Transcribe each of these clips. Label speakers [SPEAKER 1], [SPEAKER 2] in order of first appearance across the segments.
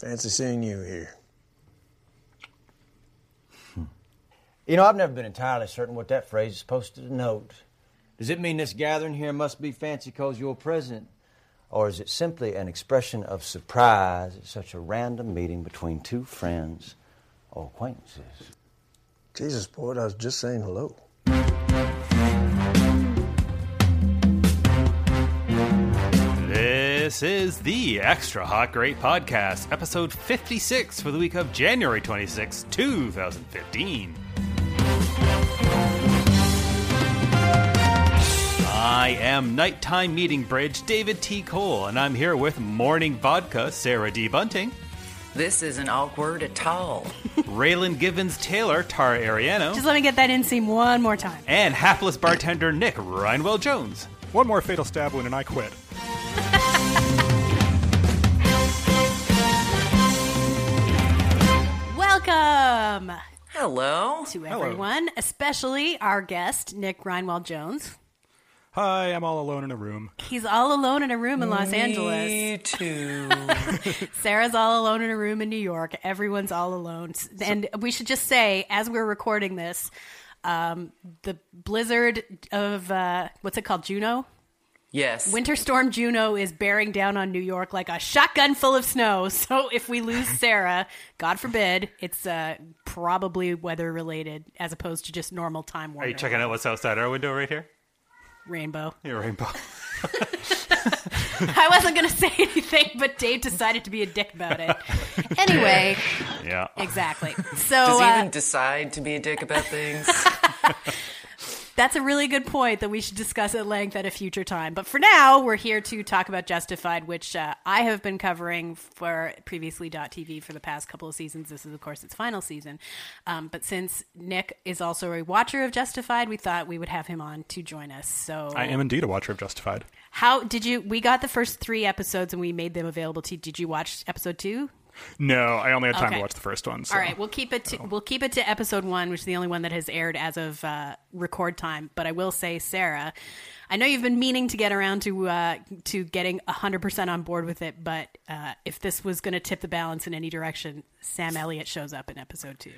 [SPEAKER 1] Fancy seeing you here.
[SPEAKER 2] You know, I've never been entirely certain what that phrase is supposed to denote. Does it mean this gathering here must be fancy because you're president? Or is it simply an expression of surprise at such a random meeting between two friends or acquaintances?
[SPEAKER 1] Jesus, boy, I was just saying hello.
[SPEAKER 3] This is the Extra Hot Great Podcast, episode 56 for the week of January 26, 2015. I am Nighttime Meeting Bridge David T. Cole, and I'm here with Morning Vodka Sarah D. Bunting,
[SPEAKER 4] This isn't awkward at all.
[SPEAKER 3] Raylan Givens Taylor Tara Ariano,
[SPEAKER 5] Just let me get that inseam one more time.
[SPEAKER 3] and hapless bartender Nick Rhinewell Jones.
[SPEAKER 6] One more fatal stab wound and I quit.
[SPEAKER 5] Welcome
[SPEAKER 4] Oh, Hello.
[SPEAKER 5] to everyone, especially our guest, Nick Reinwald Jones.
[SPEAKER 6] Hi, I'm all alone in a room.
[SPEAKER 5] He's all alone in a room in Los Angeles.
[SPEAKER 4] Me too.
[SPEAKER 5] Sarah's all alone in a room in New York. Everyone's all alone. S- And we should just say, as we're recording this, um, the blizzard of uh, what's it called? Juno?
[SPEAKER 4] yes.
[SPEAKER 5] Winter Storm Juno is bearing down on New York like a shotgun full of snow. So if we lose Sarah, God forbid, it's uh, probably weather related as opposed to just normal time
[SPEAKER 3] Are
[SPEAKER 5] warning.
[SPEAKER 3] you checking out what's outside our window right here?
[SPEAKER 5] Rainbow.
[SPEAKER 3] Your rainbow.
[SPEAKER 5] I wasn't going to say anything, but Dave decided to be a dick about it. Anyway,
[SPEAKER 3] Yeah.
[SPEAKER 5] exactly. So
[SPEAKER 4] Does
[SPEAKER 5] uh,
[SPEAKER 4] he even decide to be a dick about things?
[SPEAKER 5] That's a really good point that we should discuss at length at a future time. But for now, we're here to talk about Justified, which uh, I have been covering for previously.tv for the past couple of seasons. This is, of course, its final season. Um, but since Nick is also a watcher of Justified, we thought we would have him on to join us. So,
[SPEAKER 6] I am indeed a watcher of Justified.
[SPEAKER 5] how did you? We got the first three episodes and we made them available to you. Did you watch episode two?
[SPEAKER 6] No, I only had time
[SPEAKER 5] Okay.
[SPEAKER 6] to watch the first one. So.
[SPEAKER 5] All right, we'll keep it to we'll keep it to episode one, which is the only one that has aired as of uh, record time. But I will say, Sarah, I know you've been meaning to get around to uh, to getting hundred percent on board with it, but uh, if this was going to tip the balance in any direction, Sam Elliott shows up in episode two.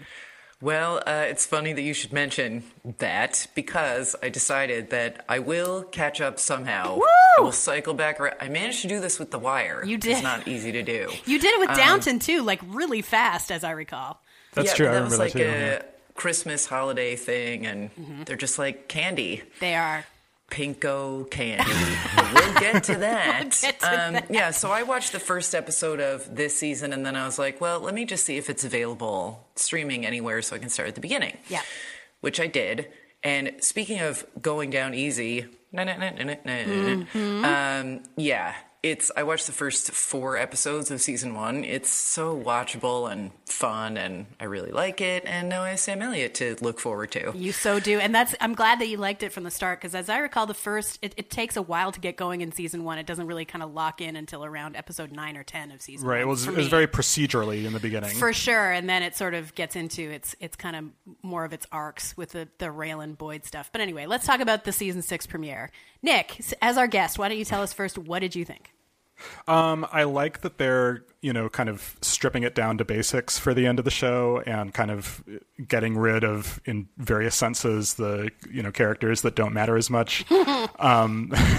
[SPEAKER 4] well, uh, it's funny that you should mention that because I decided that I will catch up somehow. Woo! I will cycle back around. I managed to do this with The Wire.
[SPEAKER 5] You did.
[SPEAKER 4] It's not easy to do. Um,
[SPEAKER 5] You did
[SPEAKER 4] Uh,
[SPEAKER 5] it with Downton too, like really fast, as I recall.
[SPEAKER 6] That's
[SPEAKER 4] yeah,
[SPEAKER 6] true.
[SPEAKER 4] That
[SPEAKER 6] I remember
[SPEAKER 4] was
[SPEAKER 6] that
[SPEAKER 4] like
[SPEAKER 6] too.
[SPEAKER 4] a
[SPEAKER 6] yeah.
[SPEAKER 4] Christmas holiday thing, and
[SPEAKER 5] Mm-hmm.
[SPEAKER 4] they're just like candy.
[SPEAKER 5] They are.
[SPEAKER 4] Pinko candy. we'll get to that.
[SPEAKER 5] get to
[SPEAKER 4] um, Yeah, so I watched the first episode of this season and then I was like, well, let me just see if it's available streaming anywhere so I can start at the beginning.
[SPEAKER 5] Yeah.
[SPEAKER 4] Which I did. And speaking of going down easy, na- na- na- na- na- na- na-
[SPEAKER 5] Mm-hmm. Uh,
[SPEAKER 4] um, yeah, it's I watched the first four episodes of season one. It's so watchable and fun, and I really like it. And now I have Sam Elliott to look forward to.
[SPEAKER 5] You so do, and that's. I'm glad that you liked it from the start because, as I recall, the first it, it takes a while to get going in season one. It doesn't really kind of lock in until around episode nine or ten of season.
[SPEAKER 6] Right. It
[SPEAKER 5] one
[SPEAKER 6] was,
[SPEAKER 5] for
[SPEAKER 6] it was
[SPEAKER 5] me.
[SPEAKER 6] very procedurally in the beginning.
[SPEAKER 5] for sure, and then it sort of gets into its its kind of more of its arcs with the the Raylan Boyd stuff. But anyway, let's talk about the season six premiere. Nick, s- as our guest, why don't you tell us first what did you think?
[SPEAKER 6] Um, I like that they're you know kind of stripping it down to basics for the end of the show and kind of getting rid of in various senses the you know characters that don't matter as much, um,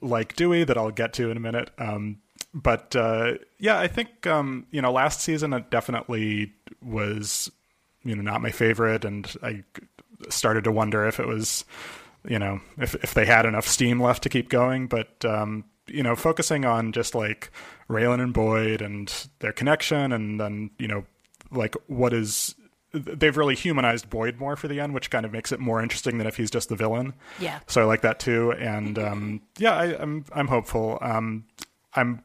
[SPEAKER 6] like Dewey that I'll get to in a minute. Um, but uh, yeah, I think um, you know last season it definitely was you know not my favorite, and I started to wonder if it was you know if if they had enough steam left to keep going but um you know focusing on just like Raylan and Boyd and their connection and then you know like what is they've really humanized Boyd more for the end which kind of makes it more interesting than if he's just the villain
[SPEAKER 5] Yeah.
[SPEAKER 6] so I like that too and um yeah I, I'm I'm hopeful um I'm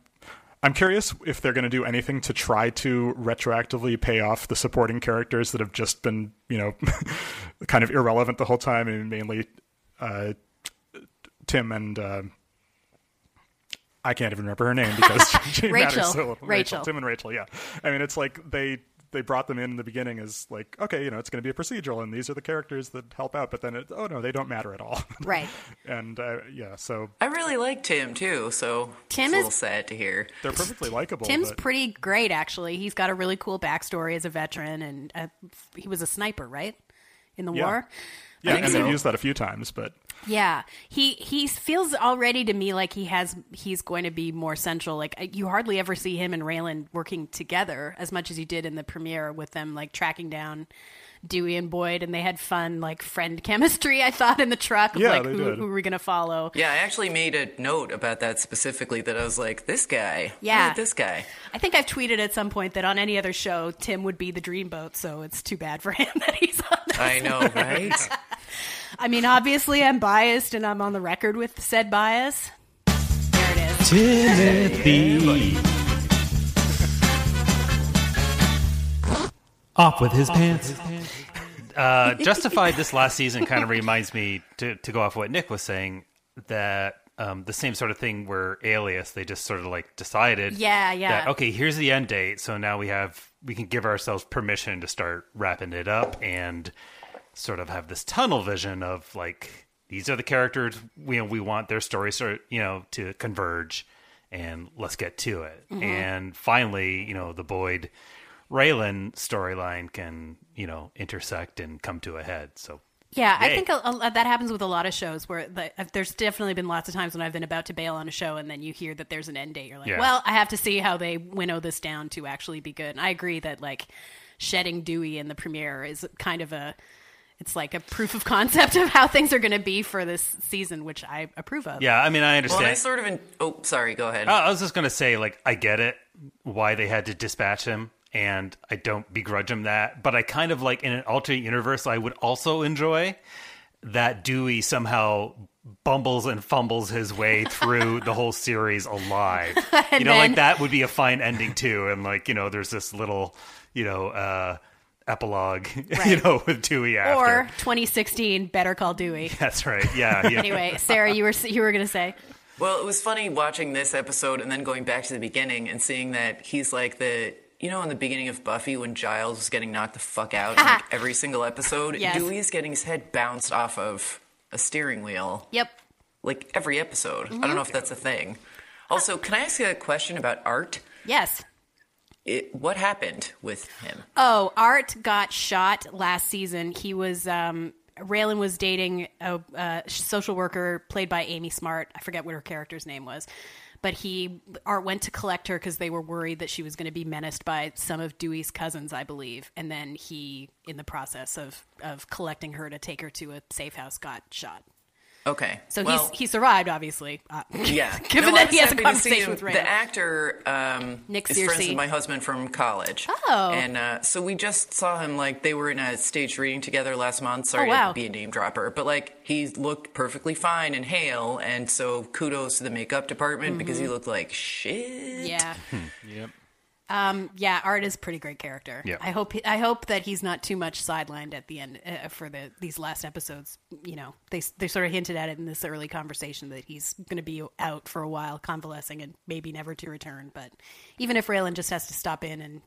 [SPEAKER 6] I'm curious if they're going to do anything to try to retroactively pay off the supporting characters that have just been, you know, kind of irrelevant the whole time, and mainly uh, Tim and uh, I can't even remember her name because she
[SPEAKER 5] Rachel.
[SPEAKER 6] matters so little.
[SPEAKER 5] Rachel.
[SPEAKER 6] Tim and Rachel. Yeah, I mean, it's like they they brought them in in the beginning as like, okay, you know, it's going to be a procedural, and these are the characters that help out. But then, it, oh no, they don't matter at all.
[SPEAKER 5] Right.
[SPEAKER 6] and uh, yeah, so
[SPEAKER 4] I really like Tim too, so it's
[SPEAKER 5] Tim
[SPEAKER 4] a
[SPEAKER 5] is-
[SPEAKER 4] little sad to hear.
[SPEAKER 6] they're perfectly likable.
[SPEAKER 5] Tim's
[SPEAKER 6] but-
[SPEAKER 5] pretty great, actually. He's got a really cool backstory as a veteran, and uh, he was a sniper, right, in the
[SPEAKER 6] Yeah.
[SPEAKER 5] war.
[SPEAKER 6] yeah,
[SPEAKER 4] think
[SPEAKER 6] and
[SPEAKER 4] so.
[SPEAKER 6] they've used that a few times, but
[SPEAKER 5] Yeah, he he feels already to me like he has he's going to be more central. Like I- you hardly ever see him and Raylan working together as much as you did in the premiere with them like tracking down Dewey and Boyd, and they had fun like friend chemistry. I thought in the truck, of,
[SPEAKER 6] Yeah,
[SPEAKER 5] like
[SPEAKER 6] they
[SPEAKER 5] who,
[SPEAKER 6] did.
[SPEAKER 5] who we're gonna follow.
[SPEAKER 4] Yeah, I actually made a note about that specifically that I was like, this guy. I
[SPEAKER 5] Yeah.
[SPEAKER 4] like this guy.
[SPEAKER 5] I think I've tweeted at some point that on any other show Tim would be the dreamboat, so it's too bad for him that he's on this.
[SPEAKER 4] I know, right?
[SPEAKER 5] I mean, obviously I'm biased, and I'm on the record with said bias. There it is.
[SPEAKER 7] Timothy. Off with his pants.
[SPEAKER 3] Uh, Justified this last season kind of reminds me to, to go off what Nick was saying that um, the same sort of thing where Alias they just sort of like decided
[SPEAKER 5] Yeah, yeah.
[SPEAKER 3] that, okay here's the end date so now we have we can give ourselves permission to start wrapping it up and sort of have this tunnel vision of like these are the characters we we want their stories sort you know to converge and let's get to it and finally you know the Boyd Raylan storyline can you know intersect and come to a head so
[SPEAKER 5] Yeah, I
[SPEAKER 3] Yay.
[SPEAKER 5] think a, a, that happens with a lot of shows where the, uh, there's definitely been lots of times when I've been about to bail on a show and then you hear that there's an end date. You're like,
[SPEAKER 3] Yeah.
[SPEAKER 5] well, I have to see how they winnow this down to actually be good. And I agree that like shedding Dewey in the premiere is kind of a it's like a proof of concept of how things are going to be for this season, which I approve of.
[SPEAKER 3] yeah I mean I
[SPEAKER 4] well,
[SPEAKER 3] understand
[SPEAKER 4] and I sort of. In- oh, sorry, go ahead.
[SPEAKER 3] Uh, I was just gonna say, like, I get it why they had to dispatch him, and I don't begrudge him that. But I kind of like in an alternate universe, I would also enjoy that Dewey somehow bumbles and fumbles his way through the whole series alive. You know,
[SPEAKER 5] then-
[SPEAKER 3] like that would be a fine ending too. And like, you know, there's this little, you know, uh, epilogue, you
[SPEAKER 5] Right.
[SPEAKER 3] know, with Dewey after.
[SPEAKER 5] Or 2016, Better Call Dewey.
[SPEAKER 3] That's right. Yeah. yeah.
[SPEAKER 5] Anyway, Sarah, you were you were going to say
[SPEAKER 4] Well, it was funny watching this episode and then going back to the beginning and seeing that he's like the. You know, in the beginning of Buffy, when Giles was getting knocked the fuck out in like every single episode,
[SPEAKER 5] Yes.
[SPEAKER 4] Dewey's getting his head bounced off of a steering wheel.
[SPEAKER 5] yep.
[SPEAKER 4] Like every episode. I don't know
[SPEAKER 5] Mm-hmm.
[SPEAKER 4] if that's a thing. Also, can I ask you a question about art?
[SPEAKER 5] Yes.
[SPEAKER 4] It, what happened with him?
[SPEAKER 5] Oh, Art got shot last season. He was um, Raylan was dating a uh, social worker played by Amy Smart. I forget what her character's name was, but he Art went to collect her because they were worried that she was going to be menaced by some of Dewey's cousins, I believe. And then he, in the process of of collecting her to take her to a safe house, got shot.
[SPEAKER 4] Okay.
[SPEAKER 5] So
[SPEAKER 4] well,
[SPEAKER 5] he's he survived, obviously. Uh,
[SPEAKER 4] Yeah.
[SPEAKER 5] given
[SPEAKER 4] No, I
[SPEAKER 5] that
[SPEAKER 4] was
[SPEAKER 5] he has
[SPEAKER 4] happy to
[SPEAKER 5] a
[SPEAKER 4] see
[SPEAKER 5] conversation
[SPEAKER 4] him.
[SPEAKER 5] with Raylan.
[SPEAKER 4] The actor um,
[SPEAKER 5] Nick
[SPEAKER 4] is friends
[SPEAKER 5] Searcy.
[SPEAKER 4] with my husband from college.
[SPEAKER 5] Oh.
[SPEAKER 4] And uh, so we just saw him, like, they were in a stage reading together last month. Sorry
[SPEAKER 5] Oh, wow.
[SPEAKER 4] to be a name dropper, but, like, he looked perfectly fine and hale. And so kudos to the makeup department because
[SPEAKER 5] Mm-hmm.
[SPEAKER 4] he looked like shit.
[SPEAKER 5] Yeah.
[SPEAKER 3] Hmm.
[SPEAKER 5] yep. Um, yeah, Art is a pretty great character.
[SPEAKER 3] Yeah.
[SPEAKER 5] I hope I hope that he's not too much sidelined at the end uh, for the these last episodes. You know, they they sort of hinted at it in this early conversation that he's going to be out for a while, convalescing, and maybe never to return. But even if Raylan just has to stop in and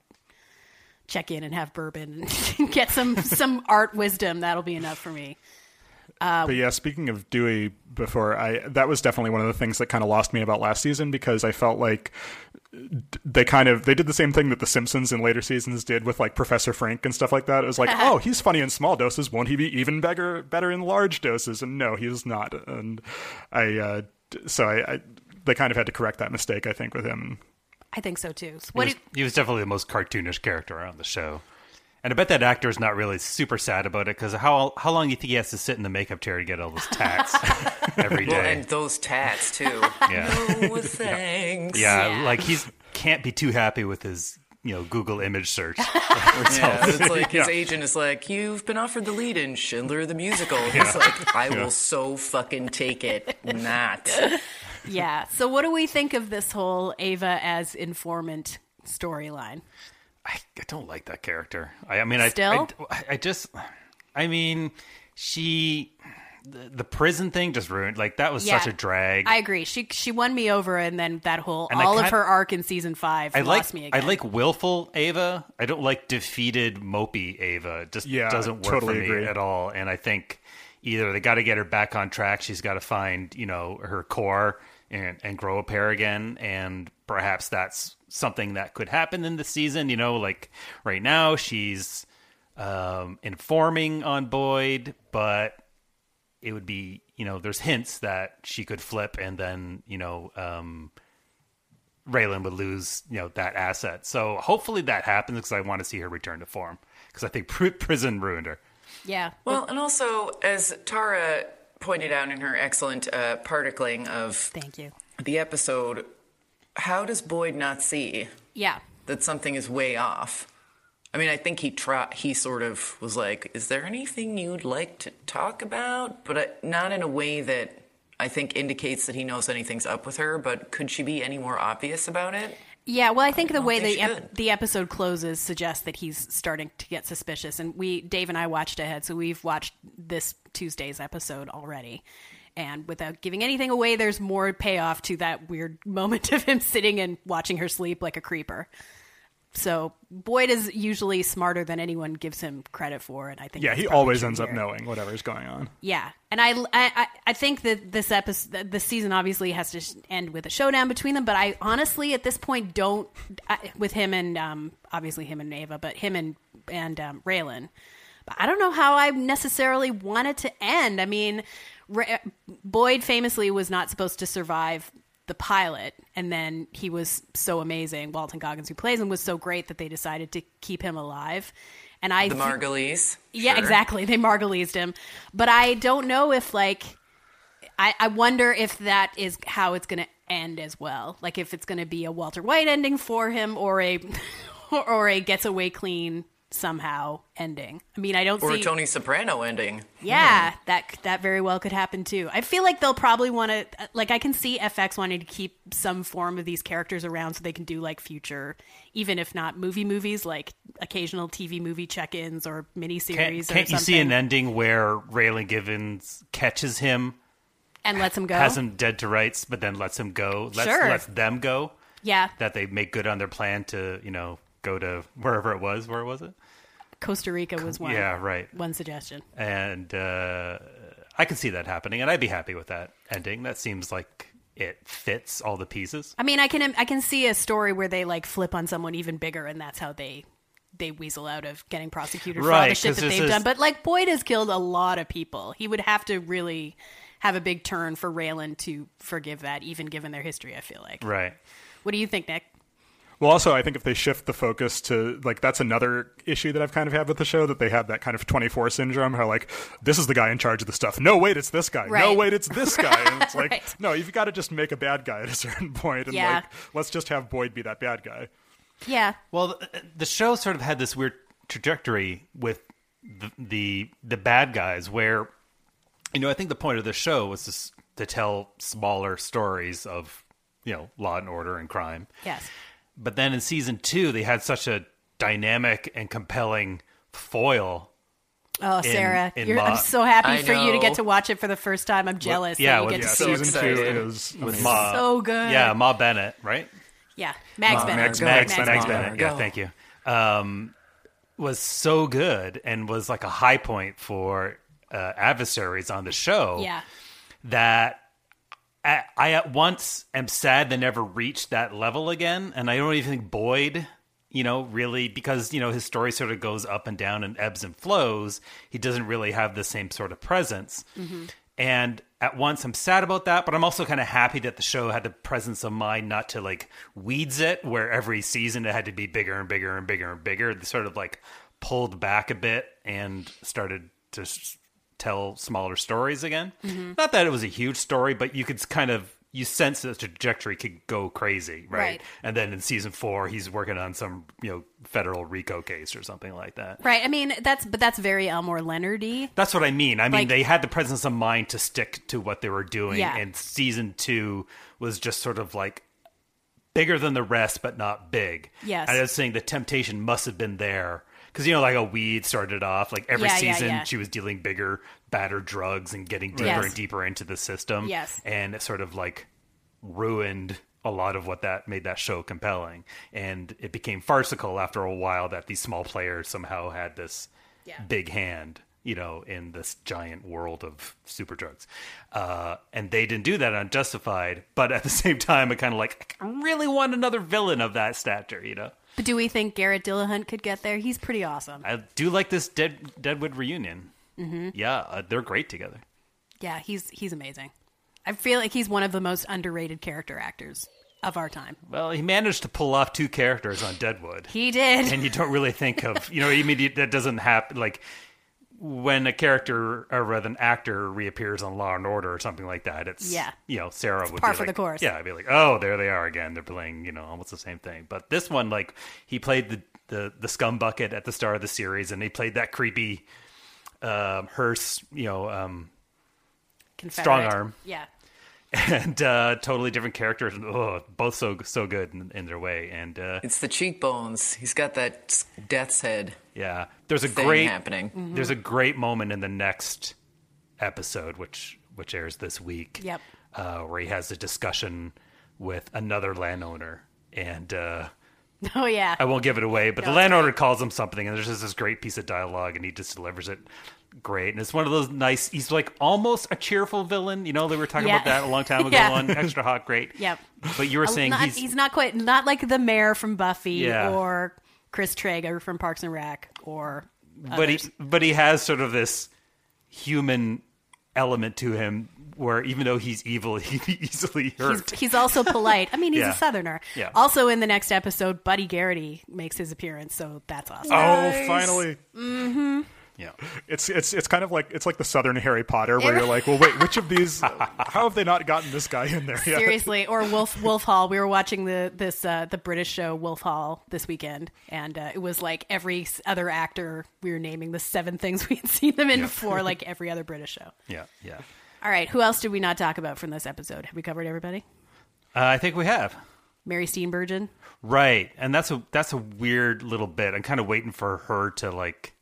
[SPEAKER 5] check in and have bourbon and get some some art wisdom, that'll be enough for me. Oh. Um,
[SPEAKER 6] But yeah, speaking of Dewey, before I that was definitely one of the things that kind of lost me about last season because I felt like d- they kind of they did the same thing that the Simpsons in later seasons did with like Professor Frank and stuff like that. It was like, oh, he's funny in small doses. Won't he be even better better in large doses? And no, he's not. And I uh, d- so I, I they kind of had to correct that mistake. I think with him.
[SPEAKER 5] I think so too. So
[SPEAKER 3] He
[SPEAKER 5] what
[SPEAKER 3] was,
[SPEAKER 5] do-
[SPEAKER 3] he was definitely the most cartoonish character on the show. And I bet that actor is not really super sad about it because how how long do you think he has to sit in the makeup chair to get all those tats every
[SPEAKER 4] Well,
[SPEAKER 3] day?
[SPEAKER 4] and those tats, too.
[SPEAKER 3] yeah.
[SPEAKER 4] No thanks.
[SPEAKER 3] yeah,
[SPEAKER 5] Yeah.
[SPEAKER 3] like he's can't be too happy with his you know Google image search.
[SPEAKER 4] Yeah, it's like his agent is like, "You've been offered the lead in Schindler the Musical." He's like, "I will so fucking take it." Not.
[SPEAKER 5] yeah. So what do we think of this whole Ava as informant storyline?
[SPEAKER 3] I, I don't like that character. I, I mean, I,
[SPEAKER 5] Still?
[SPEAKER 3] I, I just, I mean, she, the the prison thing just ruined. Like that was
[SPEAKER 5] Yeah.
[SPEAKER 3] such a drag.
[SPEAKER 5] I agree. She she won me over, and then that whole
[SPEAKER 3] And I
[SPEAKER 5] all of
[SPEAKER 3] kind-
[SPEAKER 5] her arc in season five
[SPEAKER 3] I
[SPEAKER 5] lost
[SPEAKER 3] like
[SPEAKER 5] me
[SPEAKER 3] I
[SPEAKER 5] again.
[SPEAKER 3] like willful Ava. I don't like defeated mopey Ava. It just
[SPEAKER 6] Yeah,
[SPEAKER 3] doesn't work
[SPEAKER 6] totally
[SPEAKER 3] for me
[SPEAKER 6] agree.
[SPEAKER 3] at all. And I think either they got to get her back on track. She's got to find you know her core and and grow a pair again. And perhaps that's something that could happen in the season. You know, like right now she's um, informing on Boyd, but it would be you know there's hints that she could flip and then you know um Raylan would lose you know that asset. So hopefully that happens because I want to see her return to form because I think pr- prison ruined her.
[SPEAKER 5] yeah.
[SPEAKER 4] Well, and also, as Tara pointed out in her excellent uh, particling of
[SPEAKER 5] Thank you.
[SPEAKER 4] the episode, how does Boyd not see
[SPEAKER 5] Yeah.
[SPEAKER 4] that something is way off? I mean, I think he try, he sort of was like, "Is there anything you'd like to talk about?" But uh, not in a way that I think indicates that he knows anything's up with her. But could she be any more obvious about it?
[SPEAKER 5] Yeah, well, I
[SPEAKER 3] Oh,
[SPEAKER 5] think the way
[SPEAKER 4] think
[SPEAKER 5] the
[SPEAKER 4] she
[SPEAKER 5] ep-
[SPEAKER 4] could.
[SPEAKER 5] the episode closes suggests that he's starting to get suspicious, and we Dave and I watched ahead, so we've watched this Tuesday's episode already. And without giving anything away, there's more payoff to that weird moment of him sitting and watching her sleep like a creeper. So Boyd is usually smarter than anyone gives him credit for, and I think
[SPEAKER 6] Yeah,
[SPEAKER 5] that's
[SPEAKER 6] he
[SPEAKER 5] probably
[SPEAKER 6] always
[SPEAKER 5] true
[SPEAKER 6] ends up
[SPEAKER 5] here.
[SPEAKER 6] knowing whatever's going on.
[SPEAKER 5] Yeah, and I I- I I think that this episode, the season obviously has to sh- end with a showdown between them. But I honestly, at this point, don't I, with him and um obviously him and Ava, but him and and um, Raylan. But I don't know how I necessarily want it to end. I mean, Ra- Boyd famously was not supposed to survive the pilot, and then he was so amazing. Walton Goggins, who plays him, was so great that they decided to keep him alive. And I
[SPEAKER 4] The
[SPEAKER 5] thi-
[SPEAKER 4] Margulies.
[SPEAKER 5] yeah,
[SPEAKER 4] Sure.
[SPEAKER 5] exactly. They margalised him. But I don't know if like I, I wonder if that is how it's gonna end as well. Like if it's gonna be a Walter White ending for him or a or a gets away clean somehow ending. I mean I don't
[SPEAKER 4] Or a
[SPEAKER 5] see
[SPEAKER 4] Tony Hmm. Soprano ending.
[SPEAKER 5] Yeah, that that very well could happen too. I feel like they'll probably want to like I can see FX wanting to keep some form of these characters around so they can do like future even if not movie movies like occasional TV movie check-ins or miniseries
[SPEAKER 3] Can't,
[SPEAKER 5] or
[SPEAKER 3] can't
[SPEAKER 5] something
[SPEAKER 3] you see an ending where Raylan Givens catches him,
[SPEAKER 5] and lets him go.
[SPEAKER 3] has him dead to rights, but then lets him go, lets,
[SPEAKER 5] Sure.
[SPEAKER 3] lets them go,
[SPEAKER 5] yeah,
[SPEAKER 3] that they make good on their plan to you know go to wherever it was. Where was it?
[SPEAKER 5] Costa Rica was one.
[SPEAKER 3] Yeah, right.
[SPEAKER 5] one suggestion.
[SPEAKER 3] and uh, I can see that happening, and I'd be happy with that ending. That seems like it fits all the pieces.
[SPEAKER 5] I mean, I can I can see a story where they like flip on someone even bigger, and that's how they they weasel out of getting prosecuted for all the
[SPEAKER 3] Right,
[SPEAKER 5] shit
[SPEAKER 3] 'cause
[SPEAKER 5] that
[SPEAKER 3] this
[SPEAKER 5] they've
[SPEAKER 3] is-
[SPEAKER 5] done. But like Boyd has killed a lot of people. He would have to really have a big turn for Raylan to forgive that, even given their history. I feel like.
[SPEAKER 3] Right.
[SPEAKER 5] What do you think, Nick?
[SPEAKER 6] Well, also, I think if they shift the focus to like that's another issue that I've kind of had with the show that they have that kind of twenty four syndrome. How like this is the guy in charge of the stuff. No, wait, it's this guy. No,
[SPEAKER 5] Right.
[SPEAKER 6] wait, it's this guy. And it's like
[SPEAKER 5] Right.
[SPEAKER 6] no, you've got to just make a bad guy at a certain point, and
[SPEAKER 5] Yeah.
[SPEAKER 6] like let's just have Boyd be that bad guy.
[SPEAKER 5] Yeah,
[SPEAKER 3] Well, th- the show sort of had this weird trajectory with the the, the bad guys, where you know I think the point of the show was just to tell smaller stories of you know law and order and crime.
[SPEAKER 5] yes,
[SPEAKER 3] but then in season two they had such a dynamic and compelling foil
[SPEAKER 5] Oh,
[SPEAKER 3] in-
[SPEAKER 5] Sarah,
[SPEAKER 3] in
[SPEAKER 5] you're, I'm
[SPEAKER 3] Ma.
[SPEAKER 5] so happy
[SPEAKER 4] I
[SPEAKER 5] for you to get
[SPEAKER 4] know.
[SPEAKER 5] to watch it for the first time. I'm jealous. that
[SPEAKER 3] yeah,
[SPEAKER 5] you
[SPEAKER 3] with-
[SPEAKER 5] get
[SPEAKER 6] Yeah,
[SPEAKER 5] to
[SPEAKER 4] So
[SPEAKER 5] see it.
[SPEAKER 6] season
[SPEAKER 4] excited.
[SPEAKER 6] two is
[SPEAKER 3] with
[SPEAKER 6] amazing.
[SPEAKER 3] Ma.
[SPEAKER 5] So good.
[SPEAKER 3] Yeah, Ma Bennett, right?
[SPEAKER 5] yeah. Max Bennett.
[SPEAKER 6] Max
[SPEAKER 4] Bennett.
[SPEAKER 3] Max, Max,
[SPEAKER 6] Max
[SPEAKER 3] Bennett.
[SPEAKER 4] Bennett.
[SPEAKER 3] Yeah,
[SPEAKER 4] Go.
[SPEAKER 3] thank you. Um, was so good and was like a high point for uh, adversaries on the show.
[SPEAKER 5] Yeah.
[SPEAKER 3] That I, I at once am sad they never reached that level again, and I don't even think Boyd. You know, really, because you know his story sort of goes up and down and ebbs and flows. He doesn't really have the same sort of presence. And at once, I'm sad about that, but I'm also kind of happy that the show had the presence of mind not to like weeds it, where every season it had to be bigger and bigger and bigger and bigger. They sort of like pulled back a bit and started to s- tell smaller stories again. Not that it was a huge story, but you could kind of you sense that the trajectory could go crazy, right?
[SPEAKER 5] Right.
[SPEAKER 3] And then in season four, he's working on some you know federal RICO case or something like that.
[SPEAKER 5] Right. I mean, that's but that's very Elmore Leonardy.
[SPEAKER 3] That's what I mean. I mean,
[SPEAKER 5] Like-
[SPEAKER 3] they had the presence of mind to stick to what they were doing,
[SPEAKER 5] Yeah.
[SPEAKER 3] and season two was just sort of like bigger than the rest, but not big.
[SPEAKER 5] Yes.
[SPEAKER 3] And I was saying the temptation must have been there because you know, like a weed started off like every
[SPEAKER 5] Yeah, yeah,
[SPEAKER 3] season
[SPEAKER 5] yeah.
[SPEAKER 3] she was dealing bigger, battered drugs and getting deeper
[SPEAKER 5] Yes.
[SPEAKER 3] and deeper into the system.
[SPEAKER 5] Yes.
[SPEAKER 3] And it sort of like ruined a lot of what that made that show compelling. And it became farcical after a while that these small players somehow had this big hand, you know, in this giant world of super drugs. Uh, and they didn't do that on Justified. But at the same time, I kind of like, I really want another villain of that stature, you know?
[SPEAKER 5] But do we think Garrett Dillahunt could get there? He's pretty awesome.
[SPEAKER 3] I do like this Dead, Deadwood reunion. Mm-hmm. Yeah, uh, they're great together.
[SPEAKER 5] Yeah, he's he's amazing. I feel like he's one of the most underrated character actors of our time.
[SPEAKER 3] Well, he managed to pull off two characters on Deadwood.
[SPEAKER 5] He did.
[SPEAKER 3] and you don't really think of you know I mean that doesn't happen like when a character or rather an actor reappears on Law and Order or something like that it's
[SPEAKER 5] Yeah.
[SPEAKER 3] you know Sarah would
[SPEAKER 5] par
[SPEAKER 3] be
[SPEAKER 5] for
[SPEAKER 3] like,
[SPEAKER 5] the course.
[SPEAKER 3] yeah I'd be like oh there they are again they're playing you know almost the same thing but this one like he played the the the scum bucket at the start of the series and he played that creepy um hearse you know um
[SPEAKER 5] Confederate.
[SPEAKER 3] strong arm.
[SPEAKER 5] Yeah.
[SPEAKER 3] and uh totally different characters and oh both so so good in, in their way and uh
[SPEAKER 4] It's the cheekbones. He's got that death's head
[SPEAKER 3] Yeah, there's a
[SPEAKER 4] thing
[SPEAKER 3] great Mm-hmm.
[SPEAKER 4] happening.
[SPEAKER 3] there's a great moment in the next episode, which which airs this week.
[SPEAKER 5] Yep.
[SPEAKER 3] uh, where he has a discussion with another landowner, and uh,
[SPEAKER 5] Oh yeah.
[SPEAKER 3] I won't give it away, but the landowner calls him something, and there's just this great piece of dialogue, and he just delivers it great. And it's one of those nice. He's like almost a cheerful villain. You know, they were talking
[SPEAKER 5] Yeah.
[SPEAKER 3] about that a long time ago
[SPEAKER 5] Yeah.
[SPEAKER 3] on Extra Hot, great.
[SPEAKER 5] Yep. Uh,
[SPEAKER 3] But you were saying
[SPEAKER 5] not, he's,
[SPEAKER 3] he's,
[SPEAKER 5] not quite not like the mayor from Buffy
[SPEAKER 3] Yeah.
[SPEAKER 5] or Chris Traeger from Parks and Rec or
[SPEAKER 3] but he but he has sort of this human element to him where even though he's evil he can be easily hurt
[SPEAKER 5] He's, he's also polite. I mean, he's
[SPEAKER 3] Yeah.
[SPEAKER 5] a Southerner.
[SPEAKER 3] Yeah.
[SPEAKER 5] Also, in the next episode, Buddy Garrity makes his appearance, so that's awesome.
[SPEAKER 6] Oh, finally.
[SPEAKER 5] Mm-hmm.
[SPEAKER 3] yeah
[SPEAKER 6] It's it's it's kind of like it's like the Southern Harry Potter, where you're like, well, wait, which of these? How have they not gotten this guy in there yet?
[SPEAKER 5] Seriously, or Wolf Wolf Hall. We were watching the this uh, the British show Wolf Hall this weekend, and uh, it was like every s- other actor we were naming the seven things we had seen them in before, like every other British show.
[SPEAKER 3] yeah yeah uh,
[SPEAKER 5] All right, who else did we not talk about from this episode? Have we covered everybody?
[SPEAKER 3] Uh, i think we have
[SPEAKER 5] Mary Steenburgen.
[SPEAKER 3] right and that's a that's a weird little bit i'm kind of waiting for her to like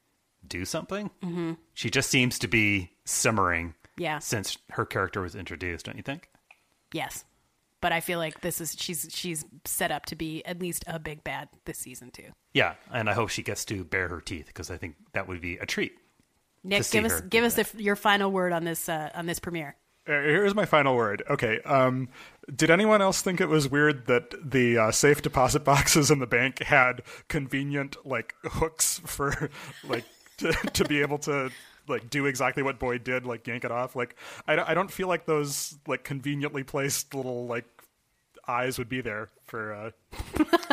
[SPEAKER 3] do something mm-hmm. she just seems to be simmering
[SPEAKER 5] Yeah.
[SPEAKER 3] since her character was introduced don't you think
[SPEAKER 5] Yes. But I feel like this is she's she's set up to be at least a big bad this season too.
[SPEAKER 3] yeah and i hope she gets to bare her teeth because i think that would be a treat
[SPEAKER 5] Nick,
[SPEAKER 3] see
[SPEAKER 5] give us
[SPEAKER 3] her
[SPEAKER 5] give
[SPEAKER 3] do
[SPEAKER 5] us the, your final word on this uh, on this premiere.
[SPEAKER 6] Uh, Here's my final word. Okay. Um, did anyone else think it was weird that the uh, safe deposit boxes in the bank had convenient like hooks for like to, to be able to like do exactly what Boyd did, like yank it off? Like I don't, I don't feel like those like conveniently placed little like eyes would be there for uh,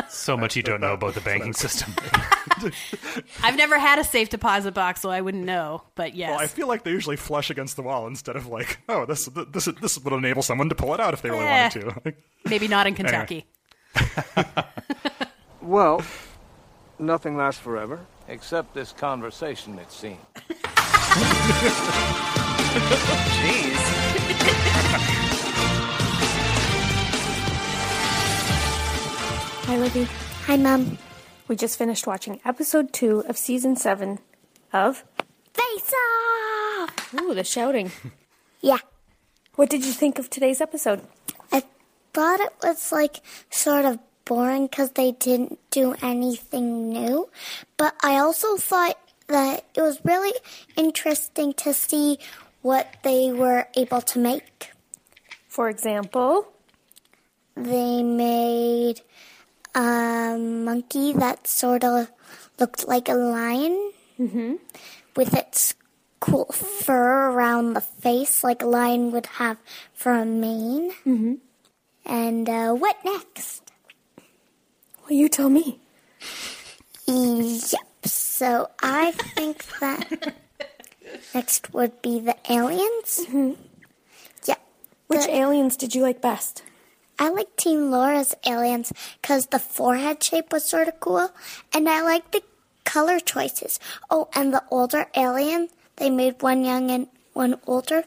[SPEAKER 3] so much you don't know about the banking system
[SPEAKER 5] I've never had a safe deposit box, so I wouldn't know. But yes,
[SPEAKER 6] Well, I feel like they usually flush against the wall instead of like, oh, this this this would enable someone to pull it out if they really
[SPEAKER 5] Eh.
[SPEAKER 6] wanted to.
[SPEAKER 5] maybe not in Kentucky.
[SPEAKER 8] Well, nothing lasts forever.
[SPEAKER 9] Except this conversation, it seems.
[SPEAKER 4] Jeez.
[SPEAKER 10] Hi, Libby. Hi, Mom. We just finished watching episode two of season seven of Face Off! Ooh, the shouting. yeah. What did you think of today's episode?
[SPEAKER 11] I thought it was like sort of boring because they didn't do anything new. But I also thought that it was really interesting to see what they were able to make.
[SPEAKER 10] For example,
[SPEAKER 11] They made a um, monkey that sort of looked like a lion
[SPEAKER 10] Mm-hmm.
[SPEAKER 11] with its cool fur around the face, like a lion would have for a mane. Mm-hmm. And uh, what next?
[SPEAKER 10] well, you tell me.
[SPEAKER 11] Yep. So I think that next would be the aliens.
[SPEAKER 10] Mm-hmm.
[SPEAKER 11] Yep.
[SPEAKER 10] Which aliens did you like best?
[SPEAKER 11] I like Team Laura's aliens because the forehead shape was sort of cool, and I like the color choices. Oh, and the older alien, they made one young and one older.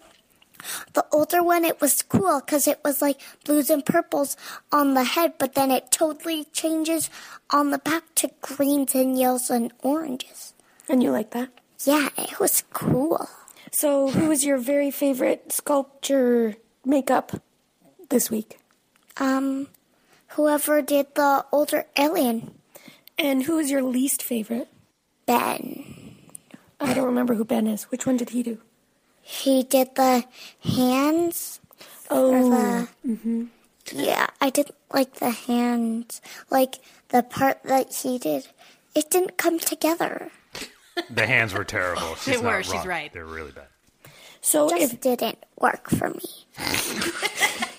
[SPEAKER 11] The older one, it was cool because it was like blues and purples on the head, but then it totally changes on the back to greens and yellows and oranges.
[SPEAKER 10] And you like that?
[SPEAKER 11] Yeah, it was cool.
[SPEAKER 10] So, who was your very favorite sculpture makeup this week?
[SPEAKER 11] Um, whoever did the older alien.
[SPEAKER 10] And who is your least favorite?
[SPEAKER 11] Ben.
[SPEAKER 10] I don't remember who Ben is. Which one did he do?
[SPEAKER 11] He did the hands.
[SPEAKER 10] Oh.
[SPEAKER 11] the-
[SPEAKER 10] Mm-hmm.
[SPEAKER 11] Yeah, I didn't like the hands. Like the part that he did, it didn't come together.
[SPEAKER 3] The hands were terrible. She's
[SPEAKER 11] They
[SPEAKER 3] not
[SPEAKER 11] were, she's
[SPEAKER 3] wrong.
[SPEAKER 11] right.
[SPEAKER 3] They're really bad.
[SPEAKER 10] So
[SPEAKER 11] Just didn't work for me.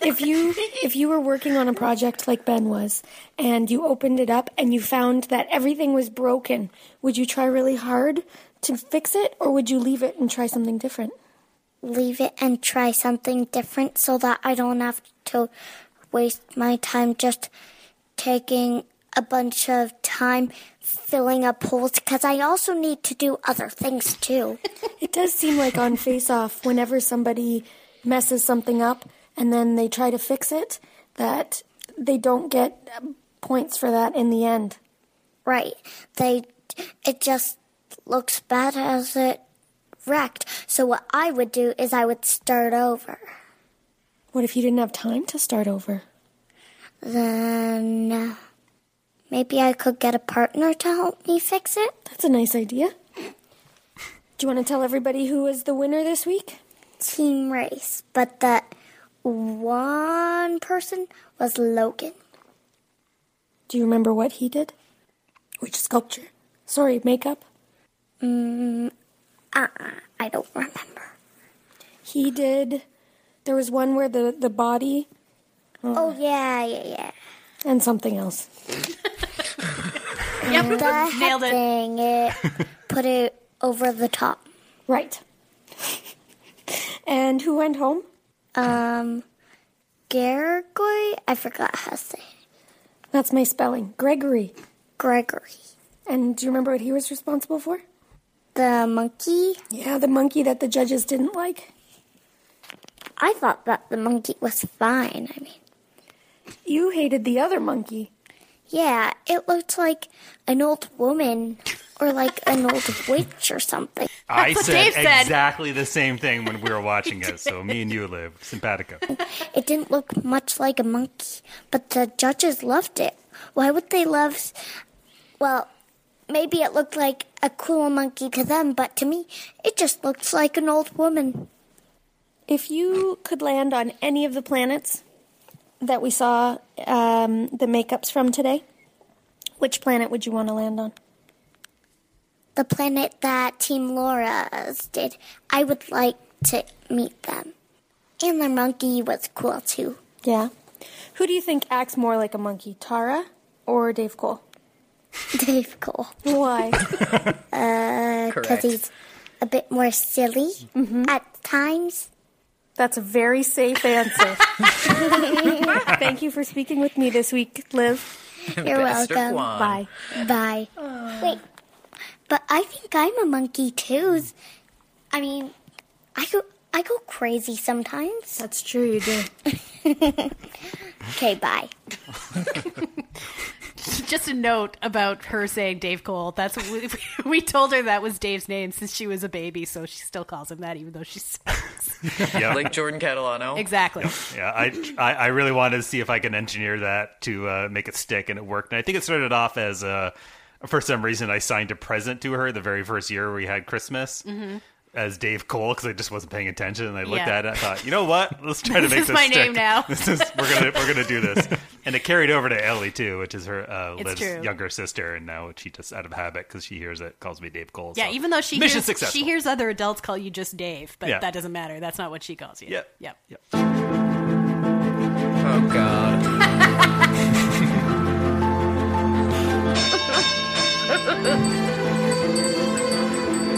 [SPEAKER 10] if you if you were working on a project like Ben was and you opened it up and you found that everything was broken, would you try really hard to fix it or would you leave it and try something different?
[SPEAKER 11] Leave it and try something different so that I don't have to waste my time just taking a bunch of time filling up holes because I also need to do other things too.
[SPEAKER 10] It does seem like on Face Off whenever somebody messes something up and then they try to fix it that they don't get um, points for that in the end.
[SPEAKER 11] Right. They it just looks bad as it wrecked. So what I would do is I would start over.
[SPEAKER 10] What if you didn't have time to start over?
[SPEAKER 11] Then uh, maybe I could get a partner to help me fix it.
[SPEAKER 10] That's a nice idea. Do you want to tell everybody who was the winner this week?
[SPEAKER 11] Team race, but that one person was Logan.
[SPEAKER 10] Do you remember what he did? Which sculpture? Sorry, makeup?
[SPEAKER 11] Mm, uh, I don't remember.
[SPEAKER 10] He did. There was one where the, the body uh,
[SPEAKER 11] Oh yeah, yeah, yeah.
[SPEAKER 10] and something else.
[SPEAKER 11] Yep, the nailed it. Thing, it put it over the top.
[SPEAKER 10] Right. and who went home?
[SPEAKER 11] Um, Gergoy? I forgot how to say it.
[SPEAKER 10] That's my spelling. Gregory.
[SPEAKER 11] Gregory.
[SPEAKER 10] And do you remember what he was responsible for?
[SPEAKER 11] The monkey?
[SPEAKER 10] Yeah, the monkey that the judges didn't like.
[SPEAKER 11] I thought that the monkey was fine. I mean,
[SPEAKER 10] You hated the other monkey.
[SPEAKER 11] yeah, it looked like an old woman or like an old witch or something.
[SPEAKER 3] I
[SPEAKER 11] what
[SPEAKER 3] said,
[SPEAKER 11] Dave said.
[SPEAKER 3] exactly the same thing when we were watching it. So me and you live simpatico.
[SPEAKER 11] It didn't look much like a monkey, but the judges loved it. Why would they love. s- Well, maybe it looked like a cool monkey to them, but to me, it just looked like an old woman.
[SPEAKER 10] If you could land on any of the planets that we saw um, the makeups from today, which planet would you want to land on?
[SPEAKER 11] The planet that Team Laura's did, I would like to meet them. And the monkey was cool too.
[SPEAKER 10] Yeah. Who do you think acts more like a monkey, Tara or Dave Cole?
[SPEAKER 11] Dave Cole.
[SPEAKER 10] Why?
[SPEAKER 11] Because
[SPEAKER 10] Correct.
[SPEAKER 11] he's a bit more silly at times.
[SPEAKER 10] Mm-hmm. That's a very safe answer. Thank you for speaking with me this week, Liv.
[SPEAKER 11] You're welcome.
[SPEAKER 10] Bye.
[SPEAKER 11] Bye. Wait, but I think I'm a monkey too. I mean, I go I go crazy sometimes.
[SPEAKER 10] That's true, you do.
[SPEAKER 11] okay, bye.
[SPEAKER 5] Just a note about her saying Dave Cole. That's what we, we told her that was Dave's name since she was a baby, so she still calls him that, even though she's
[SPEAKER 3] Yeah.
[SPEAKER 4] Like Jordan Catalano.
[SPEAKER 5] exactly.
[SPEAKER 3] Yeah, I, I I really wanted to see if I could engineer that to uh, make it stick, and it worked. And I think it started off as uh, for some reason I signed a present to her the very first year we had Christmas
[SPEAKER 5] Mhm.
[SPEAKER 3] as Dave Cole because I just wasn't paying attention, and I looked
[SPEAKER 5] Yeah.
[SPEAKER 3] at it, and I thought, you know what, let's try to
[SPEAKER 5] This
[SPEAKER 3] make
[SPEAKER 5] is
[SPEAKER 3] this
[SPEAKER 5] my
[SPEAKER 3] stick.
[SPEAKER 5] name now.
[SPEAKER 3] This is we're gonna we're gonna do this, and it carried over to Ellie too, which is her uh,
[SPEAKER 5] It's
[SPEAKER 3] Liv's
[SPEAKER 5] true.
[SPEAKER 3] younger sister, and now she just out of habit because she hears it calls me Dave Cole.
[SPEAKER 5] Yeah,
[SPEAKER 3] so.
[SPEAKER 5] even though she
[SPEAKER 3] mission
[SPEAKER 5] hears,
[SPEAKER 3] successful.
[SPEAKER 5] she hears other adults call you just Dave, but
[SPEAKER 3] Yeah.
[SPEAKER 5] that doesn't matter. That's not what she calls you.
[SPEAKER 3] Yeah.
[SPEAKER 5] Yep.
[SPEAKER 4] Oh God.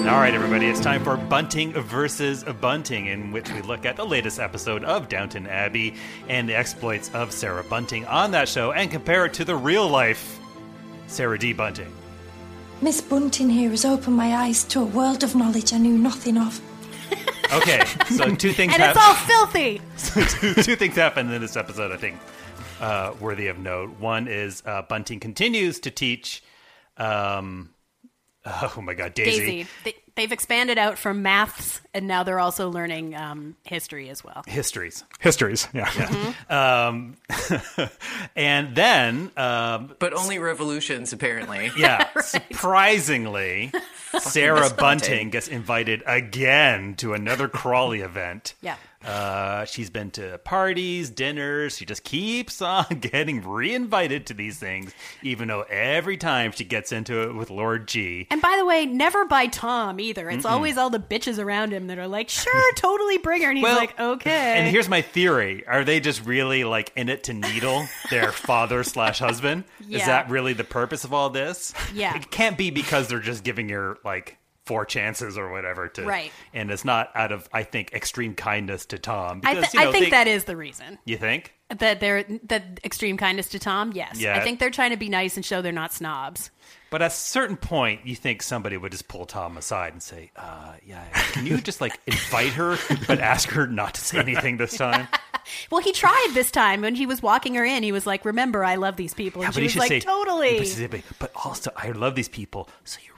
[SPEAKER 3] All right, everybody, it's time for Bunting versus Bunting, in which we look at the latest episode of Downton Abbey and the exploits of Sarah Bunting on that show and compare it to the real life Sarah D. Bunting.
[SPEAKER 12] Miss Bunting here has opened my eyes to a world of knowledge I knew nothing of.
[SPEAKER 3] Okay, so two things
[SPEAKER 5] And it's all
[SPEAKER 3] hap-
[SPEAKER 5] filthy.
[SPEAKER 3] two, two things happened in this episode, I think, uh, worthy of note. One is uh, Bunting continues to teach. Um, oh my God, Daisy.
[SPEAKER 5] Daisy. Th- They've expanded out from maths, and now they're also learning um, history as well.
[SPEAKER 3] Histories.
[SPEAKER 6] Histories, yeah.
[SPEAKER 5] Mm-hmm.
[SPEAKER 3] Um, and then, um,
[SPEAKER 4] but only revolutions apparently.
[SPEAKER 3] yeah, surprisingly, Sarah
[SPEAKER 4] Miss
[SPEAKER 3] Bunting.
[SPEAKER 4] Bunting.
[SPEAKER 3] gets invited again to another Crawley event.
[SPEAKER 5] Yeah.
[SPEAKER 3] Uh, she's been to parties, dinners. She just keeps on getting reinvited to these things, even though every time she gets into it with Lord G.
[SPEAKER 5] And by the way, never by Tom either. It's
[SPEAKER 3] Mm-mm.
[SPEAKER 5] always all the bitches around him that are like, sure, totally bring her. And he's
[SPEAKER 3] Well,
[SPEAKER 5] like, okay.
[SPEAKER 3] And here's my theory: Are they just really like in it to needle their father slash husband? Is
[SPEAKER 5] Yeah.
[SPEAKER 3] that really the purpose of all this?
[SPEAKER 5] Yeah.
[SPEAKER 3] it can't be because they're just giving her like four chances or whatever to
[SPEAKER 5] Right.
[SPEAKER 3] And it's not out of I think extreme kindness to Tom
[SPEAKER 5] I,
[SPEAKER 3] because
[SPEAKER 5] th-
[SPEAKER 3] you know,
[SPEAKER 5] I think
[SPEAKER 3] they-
[SPEAKER 5] that is the reason.
[SPEAKER 3] You think?
[SPEAKER 5] That they're that extreme kindness to Tom, yes.
[SPEAKER 3] Yeah.
[SPEAKER 5] I think they're trying to be nice and show they're not snobs.
[SPEAKER 3] But at a certain point, you think somebody would just pull Tom aside and say, uh, "Yeah, can you just like invite her, but ask her not to say anything this time?"
[SPEAKER 5] Well, he tried this time when he was walking her in. He was like, "Remember, I love these people,"
[SPEAKER 3] Yeah,
[SPEAKER 5] and
[SPEAKER 3] but
[SPEAKER 5] she
[SPEAKER 3] you
[SPEAKER 5] was
[SPEAKER 3] should
[SPEAKER 5] like,
[SPEAKER 3] say,
[SPEAKER 5] "Totally."
[SPEAKER 3] But, she said, "But- but also, I love these people, so you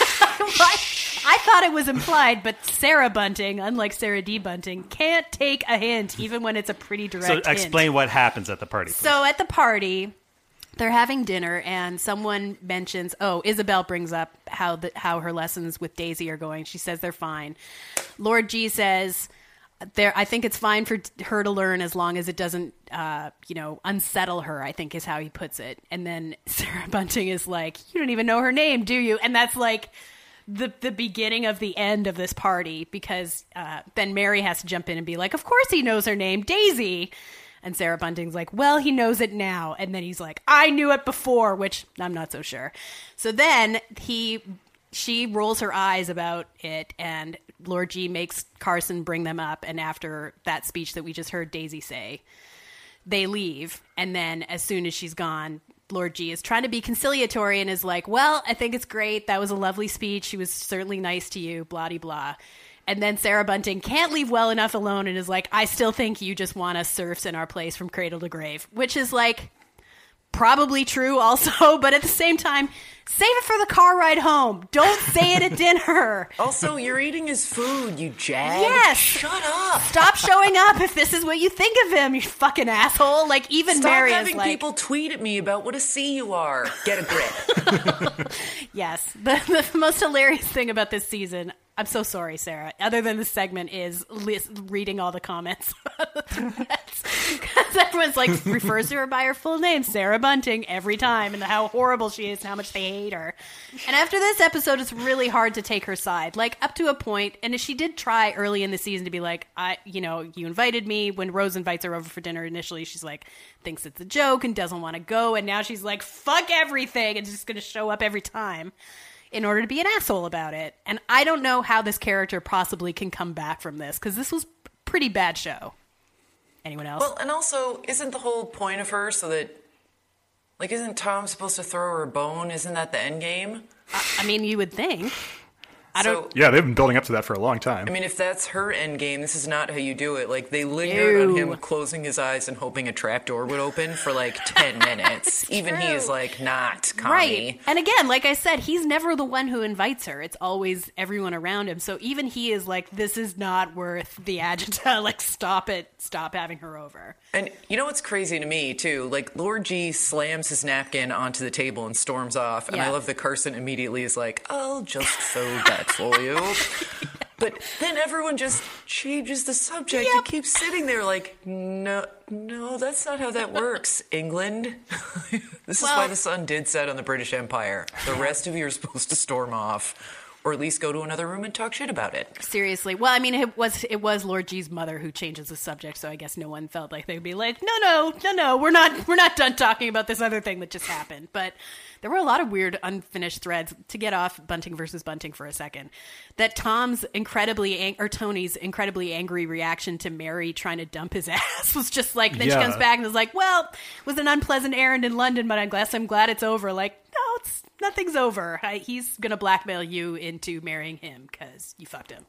[SPEAKER 5] right? I thought it was implied, but Sarah Bunting, unlike Sarah D. Bunting, can't take a hint, even when it's a pretty direct.
[SPEAKER 3] So
[SPEAKER 5] hint.
[SPEAKER 3] explain what happens at the party.
[SPEAKER 5] So at the party, they're having dinner, and someone mentions, "Oh, Isabel brings up how the, how her lessons with Daisy are going." She says they're fine. Lord G says, "There, I think it's fine for t- her to learn as long as it doesn't, uh, you know, unsettle her." I think is how he puts it. And then Sarah Bunting is like, "You don't even know her name, do you?" And that's like. The, the beginning of the end of this party because uh, then Mary has to jump in and be like, Of course he knows her name, Daisy. And Sarah Bunting's like, well, he knows it now. And then he's like, I knew it before, which I'm not so sure. So then he, she rolls her eyes about it, and Lord G makes Carson bring them up. And after that speech that we just heard Daisy say, they leave. And then as soon as she's gone, Lord G is trying to be conciliatory and is like, well, I think it's great. That was a lovely speech. She was certainly nice to you, blah, de, blah. And then Sarah Bunting can't leave well enough alone and is like, I still think you just want us serfs in our place from cradle to grave, which is like probably true also, but at the same time, save it for the car ride home. Don't say it at dinner.
[SPEAKER 4] Also, you're eating his food, you jag.
[SPEAKER 5] Yes. Shut
[SPEAKER 4] up.
[SPEAKER 5] Stop showing up if this is what you think of him, you fucking asshole. Like even
[SPEAKER 4] Stop
[SPEAKER 5] Mary
[SPEAKER 4] having
[SPEAKER 5] is like,
[SPEAKER 4] people tweet at me about what a C you are. Get a grip.
[SPEAKER 5] Yes. The, the most hilarious thing about this season, I'm so sorry, Sarah, other than the segment, is lis- reading all the comments. Because everyone's like, refers to her by her full name, Sarah Bunting, every time, and how horrible she is, and how much they hate her. And after this episode, it's really hard to take her side, like up to a point, And she did try early in the season to be like, I, you know, you invited me. When Rose invites her over for dinner initially, she's like, thinks it's a joke and doesn't want to go. And now she's like, fuck everything and just going to show up every time in order to be an asshole about it. And I don't know how this character possibly can come back from this because this was a pretty bad show. Anyone else?
[SPEAKER 4] Well, and also, isn't the whole point of her so that, like, isn't Tom supposed to throw her a bone? Isn't that the end game?
[SPEAKER 5] I mean, you would think. I
[SPEAKER 4] don't.
[SPEAKER 6] Yeah, they've been building up to that for a long time.
[SPEAKER 4] I mean, if that's her end game, this is not how you do it. Like, they lingered on him closing his eyes and hoping a trapdoor would open for like 10 minutes. Even he is like, not, commie.
[SPEAKER 5] Right. And again, like I said, he's never the one who invites her. It's always everyone around him. So even he is like, this is not worth the agita. like, stop it. Stop having her over.
[SPEAKER 4] And you know what's crazy to me too? Like Lord G slams his napkin onto the table and storms off, and
[SPEAKER 5] Yeah.
[SPEAKER 4] I love that Carson immediately is like, "I'll just throw that for you." But then everyone just changes the subject and keeps sitting there like, "No, no, that's not how that works, England." this is why
[SPEAKER 5] Well-
[SPEAKER 4] the sun did set on the British Empire. The rest of you are supposed to storm off, or at least go to another room and talk shit about it.
[SPEAKER 5] Seriously. Well, I mean, it was it was Lord G's mother who changes the subject, so I guess no one felt like they'd be like, no, no, no, no, we're not we're not done talking about this other thing that just happened. But there were a lot of weird unfinished threads to get off Bunting versus Bunting for a second. That Tom's incredibly ang- or Tony's incredibly angry reaction to Mary trying to dump his ass was just like then
[SPEAKER 13] Yeah.
[SPEAKER 5] she comes back and is like, well, it was an unpleasant errand in London, but I'm glad I'm glad it's over. Like. No, it's nothing's over. I, he's gonna blackmail you into marrying him because you fucked him.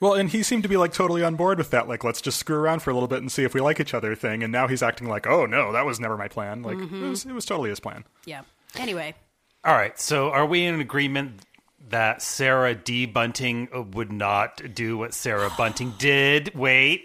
[SPEAKER 6] Well, and he seemed to be like totally on board with that, like let's just screw around for a little bit and see if we like each other thing. And now he's acting like, oh no, that was never my plan. Like
[SPEAKER 4] Mm-hmm.
[SPEAKER 5] Mhm.
[SPEAKER 6] it, was, it was totally his plan.
[SPEAKER 5] Yeah. Anyway,
[SPEAKER 3] All right. So, are we in agreement that Sarah D. Bunting uh, would not do what Sarah Bunting did. Wait,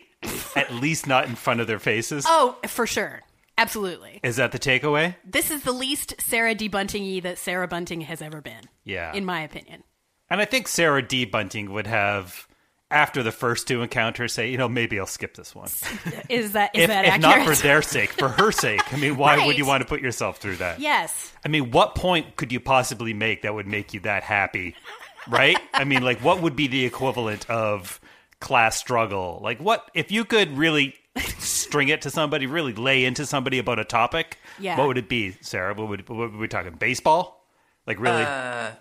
[SPEAKER 3] at least not in front of their faces.
[SPEAKER 5] Oh, for sure. Absolutely.
[SPEAKER 3] Is that the takeaway?
[SPEAKER 5] This is the least Sarah D. Buntingy that Sarah Bunting has ever been,
[SPEAKER 3] Yeah.
[SPEAKER 5] in my opinion.
[SPEAKER 3] and I think Sarah D. Bunting would have, after the first two encounters, say, you know, maybe I'll skip this one.
[SPEAKER 5] Is that is
[SPEAKER 3] if
[SPEAKER 5] that
[SPEAKER 3] if not
[SPEAKER 5] accurate?
[SPEAKER 3] for their sake, for her sake. I mean, why would you
[SPEAKER 5] Right.
[SPEAKER 3] want to put yourself through that?
[SPEAKER 5] yes.
[SPEAKER 3] I mean, what point could you possibly make that would make you that happy? Right? I mean, like, what would be the equivalent of class struggle? Like, what if you could really string it to somebody, really lay into somebody about a topic?
[SPEAKER 4] Yeah.
[SPEAKER 3] What would it be, Sarah? What would, what were we talking? Baseball? Like, really?
[SPEAKER 4] Uh,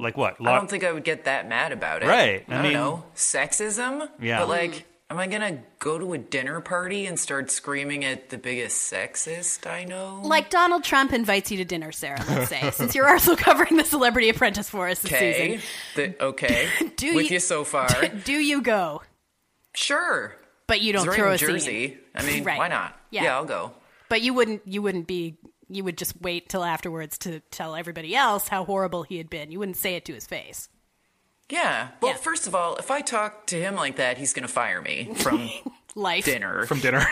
[SPEAKER 3] like, what?
[SPEAKER 4] I
[SPEAKER 3] Lo-
[SPEAKER 4] don't think I would get that mad about it.
[SPEAKER 3] Right,
[SPEAKER 4] I,
[SPEAKER 3] I
[SPEAKER 4] don't
[SPEAKER 3] mean-
[SPEAKER 4] know. Sexism?
[SPEAKER 3] Yeah.
[SPEAKER 5] Hmm.
[SPEAKER 4] But like, am I going to go to a dinner party and start screaming at the biggest sexist I know?
[SPEAKER 5] Like Donald Trump invites you to dinner, Sarah, let's say, since you're also covering the Celebrity Apprentice for us this
[SPEAKER 4] Okay. The, okay.
[SPEAKER 5] Do
[SPEAKER 4] With
[SPEAKER 5] you-
[SPEAKER 4] you, so far.
[SPEAKER 5] season. Do you go?
[SPEAKER 4] Sure.
[SPEAKER 5] But you don't
[SPEAKER 4] It's right
[SPEAKER 5] throw
[SPEAKER 4] in
[SPEAKER 5] a scene.
[SPEAKER 4] Jersey. I mean,
[SPEAKER 5] Right.
[SPEAKER 4] why not?
[SPEAKER 5] Yeah.
[SPEAKER 4] I'll go.
[SPEAKER 5] But you wouldn't you wouldn't be you would just wait till afterwards to tell everybody else how horrible he had been. You wouldn't say it to his face.
[SPEAKER 4] Yeah. Well, first of all, if I talk to him like that, he's going to fire me from
[SPEAKER 5] Life.
[SPEAKER 4] dinner.
[SPEAKER 6] From dinner.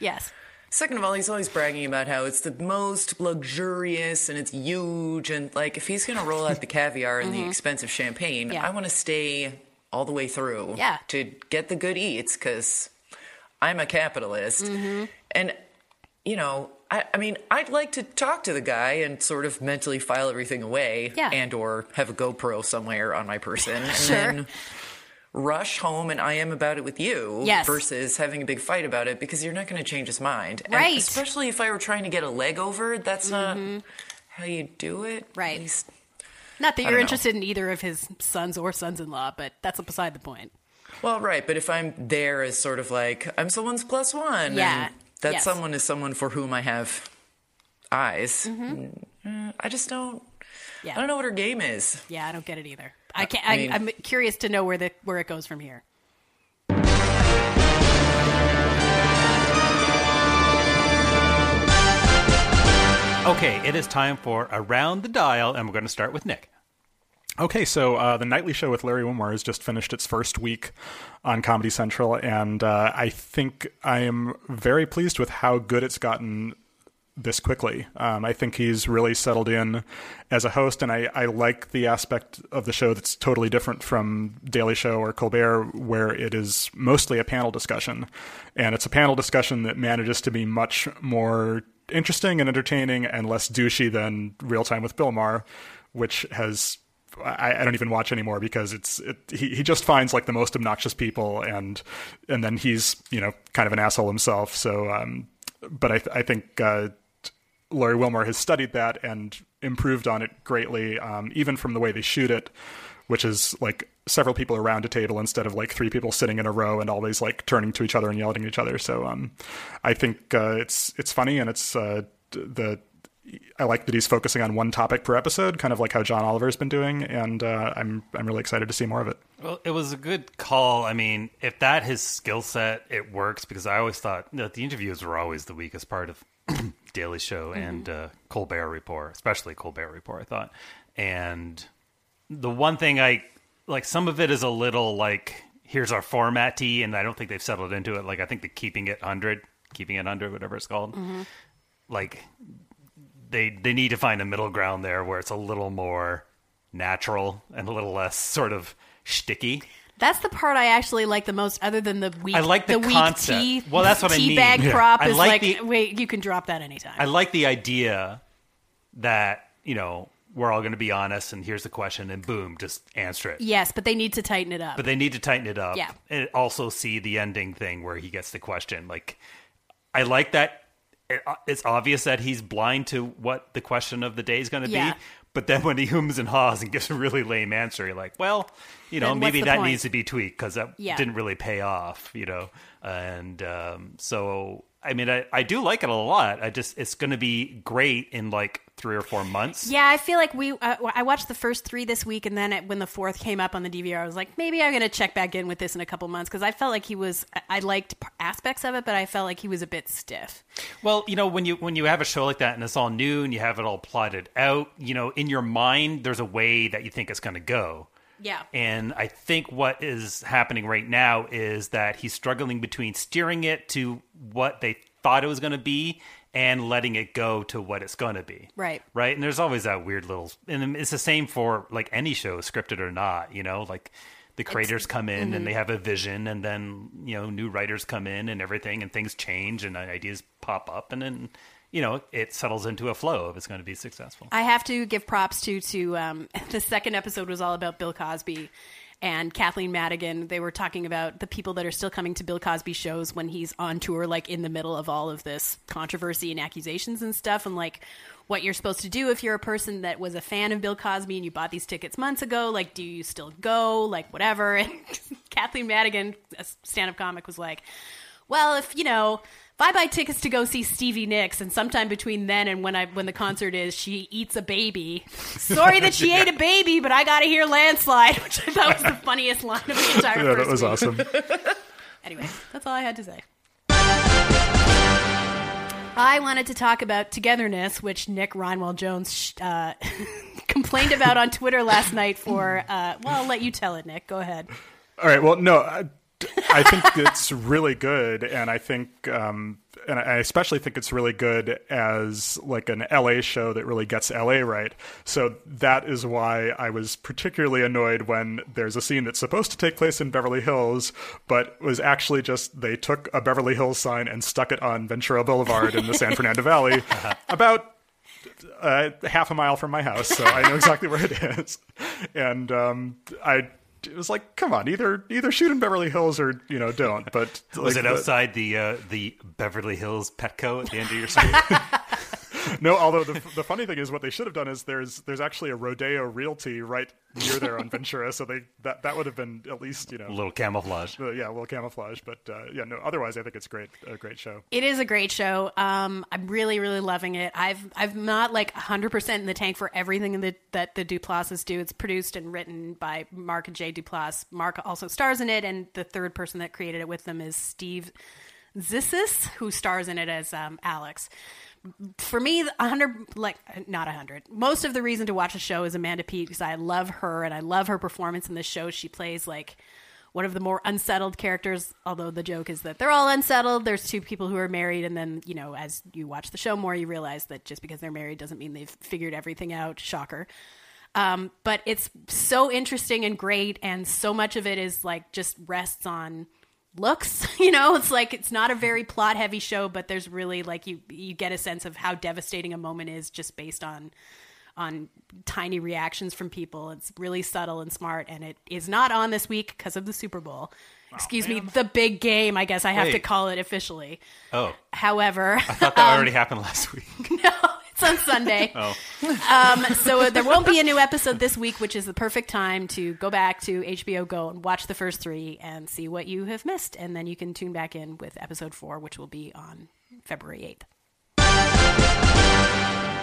[SPEAKER 5] Yes.
[SPEAKER 4] Second of all, he's always bragging about how it's the most luxurious and it's huge. And like, if he's going to roll out the caviar and the
[SPEAKER 5] Mhm.
[SPEAKER 4] expensive champagne,
[SPEAKER 5] Yeah.
[SPEAKER 4] I want to stay all the way through
[SPEAKER 5] Yeah.
[SPEAKER 4] to get the good eats because I'm a capitalist.
[SPEAKER 5] Mm-hmm.
[SPEAKER 4] And, you know, I, I mean, I'd like to talk to the guy and sort of mentally file everything away
[SPEAKER 5] Yeah.
[SPEAKER 4] and or have a GoPro somewhere on my person. And
[SPEAKER 5] Sure.
[SPEAKER 4] then rush home and I am about it with you
[SPEAKER 5] Yes.
[SPEAKER 4] versus having a big fight about it because you're not going to change his mind. And
[SPEAKER 5] Right. Mm-hmm.
[SPEAKER 4] especially if I were trying to get a leg over, that's not how you do it. Right.
[SPEAKER 5] Not
[SPEAKER 4] I
[SPEAKER 5] that
[SPEAKER 4] don't
[SPEAKER 5] you're
[SPEAKER 4] know.
[SPEAKER 5] interested in either of his sons or sons-in-law, but that's beside the point.
[SPEAKER 4] Well, right. But if I'm there as sort of like, I'm someone's plus one.
[SPEAKER 5] Yeah.
[SPEAKER 4] And that
[SPEAKER 5] Yes.
[SPEAKER 4] someone is someone for whom I have eyes. Mm, I just don't.
[SPEAKER 5] Mm-hmm. Yeah.
[SPEAKER 4] I don't know what her game is.
[SPEAKER 5] Yeah, I don't get it either. I can't.
[SPEAKER 4] I
[SPEAKER 5] I
[SPEAKER 4] mean-
[SPEAKER 5] I, am curious to know where the where it goes from here.
[SPEAKER 3] okay, it is time for Around the Dial, and we're going to start with Nick.
[SPEAKER 6] Okay, so uh, the nightly show with Larry Wilmore has just finished its first week on Comedy Central, and uh, I think I am very pleased with how good it's gotten this quickly. Um, I think he's really settled in as a host, and I, I like the aspect of the show that's totally different from Daily Show or Colbert, where it is mostly a panel discussion, and it's a panel discussion that manages to be much more interesting and entertaining and less douchey than Real Time with Bill Maher, which has I, I don't even watch anymore because it's it, he he just finds like the most obnoxious people and and then he's you know kind of an asshole himself. So, um, but I th- I think uh, Larry Wilmore has studied that and improved on it greatly, um, even from the way they shoot it, which is like several people around a table instead of like three people sitting in a row and always like turning to each other and yelling at each other. So um, I think uh, it's it's funny and it's uh, d- the I like that he's focusing on one topic per episode, kind of like how John Oliver's been doing, and uh, I'm I'm really excited to see more of it.
[SPEAKER 3] Well, it was a good call. I mean, if that his skill set, it works because I always thought that the interviews were always the weakest part of Daily Show and uh, Colbert Report, especially Colbert Report. I thought, and the one thing I like, some of it is a little like here's our format y, and I don't think they've settled into it. Like I think the keeping it hundred, keeping it under, whatever it's called,
[SPEAKER 14] Mm-hmm.
[SPEAKER 5] Mm-hmm.
[SPEAKER 7] Mhm.
[SPEAKER 3] like they they need to find a middle ground there where it's a little more natural and a little less sort of shticky.
[SPEAKER 5] That's the part I actually like the most, other than the weak.
[SPEAKER 3] I like the
[SPEAKER 5] weak
[SPEAKER 3] concept.
[SPEAKER 5] tea.
[SPEAKER 3] Well, that's what I
[SPEAKER 5] tea
[SPEAKER 3] mean.
[SPEAKER 5] bag
[SPEAKER 3] Yeah.
[SPEAKER 5] prop
[SPEAKER 3] I
[SPEAKER 5] is like,
[SPEAKER 3] like
[SPEAKER 5] wait, you can drop that anytime.
[SPEAKER 3] I like the idea that you know we're all going to be honest, and here's the question, and boom, just answer it.
[SPEAKER 5] Yes, but they need to tighten it up.
[SPEAKER 3] But they need to tighten it up.
[SPEAKER 5] Yeah.
[SPEAKER 3] And also see the ending thing where he gets the question. Like, I like that. It, uh, it's obvious that he's blind to what the question of the day is going to
[SPEAKER 5] Yeah.
[SPEAKER 3] be. But then when he hums and haws and gives a really lame answer, you're like, well, you know,
[SPEAKER 5] Then what's
[SPEAKER 3] maybe
[SPEAKER 5] the
[SPEAKER 3] that
[SPEAKER 5] point?
[SPEAKER 3] needs to be tweaked because that
[SPEAKER 5] Yeah.
[SPEAKER 3] didn't really pay off, you know? And um, so I mean, I, I do like it a lot. I just it's going to be great in like three or four months.
[SPEAKER 5] Yeah, I feel like we. Uh, I watched the first three this week, and then it, when the fourth came up on the DVR, I was like, maybe I'm going to check back in with this in a couple months because I felt like he was. I- I liked p- aspects of it, but I felt like he was a bit stiff.
[SPEAKER 3] Well, you know, when you when you have a show like that and it's all new and you have it all plotted out, you know, in your mind there's a way that you think it's going to go.
[SPEAKER 5] Yeah.
[SPEAKER 3] And I think what is happening right now is that he's struggling between steering it to what they thought it was going to be and letting it go to what it's going to be.
[SPEAKER 5] Right.
[SPEAKER 3] Right. And there's always that weird little, and it's the same for like any show, scripted or not, you know, like the creators come in
[SPEAKER 5] mhm.
[SPEAKER 3] and they have a vision and then, you know, new writers come in and everything and things change and uh, ideas pop up and then, you know, it settles into a flow if it's going to be successful.
[SPEAKER 5] I have to give props to to um, the second episode was all about Bill Cosby and Kathleen Madigan. They were talking about the people that are still coming to Bill Cosby shows when he's on tour, like in the middle of all of this controversy and accusations and stuff, and like what you're supposed to do if you're a person that was a fan of Bill Cosby and you bought these tickets months ago. Like, do you still go? Like, whatever. And Kathleen Madigan, a stand up comic, was like, well, if you know, if I buy tickets to go see Stevie Nicks, and sometime between then and when I when the concert is, she eats a baby. Sorry that she ate a baby, but I gotta hear "Landslide," which I thought was the funniest line of the entire.
[SPEAKER 6] Yeah, that
[SPEAKER 5] first
[SPEAKER 6] was
[SPEAKER 5] week.
[SPEAKER 6] awesome.
[SPEAKER 5] anyway, that's all I had to say. I wanted to talk about togetherness, which Nick Rhinewell Jones sh- uh, complained about on Twitter last night. For uh, well, I'll let you tell it, Nick. Go ahead.
[SPEAKER 6] All right. Well, no, I, I think it's really good, and I think, um, and I especially think it's really good as like an LA show that really gets LA right. So that is why I was particularly annoyed when there's a scene that's supposed to take place in Beverly Hills, but was actually just they took a Beverly Hills sign and stuck it on Ventura Boulevard in the San Fernando Valley, about uh, half a mile from my house, so I know exactly where it is. And um, I it was like, come on, either either shoot in Beverly Hills or you know don't. But like,
[SPEAKER 3] was it
[SPEAKER 6] the-
[SPEAKER 3] outside the uh, the Beverly Hills Petco at the end of your street?
[SPEAKER 6] no, although the, the funny thing is, what they should have done is there's there's actually a Rodeo Realty right near there on Ventura, so they that that would have been at least you know
[SPEAKER 3] a little camouflage.
[SPEAKER 6] uh, yeah, a little camouflage. But uh, yeah, no. Otherwise, I think it's great, a great show.
[SPEAKER 5] It is a great show. Um, I'm really, really loving it. I've I've not like 100 percent in the tank for everything in the, that the Duplasses do. It's produced and written by Mark and Jay Duplass. Mark also stars in it, and the third person that created it with them is Steve Zissis, who stars in it as um, Alex. For me, the 100 like not 100. Most of the reason to watch a show is Amanda Peet because I love her and I love her performance in this show. She plays like one of the more unsettled characters although the joke is that they're all unsettled there's two people who are married and then you know as you watch the show more you realize that just because they're married doesn't mean they've figured everything out shocker um, but it's so interesting and great and so much of it is like just rests on looks you know it's like it's not a very plot heavy show but there's really like you you get a sense of how devastating a moment is just based on on tiny reactions from people. It's really subtle and smart, and it is not on this week because of the Super Bowl.
[SPEAKER 3] Oh,
[SPEAKER 5] Excuse me, the big game. I guess I have to
[SPEAKER 3] Wait.
[SPEAKER 5] call it officially.
[SPEAKER 3] Oh,
[SPEAKER 5] However, um,
[SPEAKER 3] I thought that already happened last week.
[SPEAKER 5] it's on Sunday.
[SPEAKER 3] Oh,
[SPEAKER 5] um, so there won't be a new episode this week, which is the perfect time to go back to HBO Go and watch the first three and see what you have missed, and then you can tune back in with episode four, which will be on February eighth.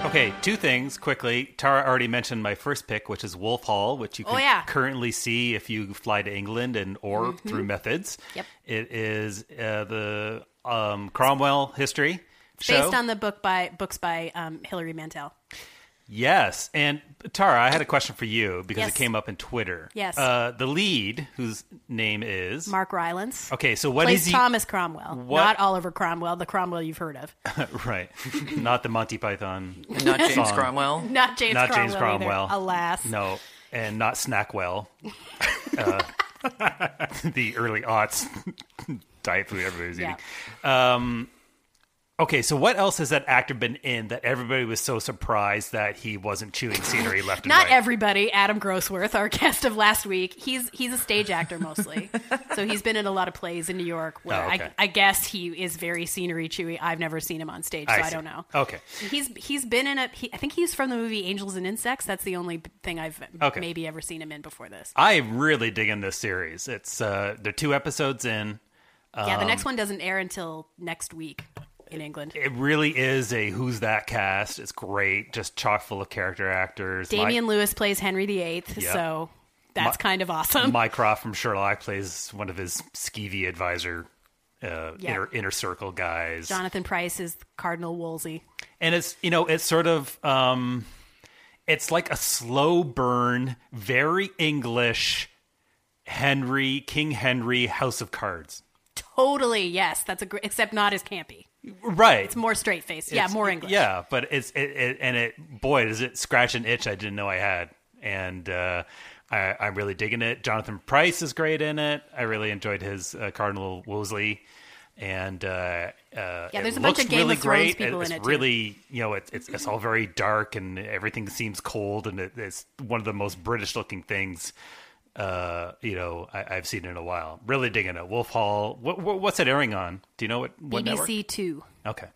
[SPEAKER 3] okay. Two things quickly. Tara already mentioned my first pick, which is Wolf Hall, which you
[SPEAKER 5] Oh,
[SPEAKER 3] can
[SPEAKER 5] yeah.
[SPEAKER 3] currently see if you fly to England and or
[SPEAKER 5] Mhm.
[SPEAKER 3] through Methods.
[SPEAKER 5] Yep.
[SPEAKER 3] It is uh, the um, Cromwell history
[SPEAKER 5] It's
[SPEAKER 3] show.
[SPEAKER 5] based on the book by books by um, Hilary Mantel.
[SPEAKER 3] Yes, and Tara, I had a question for you because
[SPEAKER 5] Yes.
[SPEAKER 3] it came up in Twitter.
[SPEAKER 5] Yes.
[SPEAKER 3] Uh, the lead, whose name is
[SPEAKER 5] Mark Rylance.
[SPEAKER 3] Okay, so what
[SPEAKER 5] plays
[SPEAKER 3] is he?
[SPEAKER 5] Thomas Cromwell,
[SPEAKER 3] What-
[SPEAKER 5] not Oliver Cromwell, the Cromwell you've heard of.
[SPEAKER 3] right, not the Monty Python,
[SPEAKER 5] Not James
[SPEAKER 3] song.
[SPEAKER 5] Cromwell. Not James
[SPEAKER 3] not James
[SPEAKER 5] Cromwell either,
[SPEAKER 3] Cromwell.
[SPEAKER 5] alas.
[SPEAKER 3] no, and not Snackwell. uh, the early aughts diet food everybody's
[SPEAKER 5] Yeah.
[SPEAKER 3] eating. Um, okay, so what else has that actor been in that everybody was so surprised that he wasn't chewing scenery left and
[SPEAKER 5] Not
[SPEAKER 3] right?
[SPEAKER 5] everybody. Adam Grossworth, our guest of last week, he's he's a stage actor mostly, so he's been in a lot of plays in New York. Where
[SPEAKER 3] Oh, okay.
[SPEAKER 5] I, I guess he is very scenery chewy. I've never seen him on stage, so I,
[SPEAKER 3] see. Oh.
[SPEAKER 5] don't know.
[SPEAKER 3] Okay.
[SPEAKER 5] He's he's been in a. He, I think he's from the movie Angels and Insects. That's the only thing I've
[SPEAKER 3] Okay.
[SPEAKER 5] maybe ever seen him in before this.
[SPEAKER 3] I am really digging this series. It's uh they're two episodes in.
[SPEAKER 5] yeah, the
[SPEAKER 3] Um,
[SPEAKER 5] next one doesn't air until next week in England.
[SPEAKER 3] It really is a who's that cast. It's great, just chock full of character actors.
[SPEAKER 5] Damian
[SPEAKER 3] Mike-
[SPEAKER 5] Lewis plays Henry VIII,
[SPEAKER 3] Yeah.
[SPEAKER 5] so that's
[SPEAKER 3] Mi-
[SPEAKER 5] kind of awesome.
[SPEAKER 3] Mycroft from Sherlock plays one of his skeevy advisor, uh,
[SPEAKER 5] Yeah.
[SPEAKER 3] inner, inner circle guys.
[SPEAKER 5] Jonathan Price is Cardinal Wolsey.
[SPEAKER 3] and it's you know it's sort of um it's like a slow burn very english henry king henry house of cards
[SPEAKER 5] Totally, yes. That's a great, except not as campy.
[SPEAKER 3] right
[SPEAKER 5] It's more straight faced. Yeah,
[SPEAKER 3] It's-
[SPEAKER 5] more English.
[SPEAKER 3] yeah but it's it, it and it boy does it scratch an itch i didn't know i had and uh I, I'm really digging it. Jonathan Price is great in it. I really enjoyed his uh, Cardinal Wolsey, and uh, uh, yeah,
[SPEAKER 5] there's
[SPEAKER 3] it
[SPEAKER 5] a bunch
[SPEAKER 3] looks
[SPEAKER 5] of Game
[SPEAKER 3] really
[SPEAKER 5] of Thrones
[SPEAKER 3] great.
[SPEAKER 5] people
[SPEAKER 3] it's
[SPEAKER 5] in it, too.
[SPEAKER 3] really you know it's, it's it's all very dark and everything seems cold, and it, it's one of the most British looking things uh, you know I, I've seen in a while. Really digging it. Wolf Hall. What, what what's it airing on? Do you know what? what network?
[SPEAKER 5] BBC Two.
[SPEAKER 3] Okay.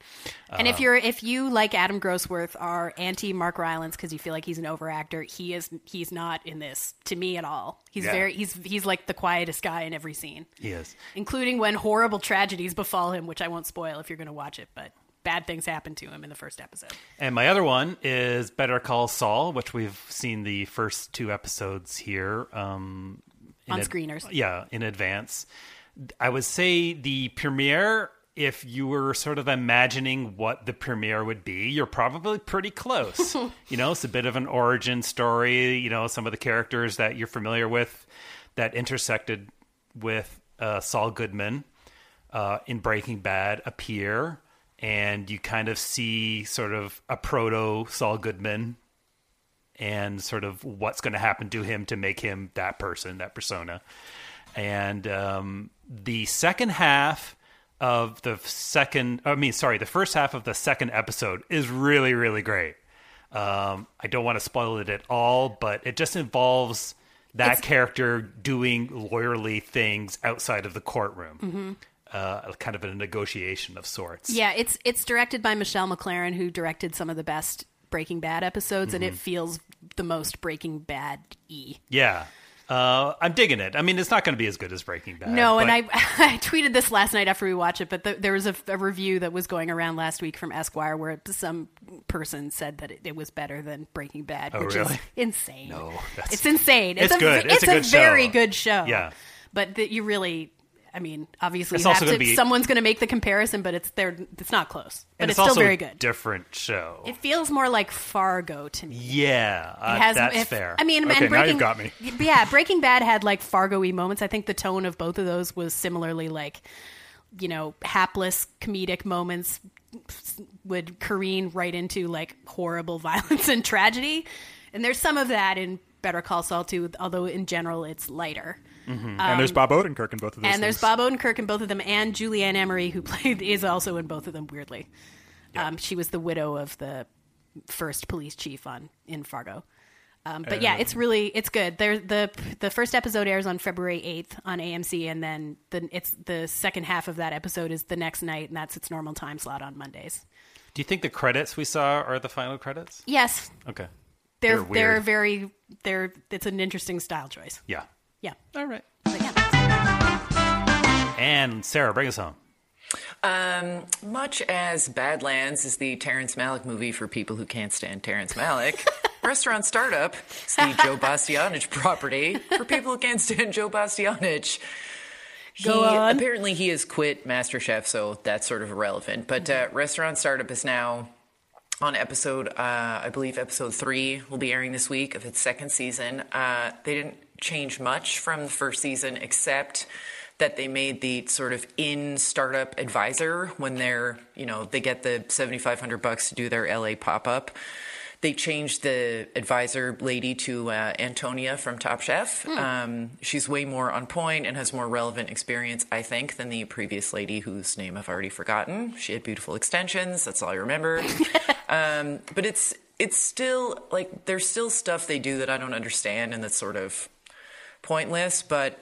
[SPEAKER 5] And
[SPEAKER 3] Uh,
[SPEAKER 5] if you're if you like Adam Grossworth are anti Mark Rylance because you feel like he's an overactor, he is he's not in this to me at all. He's
[SPEAKER 3] Yeah.
[SPEAKER 5] very he's he's like the quietest guy in every scene,
[SPEAKER 3] he is.
[SPEAKER 5] including when horrible tragedies befall him, which I won't spoil if you're going to watch it, but bad things happen to him in the first episode.
[SPEAKER 3] And my other one is Better Call Saul, which we've seen the first two episodes here um, in
[SPEAKER 5] On screeners.
[SPEAKER 3] Yeah, in advance. I would say the premiere. If you were sort of imagining what the premiere would be, you're probably pretty close. you know, it's a bit of an origin story. You know, some of the characters that you're familiar with that intersected with uh, Saul Goodman uh, in Breaking Bad appear, and you kind of see sort of a proto Saul Goodman and sort of what's going to happen to him to make him that person, that persona. And um, the second half of the second, I mean, sorry, the first half of the second episode is really, really great. Um, I don't want to spoil it at all, but it just involves that
[SPEAKER 5] It's-
[SPEAKER 3] character doing lawyerly things outside of the courtroom,
[SPEAKER 5] Mhm.
[SPEAKER 3] uh, kind of a negotiation of sorts.
[SPEAKER 5] Yeah, it's it's directed by Michelle McLaren, who directed some of the best Breaking Bad episodes, and
[SPEAKER 3] Mhm.
[SPEAKER 5] it feels the most Breaking Bad e.
[SPEAKER 3] Yeah. Uh, I'm digging it. I mean, it's not going to be as good as Breaking Bad.
[SPEAKER 5] No, and
[SPEAKER 3] Uh, but-
[SPEAKER 5] I I tweeted this last night after we watched it, but th there was a, a review that was going around last week from Esquire where some person said that it, it was better than Breaking Bad,
[SPEAKER 3] Oh,
[SPEAKER 5] which
[SPEAKER 3] really?
[SPEAKER 5] is insane.
[SPEAKER 3] No, that's-
[SPEAKER 5] it's insane. It's,
[SPEAKER 3] It's
[SPEAKER 5] a,
[SPEAKER 3] good.
[SPEAKER 5] It's,
[SPEAKER 3] It's a
[SPEAKER 5] a,
[SPEAKER 3] good
[SPEAKER 5] very
[SPEAKER 3] show.
[SPEAKER 5] good show.
[SPEAKER 3] Yeah.
[SPEAKER 5] but that you really. I mean, obviously,
[SPEAKER 3] It's
[SPEAKER 5] you
[SPEAKER 3] also
[SPEAKER 5] have to,
[SPEAKER 3] gonna be-
[SPEAKER 5] someone's going to make the comparison, but it's there. It's not close, but
[SPEAKER 3] and
[SPEAKER 5] it's, still
[SPEAKER 3] also
[SPEAKER 5] very
[SPEAKER 3] A
[SPEAKER 5] good.
[SPEAKER 3] different show.
[SPEAKER 5] It feels more like Fargo to me.
[SPEAKER 3] yeah, uh,
[SPEAKER 5] It has-
[SPEAKER 3] that's
[SPEAKER 5] if-
[SPEAKER 3] fair.
[SPEAKER 5] I mean,
[SPEAKER 6] Okay,
[SPEAKER 5] and
[SPEAKER 6] now
[SPEAKER 5] Breaking,
[SPEAKER 6] you've got me.
[SPEAKER 5] Yeah, Breaking Bad had like Fargo-y moments. I think the tone of both of those was similarly like, you know, hapless comedic moments would careen right into like horrible violence and tragedy. And there's some of that in Better Call Saul too, although in general it's lighter. Um,
[SPEAKER 6] and there's Bob Odenkirk in both of those.
[SPEAKER 5] and there's
[SPEAKER 6] things.
[SPEAKER 5] Bob Odenkirk in both of them, and Julianne Emery, who played is also in both of them. Weirdly, um, she was the widow of the first police chief on in Fargo. Um, but yeah,
[SPEAKER 13] Uh.
[SPEAKER 5] it's really it's good. There the the first episode airs on February eighth on AMC, and then the it's the second half of that episode is the next night, and that's its normal time slot on Mondays.
[SPEAKER 3] Do you think the credits we saw are the final credits?
[SPEAKER 5] Yes,
[SPEAKER 3] Okay.
[SPEAKER 5] they're
[SPEAKER 3] They're
[SPEAKER 5] they're,
[SPEAKER 3] weird.
[SPEAKER 5] very they're it's an interesting style choice.
[SPEAKER 3] Yeah.
[SPEAKER 5] Yeah.
[SPEAKER 3] All right. And Sarah, bring us home.
[SPEAKER 4] Um, much as Badlands is the Terrence Malick movie for people who can't stand Terrence Malick, Restaurant Startup is the Joe Bastianich property for people who can't stand Joe Bastianich.
[SPEAKER 5] Go on.
[SPEAKER 4] Apparently, he has quit MasterChef, so that's sort of irrelevant. But uh, Restaurant Startup is now on episode, uh, I believe episode three will be airing this week of its second season. Uh, they didn't change much from the first season, except that they made the sort of in startup advisor when they're, you know, they get the 7,500 bucks to do their LA pop up. They changed the advisor lady to uh, Antonia from Top Chef.
[SPEAKER 13] Hmm.
[SPEAKER 4] Um, she's way more on point and has more relevant experience, I think, than the previous lady whose name I've already forgotten. She had beautiful extensions. That's all I remember. um, but it's it's still like there's still stuff they do that I don't understand and that's sort of pointless. But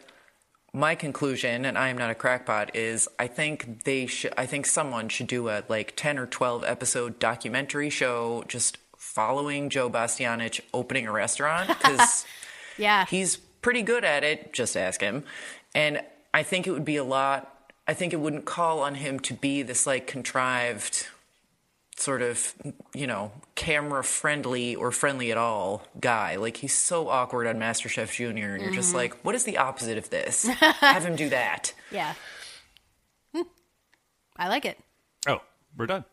[SPEAKER 4] my conclusion, and I am not a crackpot, is I think they should. I think someone should do a like ten or twelve episode documentary show just following Joe Bastianich opening a restaurant because
[SPEAKER 5] yeah,
[SPEAKER 4] he's pretty good at it. Just ask him, and I think it would be a lot I think it wouldn't call on him to be this like contrived, sort of, you know, camera friendly or friendly at all guy. Like he's so awkward on MasterChef Junior, and you're just
[SPEAKER 5] Mhm.
[SPEAKER 4] like, what is the opposite of this? Have him do that.
[SPEAKER 5] Yeah. Hmm. I like it.
[SPEAKER 3] Oh, we're done.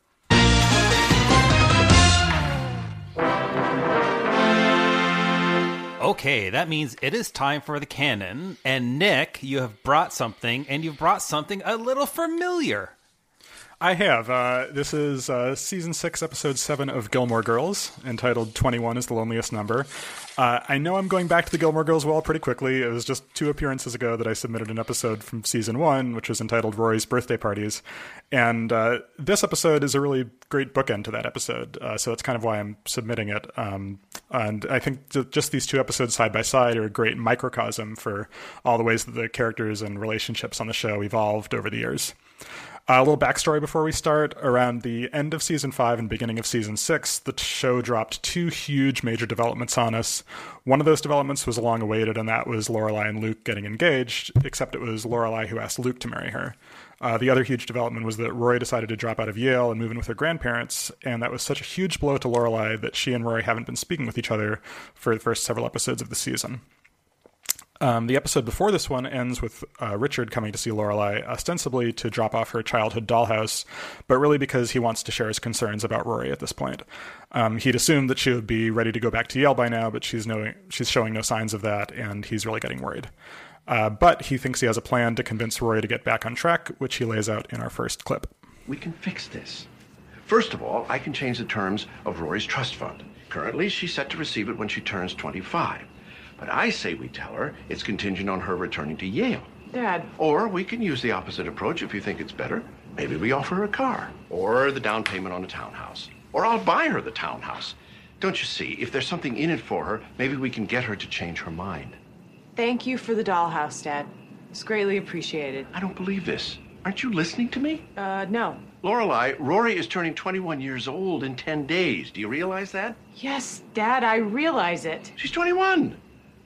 [SPEAKER 3] Okay, that means it is time for the canon. And Nick, you have brought something, and you've brought something a little familiar.
[SPEAKER 6] I have. Uh, this is uh, season six, episode seven of Gilmore Girls, entitled 21 is the Loneliest Number. Uh, I know I'm going back to the Gilmore Girls wall pretty quickly. It was just two appearances ago that I submitted an episode from season one, which was entitled Rory's Birthday Parties. And uh, this episode is a really great bookend to that episode. Uh, so that's kind of why I'm submitting it. Um, and I think ju- just these two episodes side by side are a great microcosm for all the ways that the characters and relationships on the show evolved over the years. A little backstory before we start. Around the end of season five and beginning of season six, the show dropped two huge major developments on us. One of those developments was long awaited, and that was Lorelai and Luke getting engaged, except it was Lorelai who asked Luke to marry her. Uh, the other huge development was that Rory decided to drop out of Yale and move in with her grandparents, and that was such a huge blow to Lorelai that she and Rory haven't been speaking with each other for the first several episodes of the season. Um, the episode before this one ends with uh, Richard coming to see Lorelai, ostensibly to drop off her childhood dollhouse, but really because he wants to share his concerns about Rory at this point. Um, he'd assumed that she would be ready to go back to Yale by now, but she's no, she's showing no signs of that, and he's really getting worried. Uh, but he thinks he has a plan to convince Rory to get back on track, which he lays out in our first clip.
[SPEAKER 13] We can fix this. First of all, I can change the terms of Rory's trust fund. Currently, she's set to receive it when she turns 25. But I say we tell her it's contingent on her returning to Yale.
[SPEAKER 15] Dad.
[SPEAKER 13] Or we can use the opposite approach if you think it's better. Maybe we offer her a car, or the down payment on a townhouse, or I'll buy her the townhouse. Don't you see? If there's something in it for her, maybe we can get her to change her mind.
[SPEAKER 15] Thank you for the dollhouse, Dad. It's greatly appreciated.
[SPEAKER 13] I don't believe this. Aren't you listening to me?
[SPEAKER 15] Uh, no.
[SPEAKER 13] Lorelai, Rory is turning 21 years old in 10 days. Do you realize that?
[SPEAKER 15] Yes, Dad, I realize it.
[SPEAKER 13] She's 21.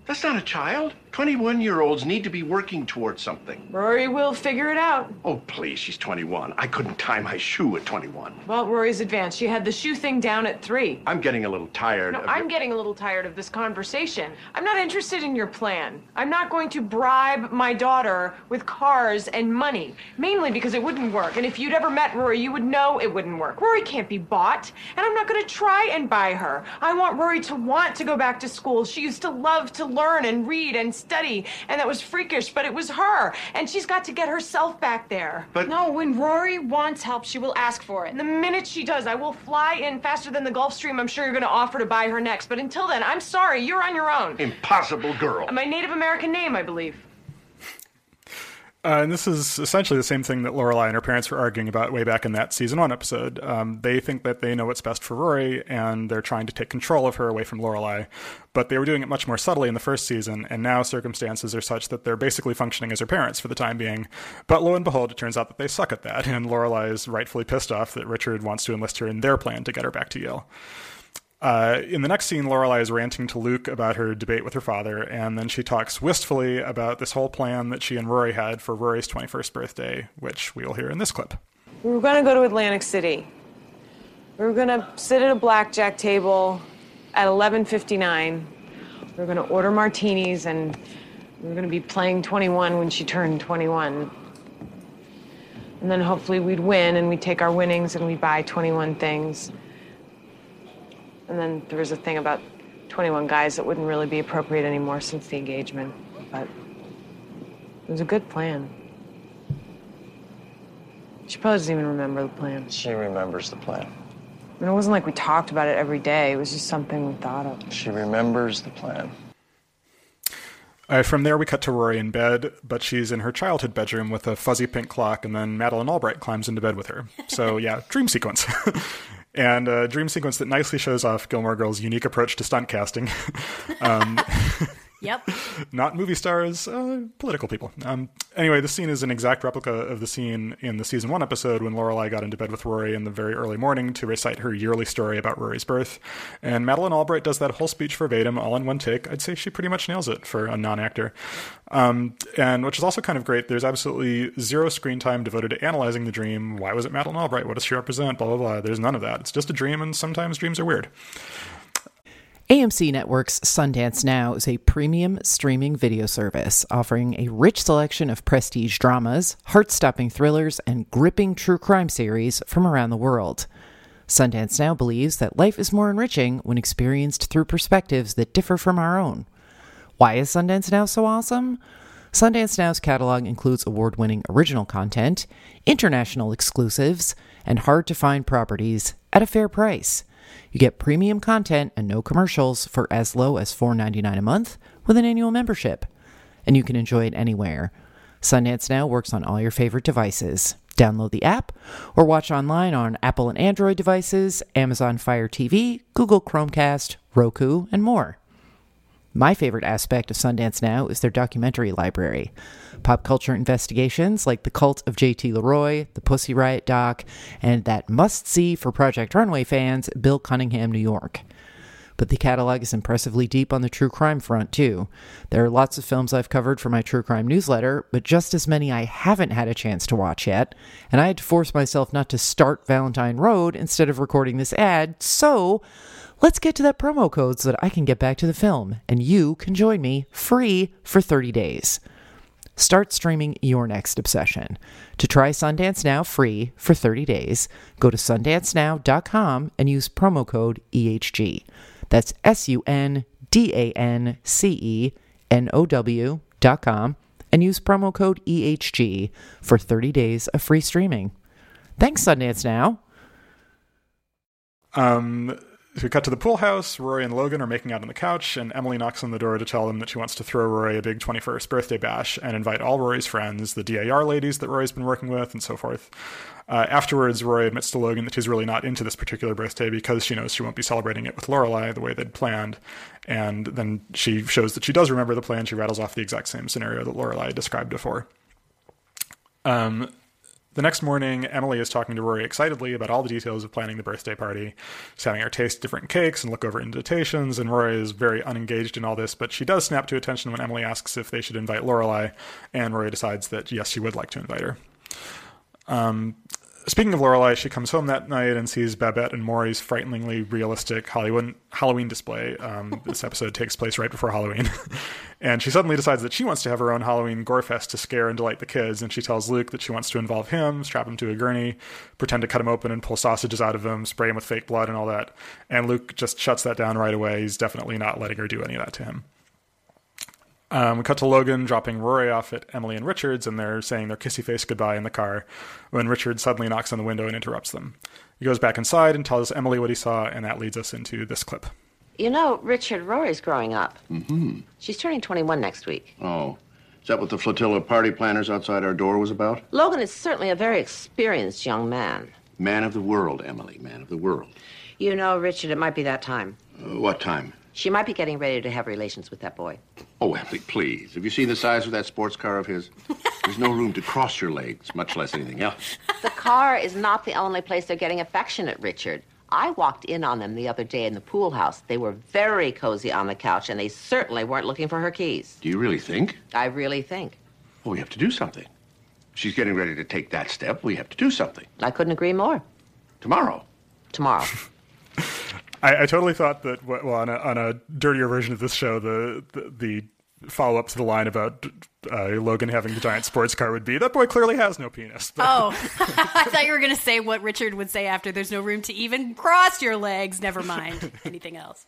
[SPEAKER 13] That's not a child. 21 year olds need to be working towards something.
[SPEAKER 15] Rory will figure it out.
[SPEAKER 13] Oh, please, she's 21. I couldn't tie my shoe at 21.
[SPEAKER 15] Well, Rory's advanced. She had the shoe thing down at three.
[SPEAKER 13] I'm getting a little tired
[SPEAKER 15] No,
[SPEAKER 13] of
[SPEAKER 15] I'm
[SPEAKER 13] it.
[SPEAKER 15] getting a little tired of this conversation. I'm not interested in your plan. I'm not going to bribe my daughter with cars and money, mainly because it wouldn't work. And if you'd ever met Rory, you would know it wouldn't work. Rory can't be bought, and I'm not going to try and buy her. I want Rory to want to go back to school. She used to love to learn and read and study, and that was freakish, but it was her, and she's got to get herself back there.
[SPEAKER 13] But-
[SPEAKER 15] no, when Rory wants help, she will ask for it. And the minute she does, I will fly in faster than the Gulf Stream. I'm sure you're going to offer to buy her next. But until then, I'm sorry, you're on your own.
[SPEAKER 13] Impossible girl.
[SPEAKER 15] My Native American name, I believe.
[SPEAKER 6] Uh, and this is essentially the same thing that Lorelai and her parents were arguing about way back in that season one episode. Um, they think that they know what's best for Rory, and they're trying to take control of her away from Lorelai. But they were doing it much more subtly in the first season, and now circumstances are such that they're basically functioning as her parents for the time being. But lo and behold, it turns out that they suck at that, and Lorelai is rightfully pissed off that Richard wants to enlist her in their plan to get her back to Yale. Uh, in the next scene, Lorelai is ranting to Luke about her debate with her father, and then she talks wistfully about this whole plan that she and Rory had for Rory's 21st birthday, which we will hear in this clip.
[SPEAKER 15] We were going to go to Atlantic City. We were going to sit at a blackjack table at 11:59. We were going to order martinis and we were going to be playing 21 when she turned 21. And then hopefully we'd win and we'd take our winnings and we'd buy 21 things. And then there was a thing about 21 guys that wouldn't really be appropriate anymore since the engagement, but it was a good plan. She probably doesn't even remember the plan.
[SPEAKER 16] She remembers the plan.
[SPEAKER 15] I mean, it wasn't like we talked about it every day. It was just something we thought of.
[SPEAKER 16] She remembers the plan.
[SPEAKER 6] Uh, from there, we cut to Rory in bed, but she's in her childhood bedroom with a fuzzy pink clock, and then Madeline Albright climbs into bed with her. So, yeah, dream sequence. and a dream sequence that nicely shows off Gilmore Girl's unique approach to stunt casting. um,
[SPEAKER 5] Yep.
[SPEAKER 6] not movie stars, uh, political people. Um, anyway, the scene is an exact replica of the scene in the season one episode when Lorelai got into bed with Rory in the very early morning to recite her yearly story about Rory's birth. And Madeline Albright does that whole speech verbatim, all in one take. I'd say she pretty much nails it for a non-actor. Um, and which is also kind of great. There's absolutely zero screen time devoted to analyzing the dream. Why was it Madeline Albright? What does she represent? Blah blah blah. There's none of that. It's just a dream, and sometimes dreams are weird.
[SPEAKER 4] AMC Network's Sundance Now is a premium streaming video service offering a rich selection of prestige dramas, heart stopping thrillers, and gripping true crime series from around the world. Sundance Now believes that life is more enriching when experienced through perspectives that differ from our own. Why is Sundance Now so awesome? Sundance Now's catalog includes award winning original content, international exclusives, and hard to find properties at a fair price. You get premium content and no commercials for as low as $4.99 a month with an annual membership. And you can enjoy it anywhere. Sundance Now works on all your favorite devices. Download the app or watch online on Apple and Android devices, Amazon Fire TV, Google Chromecast, Roku, and more. My favorite aspect of Sundance Now is their documentary library. Pop culture investigations like The Cult of JT Leroy, The Pussy Riot Doc, and that must see for Project Runway fans, Bill Cunningham, New York. But the catalog is impressively deep on the true crime front, too. There are lots of films I've covered for my true crime newsletter, but just as many I haven't had a chance to watch yet, and I had to force myself not to start Valentine Road instead of recording this ad, so Let's get to that promo code so that I can get back to the film and you can join me free for 30 days. Start streaming your next obsession. To try Sundance Now free for 30 days, go to sundancenow.com and use promo code EHG. That's S U N D A N C E N O W dot com and use promo code EHG for 30 days of free streaming. Thanks, Sundance Now.
[SPEAKER 6] Um, so we cut to the pool house. Rory and Logan are making out on the couch, and Emily knocks on the door to tell them that she wants to throw Rory a big 21st birthday bash and invite all Rory's friends, the DAR ladies that Rory's been working with, and so forth. Uh, afterwards, Rory admits to Logan that she's really not into this particular birthday because she knows she won't be celebrating it with Lorelai the way they'd planned. And then she shows that she does remember the plan. She rattles off the exact same scenario that Lorelai described before. Um, the next morning, Emily is talking to Rory excitedly about all the details of planning the birthday party. She's having her taste different cakes and look over invitations, and Rory is very unengaged in all this, but she does snap to attention when Emily asks if they should invite Lorelai, and Rory decides that yes, she would like to invite her. Um, speaking of Lorelai, she comes home that night and sees Babette and Maury's frighteningly realistic Hollywood Halloween display. Um, this episode takes place right before Halloween, and she suddenly decides that she wants to have her own Halloween gore fest to scare and delight the kids. And she tells Luke that she wants to involve him, strap him to a gurney, pretend to cut him open and pull sausages out of him, spray him with fake blood, and all that. And Luke just shuts that down right away. He's definitely not letting her do any of that to him. Um, we cut to Logan dropping Rory off at Emily and Richards, and they're saying their kissy face goodbye in the car when Richard suddenly knocks on the window and interrupts them. He goes back inside and tells Emily what he saw, and that leads us into this clip.
[SPEAKER 17] You know, Richard, Rory's growing up.
[SPEAKER 13] Mm-hmm.
[SPEAKER 17] She's turning 21 next week.
[SPEAKER 13] Oh, is that what the flotilla of party planners outside our door was about?
[SPEAKER 17] Logan is certainly a very experienced young man.
[SPEAKER 13] Man of the world, Emily, man of the world.
[SPEAKER 17] You know, Richard, it might be that time.
[SPEAKER 13] Uh, what time?
[SPEAKER 17] She might be getting ready to have relations with that boy.
[SPEAKER 13] Oh, Emily, please. Have you seen the size of that sports car of his? There's no room to cross your legs, much less anything else.
[SPEAKER 17] The car is not the only place they're getting affectionate, Richard. I walked in on them the other day in the pool house. They were very cozy on the couch, and they certainly weren't looking for her keys.
[SPEAKER 13] Do you really think?
[SPEAKER 17] I really think.
[SPEAKER 13] Oh, we have to do something. She's getting ready to take that step. We have to do something.
[SPEAKER 17] I couldn't agree more.
[SPEAKER 13] Tomorrow.
[SPEAKER 17] Tomorrow.
[SPEAKER 6] I, I totally thought that well on a, on a dirtier version of this show the the, the follow up to the line about uh, Logan having the giant sports car would be that boy clearly has no penis. But-
[SPEAKER 5] Oh, I thought you were going to say what Richard would say after there's no room to even cross your legs. Never mind anything else.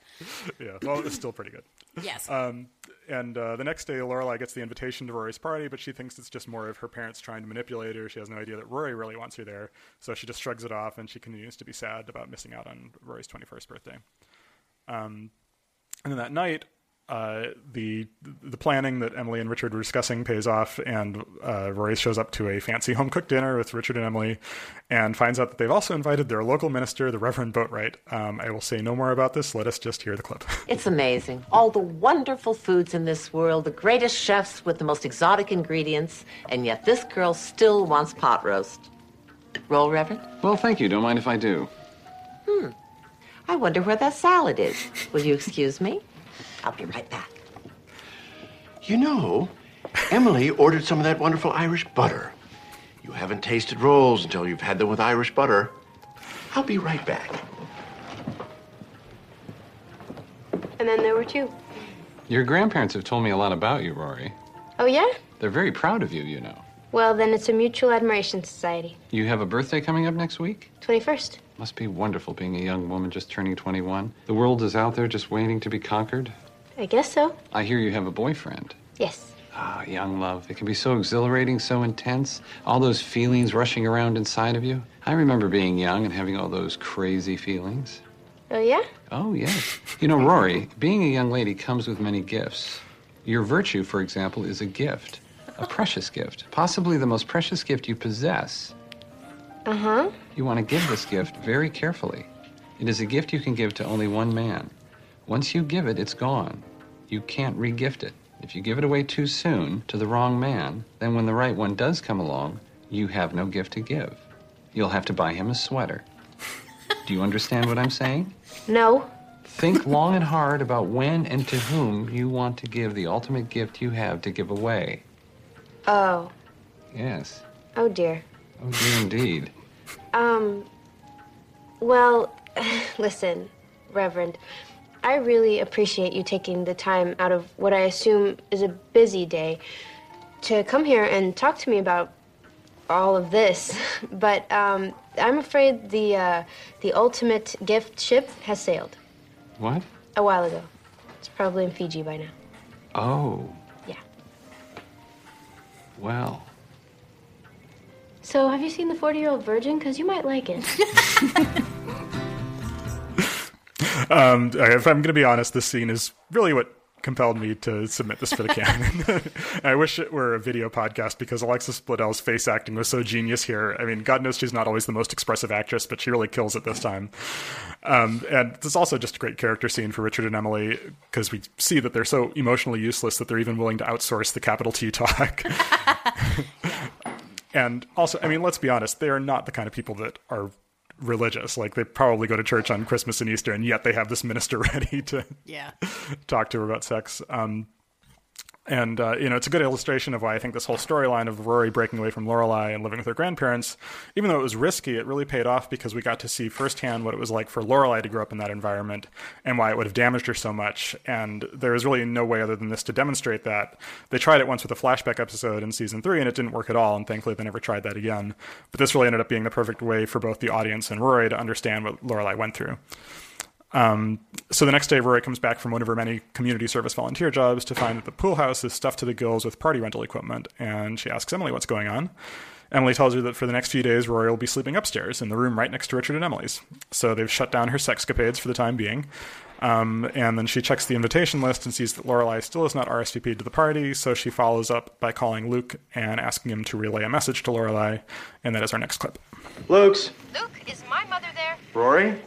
[SPEAKER 6] yeah, well, it's still pretty good.
[SPEAKER 5] Yes.
[SPEAKER 6] Um, and uh, the next day, Lorelai gets the invitation to Rory's party, but she thinks it's just more of her parents trying to manipulate her. She has no idea that Rory really wants her there, so she just shrugs it off, and she continues to be sad about missing out on Rory's 21st birthday. Um, and then that night, uh, the the planning that Emily and Richard were discussing pays off, and uh, Rory shows up to a fancy home cooked dinner with Richard and Emily, and finds out that they've also invited their local minister, the Reverend Boatwright. Um, I will say no more about this. Let us just hear the clip.
[SPEAKER 17] It's amazing. All the wonderful foods in this world, the greatest chefs with the most exotic ingredients, and yet this girl still wants pot roast. Roll, Reverend?
[SPEAKER 16] Well, thank you. Don't mind if I do.
[SPEAKER 17] Hmm. I wonder where that salad is. Will you excuse me? I'll be right back.
[SPEAKER 13] You know, Emily ordered some of that wonderful Irish butter. You haven't tasted rolls until you've had them with Irish butter. I'll be right back.
[SPEAKER 18] And then there were two.
[SPEAKER 16] Your grandparents have told me a lot about you, Rory.
[SPEAKER 18] Oh, yeah?
[SPEAKER 16] They're very proud of you, you know.
[SPEAKER 18] Well, then it's a mutual admiration society.
[SPEAKER 16] You have a birthday coming up next week?
[SPEAKER 18] 21st.
[SPEAKER 16] Must be wonderful being a young woman just turning 21. The world is out there just waiting to be conquered.
[SPEAKER 18] I guess so.
[SPEAKER 16] I hear you have a boyfriend.
[SPEAKER 18] Yes.
[SPEAKER 16] Ah, young love. It can be so exhilarating, so intense. All those feelings rushing around inside of you. I remember being young and having all those crazy feelings.
[SPEAKER 18] Oh, yeah?
[SPEAKER 16] Oh, yes. You know, Rory, being a young lady comes with many gifts. Your virtue, for example, is a gift, a precious gift, possibly the most precious gift you possess.
[SPEAKER 18] Uh
[SPEAKER 19] Uh-huh.
[SPEAKER 18] huh.
[SPEAKER 16] You want to give this gift very carefully. It is a gift you can give to only one man. Once you give it, it's gone. You can't re gift it. If you give it away too soon to the wrong man, then when the right one does come along, you have no gift to give. You'll have to buy him a sweater. Do you understand what I'm saying?
[SPEAKER 18] No.
[SPEAKER 16] Think long and hard about when and to whom you want to give the ultimate gift you have to give away.
[SPEAKER 18] Oh.
[SPEAKER 16] Yes.
[SPEAKER 18] Oh, dear.
[SPEAKER 16] Oh, dear indeed.
[SPEAKER 18] Um, well, listen, Reverend, I really appreciate you taking the time out of what I assume is a busy day to come here and talk to me about all of this. But um, I'm afraid the uh, the ultimate gift ship has sailed
[SPEAKER 16] What?
[SPEAKER 18] a while ago. It's probably in Fiji by now.
[SPEAKER 16] Oh.
[SPEAKER 18] Yeah.
[SPEAKER 16] Well.
[SPEAKER 18] So, have you seen the 40 year old virgin? Because you might like it.
[SPEAKER 6] Um, if I'm going to be honest, this scene is really what compelled me to submit this for the canon. I wish it were a video podcast because Alexis Bledell's face acting was so genius here. I mean, God knows she's not always the most expressive actress, but she really kills it this time. Um, and this is also just a great character scene for Richard and Emily because we see that they're so emotionally useless that they're even willing to outsource the capital T talk. and also, I mean, let's be honest, they are not the kind of people that are religious. Like they probably go to church on Christmas and Easter, and yet they have this minister ready to
[SPEAKER 5] Yeah.
[SPEAKER 6] talk to her about sex. Um, and uh, you know, it's a good illustration of why I think this whole storyline of Rory breaking away from Lorelai and living with her grandparents, even though it was risky, it really paid off because we got to see firsthand what it was like for Lorelai to grow up in that environment and why it would have damaged her so much. And there is really no way other than this to demonstrate that. They tried it once with a flashback episode in season three, and it didn't work at all. And thankfully, they never tried that again. But this really ended up being the perfect way for both the audience and Rory to understand what Lorelai went through. Um, so the next day, Rory comes back from one of her many community service volunteer jobs to find that the pool house is stuffed to the gills with party rental equipment, and she asks Emily what's going on. Emily tells her that for the next few days, Rory will be sleeping upstairs in the room right next to Richard and Emily's. So they've shut down her sexcapades for the time being. Um, and then she checks the invitation list and sees that Lorelai still is not RSVP'd to the party, so she follows up by calling Luke and asking him to relay a message to Lorelai, and that is our next clip.
[SPEAKER 13] Luke's.
[SPEAKER 18] Luke, is my mother there?
[SPEAKER 13] Rory?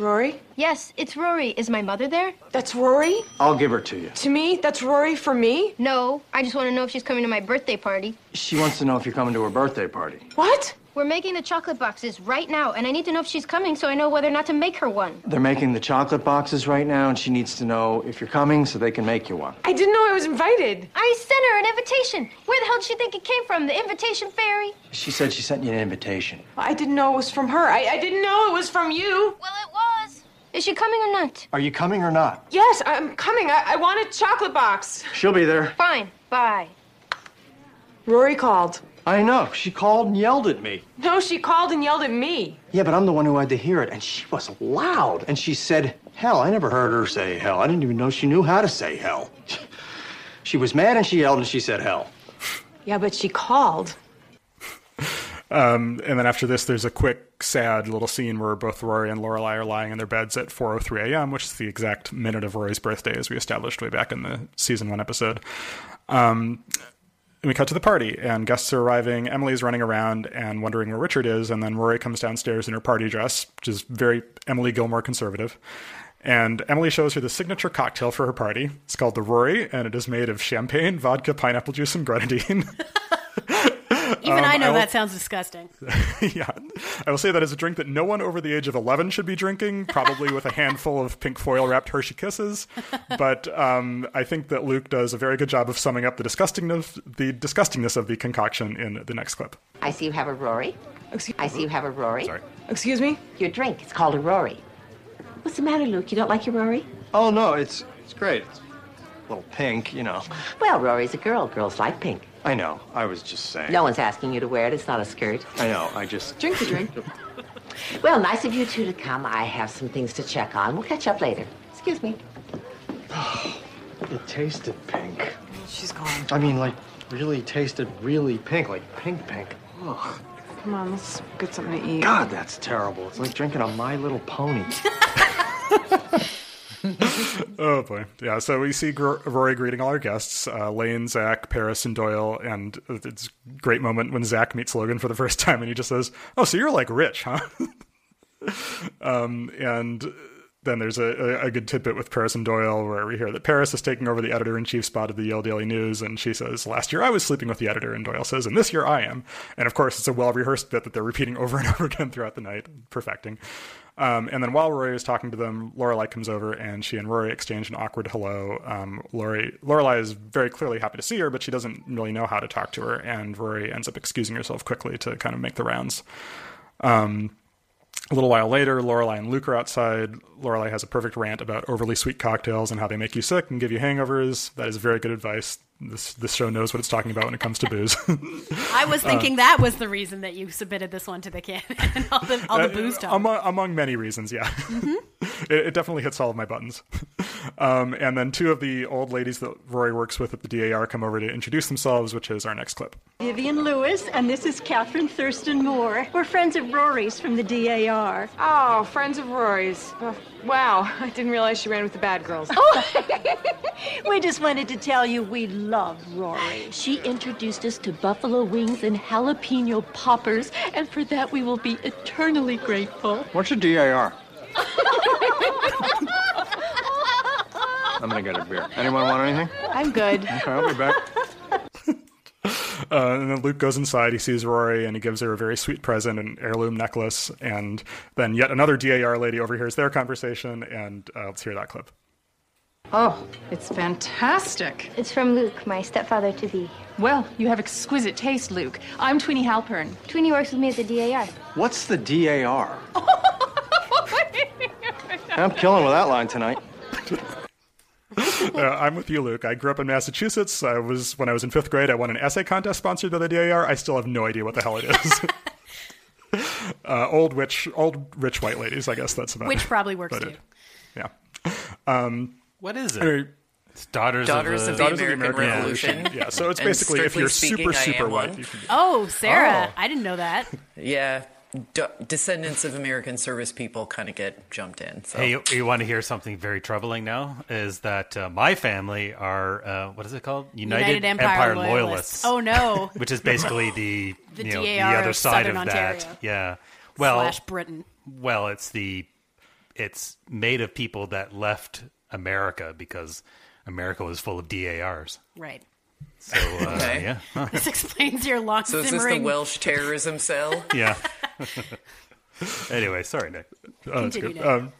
[SPEAKER 15] Rory?
[SPEAKER 18] Yes, it's Rory. Is my mother there?
[SPEAKER 15] That's Rory?
[SPEAKER 13] I'll give her to you.
[SPEAKER 15] To me? That's Rory for me?
[SPEAKER 18] No, I just want to know if she's coming to my birthday party.
[SPEAKER 13] She wants to know if you're coming to her birthday party.
[SPEAKER 15] What?
[SPEAKER 18] We're making the chocolate boxes right now, and I need to know if she's coming so I know whether or not to make her one.
[SPEAKER 13] They're making the chocolate boxes right now, and she needs to know if you're coming so they can make you one.
[SPEAKER 15] I didn't know I was invited.
[SPEAKER 18] I sent her an invitation. Where the hell did she think it came from? The invitation fairy?
[SPEAKER 13] She said she sent you an invitation.
[SPEAKER 15] I didn't know it was from her. I, I didn't know it was from you.
[SPEAKER 18] Well, it was. Is she coming or not?
[SPEAKER 13] Are you coming or not?
[SPEAKER 15] Yes, I'm coming. I, I want a chocolate box.
[SPEAKER 13] She'll be there.
[SPEAKER 18] Fine. Bye.
[SPEAKER 15] Rory called.
[SPEAKER 13] I know. She called and yelled at me.
[SPEAKER 15] No, she called and yelled at me.
[SPEAKER 13] Yeah, but I'm the one who had to hear it, and she was loud. And she said, Hell, I never heard her say hell. I didn't even know she knew how to say hell. She was mad and she yelled and she said hell.
[SPEAKER 15] Yeah, but she called.
[SPEAKER 6] Um, and then after this, there's a quick, sad little scene where both Rory and Lorelai are lying in their beds at 4:03 a.m., which is the exact minute of Rory's birthday, as we established way back in the season one episode. Um, and we cut to the party, and guests are arriving. Emily's running around and wondering where Richard is, and then Rory comes downstairs in her party dress, which is very Emily Gilmore conservative. And Emily shows her the signature cocktail for her party. It's called the Rory, and it is made of champagne, vodka, pineapple juice, and grenadine.
[SPEAKER 5] Even
[SPEAKER 6] Um,
[SPEAKER 5] I know
[SPEAKER 6] I will-
[SPEAKER 5] that sounds disgusting.
[SPEAKER 6] yeah, I will say that is a drink that no one over the age of 11 should be drinking, probably with a handful of pink foil wrapped Hershey Kisses. But um, I think that Luke does a very good job of summing up the disgustingness, the disgustingness of the concoction in the next clip.
[SPEAKER 17] I see you have a Rory. I see you have a Rory. Sorry.
[SPEAKER 15] Excuse me?
[SPEAKER 17] Your drink. It's called a Rory. What's the matter, Luke? You don't like your Rory?
[SPEAKER 9] Oh, no, it's, it's great. It's a little pink, you know.
[SPEAKER 17] Well, Rory's a girl. Girls like pink.
[SPEAKER 9] I know. I was just saying.
[SPEAKER 17] No one's asking you to wear it. It's not a skirt.
[SPEAKER 9] I know. I just.
[SPEAKER 17] Drink the drink. well, nice of you two to come. I have some things to check on. We'll catch up later. Excuse me.
[SPEAKER 9] It tasted pink. She's gone. I mean, like, really tasted really pink. Like, pink, pink. Ugh.
[SPEAKER 15] Come on, let's get something to eat.
[SPEAKER 9] God, that's terrible. It's like drinking a My Little Pony.
[SPEAKER 6] Oh boy, yeah. So we see Gr- Rory greeting all our guests: uh, Lane, Zach, Paris, and Doyle. And it's a great moment when Zach meets Logan for the first time, and he just says, "Oh, so you're like rich, huh?" um, and then there's a, a, a good tidbit with Paris and Doyle where we hear that Paris is taking over the editor in chief spot of the Yale Daily News, and she says, "Last year I was sleeping with the editor," and Doyle says, "And this year I am." And of course, it's a well rehearsed bit that they're repeating over and over again throughout the night, perfecting. Um, and then while Rory is talking to them, Lorelai comes over and she and Rory exchange an awkward hello. Um, Lori, Lorelai is very clearly happy to see her, but she doesn't really know how to talk to her. And Rory ends up excusing herself quickly to kind of make the rounds. Um, a little while later, Lorelai and Luke are outside. Lorelai has a perfect rant about overly sweet cocktails and how they make you sick and give you hangovers. That is very good advice. This this show knows what it's talking about when it comes to booze.
[SPEAKER 5] I was
[SPEAKER 6] Uh,
[SPEAKER 5] thinking that was the reason that you submitted this one to the kid and all the, all the
[SPEAKER 6] Uh,
[SPEAKER 5] booze Mm-hmm. talk.
[SPEAKER 6] Among, among many reasons, yeah. it, it definitely hits all of my buttons. um, and then two of the old ladies that Rory works with at the DAR come over to introduce themselves, which is our next clip.
[SPEAKER 20] Vivian Lewis, and this is Catherine Thurston Moore. We're friends of Rory's from the DAR. Oh, friends of Rory's.
[SPEAKER 15] Oh, Wow, I didn't realize she ran with the bad girls.
[SPEAKER 20] we just wanted to tell you we love Rory.
[SPEAKER 19] She introduced us to buffalo wings and jalapeno poppers, and for that we will be eternally grateful.
[SPEAKER 9] What's a DAR? I'm gonna get a beer. Anyone want anything?
[SPEAKER 19] I'm good.
[SPEAKER 9] Okay, I'll be back.
[SPEAKER 6] Uh, and then Luke goes inside. He sees Rory, and he gives her a very sweet present, an heirloom necklace. And then yet another DAR lady overhears their conversation. And uh, let's hear that clip.
[SPEAKER 18] Oh, it's fantastic. It's from Luke, my stepfather to be.
[SPEAKER 19] Well, you have exquisite taste, Luke. I'm Tweeney Halpern.
[SPEAKER 18] Tweeney works with me at the DAR.
[SPEAKER 9] What's the DAR? I'm killing with that line tonight.
[SPEAKER 6] Uh, I'm with you, Luke. I grew up in Massachusetts. I was when I was in fifth grade. I won an essay contest sponsored by the DAR. I still have no idea what the hell it is. uh, old witch, old rich white ladies. I guess that's about
[SPEAKER 5] Which probably works
[SPEAKER 6] about
[SPEAKER 5] too.
[SPEAKER 6] Yeah. Um,
[SPEAKER 3] what is
[SPEAKER 6] it?
[SPEAKER 3] It's daughters,
[SPEAKER 4] Daughters
[SPEAKER 3] of,
[SPEAKER 4] of the American Revolution.
[SPEAKER 6] Yeah. So it's
[SPEAKER 4] And
[SPEAKER 6] basically if
[SPEAKER 4] strictly
[SPEAKER 6] you're
[SPEAKER 4] speaking,
[SPEAKER 6] super
[SPEAKER 4] I am
[SPEAKER 6] super
[SPEAKER 4] one.
[SPEAKER 6] white, you can
[SPEAKER 5] Oh, Sarah,
[SPEAKER 4] Oh.
[SPEAKER 5] I didn't know that.
[SPEAKER 4] Yeah, d- descendants of American service people kind of get jumped in. So.
[SPEAKER 3] Hey, you, you want to hear something very troubling now? Is that uh, my family are uh, what is it called?
[SPEAKER 5] United Empire Loyalists. Oh, no.
[SPEAKER 3] which is basically the
[SPEAKER 5] The
[SPEAKER 3] you know, the
[SPEAKER 5] DAR
[SPEAKER 3] other
[SPEAKER 5] of
[SPEAKER 3] side
[SPEAKER 5] Southern
[SPEAKER 3] of
[SPEAKER 5] Ontario.
[SPEAKER 3] that. Yeah. Well,
[SPEAKER 5] Slash Britain.
[SPEAKER 3] Well, it's the it's made of people that left America because America was full of DARs.
[SPEAKER 5] Right.
[SPEAKER 3] So uh,
[SPEAKER 4] Okay.
[SPEAKER 3] yeah, Huh.
[SPEAKER 5] This explains your long
[SPEAKER 4] so is this the
[SPEAKER 5] simmering.
[SPEAKER 4] Welsh terrorism cell?
[SPEAKER 3] yeah. anyway, sorry, Nick.
[SPEAKER 6] Oh, that's
[SPEAKER 4] Continue,
[SPEAKER 6] good.
[SPEAKER 4] Nick.
[SPEAKER 6] Um,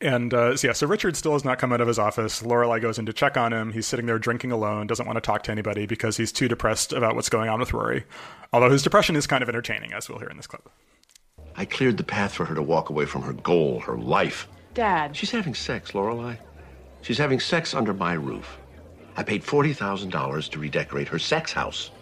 [SPEAKER 6] and uh, so yeah, so Richard still has not come out of his office. Lorelai goes in to check on him. He's sitting there drinking alone, doesn't want to talk to anybody because he's too depressed about what's going on with Rory. Although his depression is kind of entertaining, as we'll hear in this clip.
[SPEAKER 13] I cleared the path for her to walk away from her goal, her life.
[SPEAKER 15] Dad.
[SPEAKER 13] She's having sex, Lorelei. She's having sex under my roof. I paid forty thousand dollars to redecorate her sex house.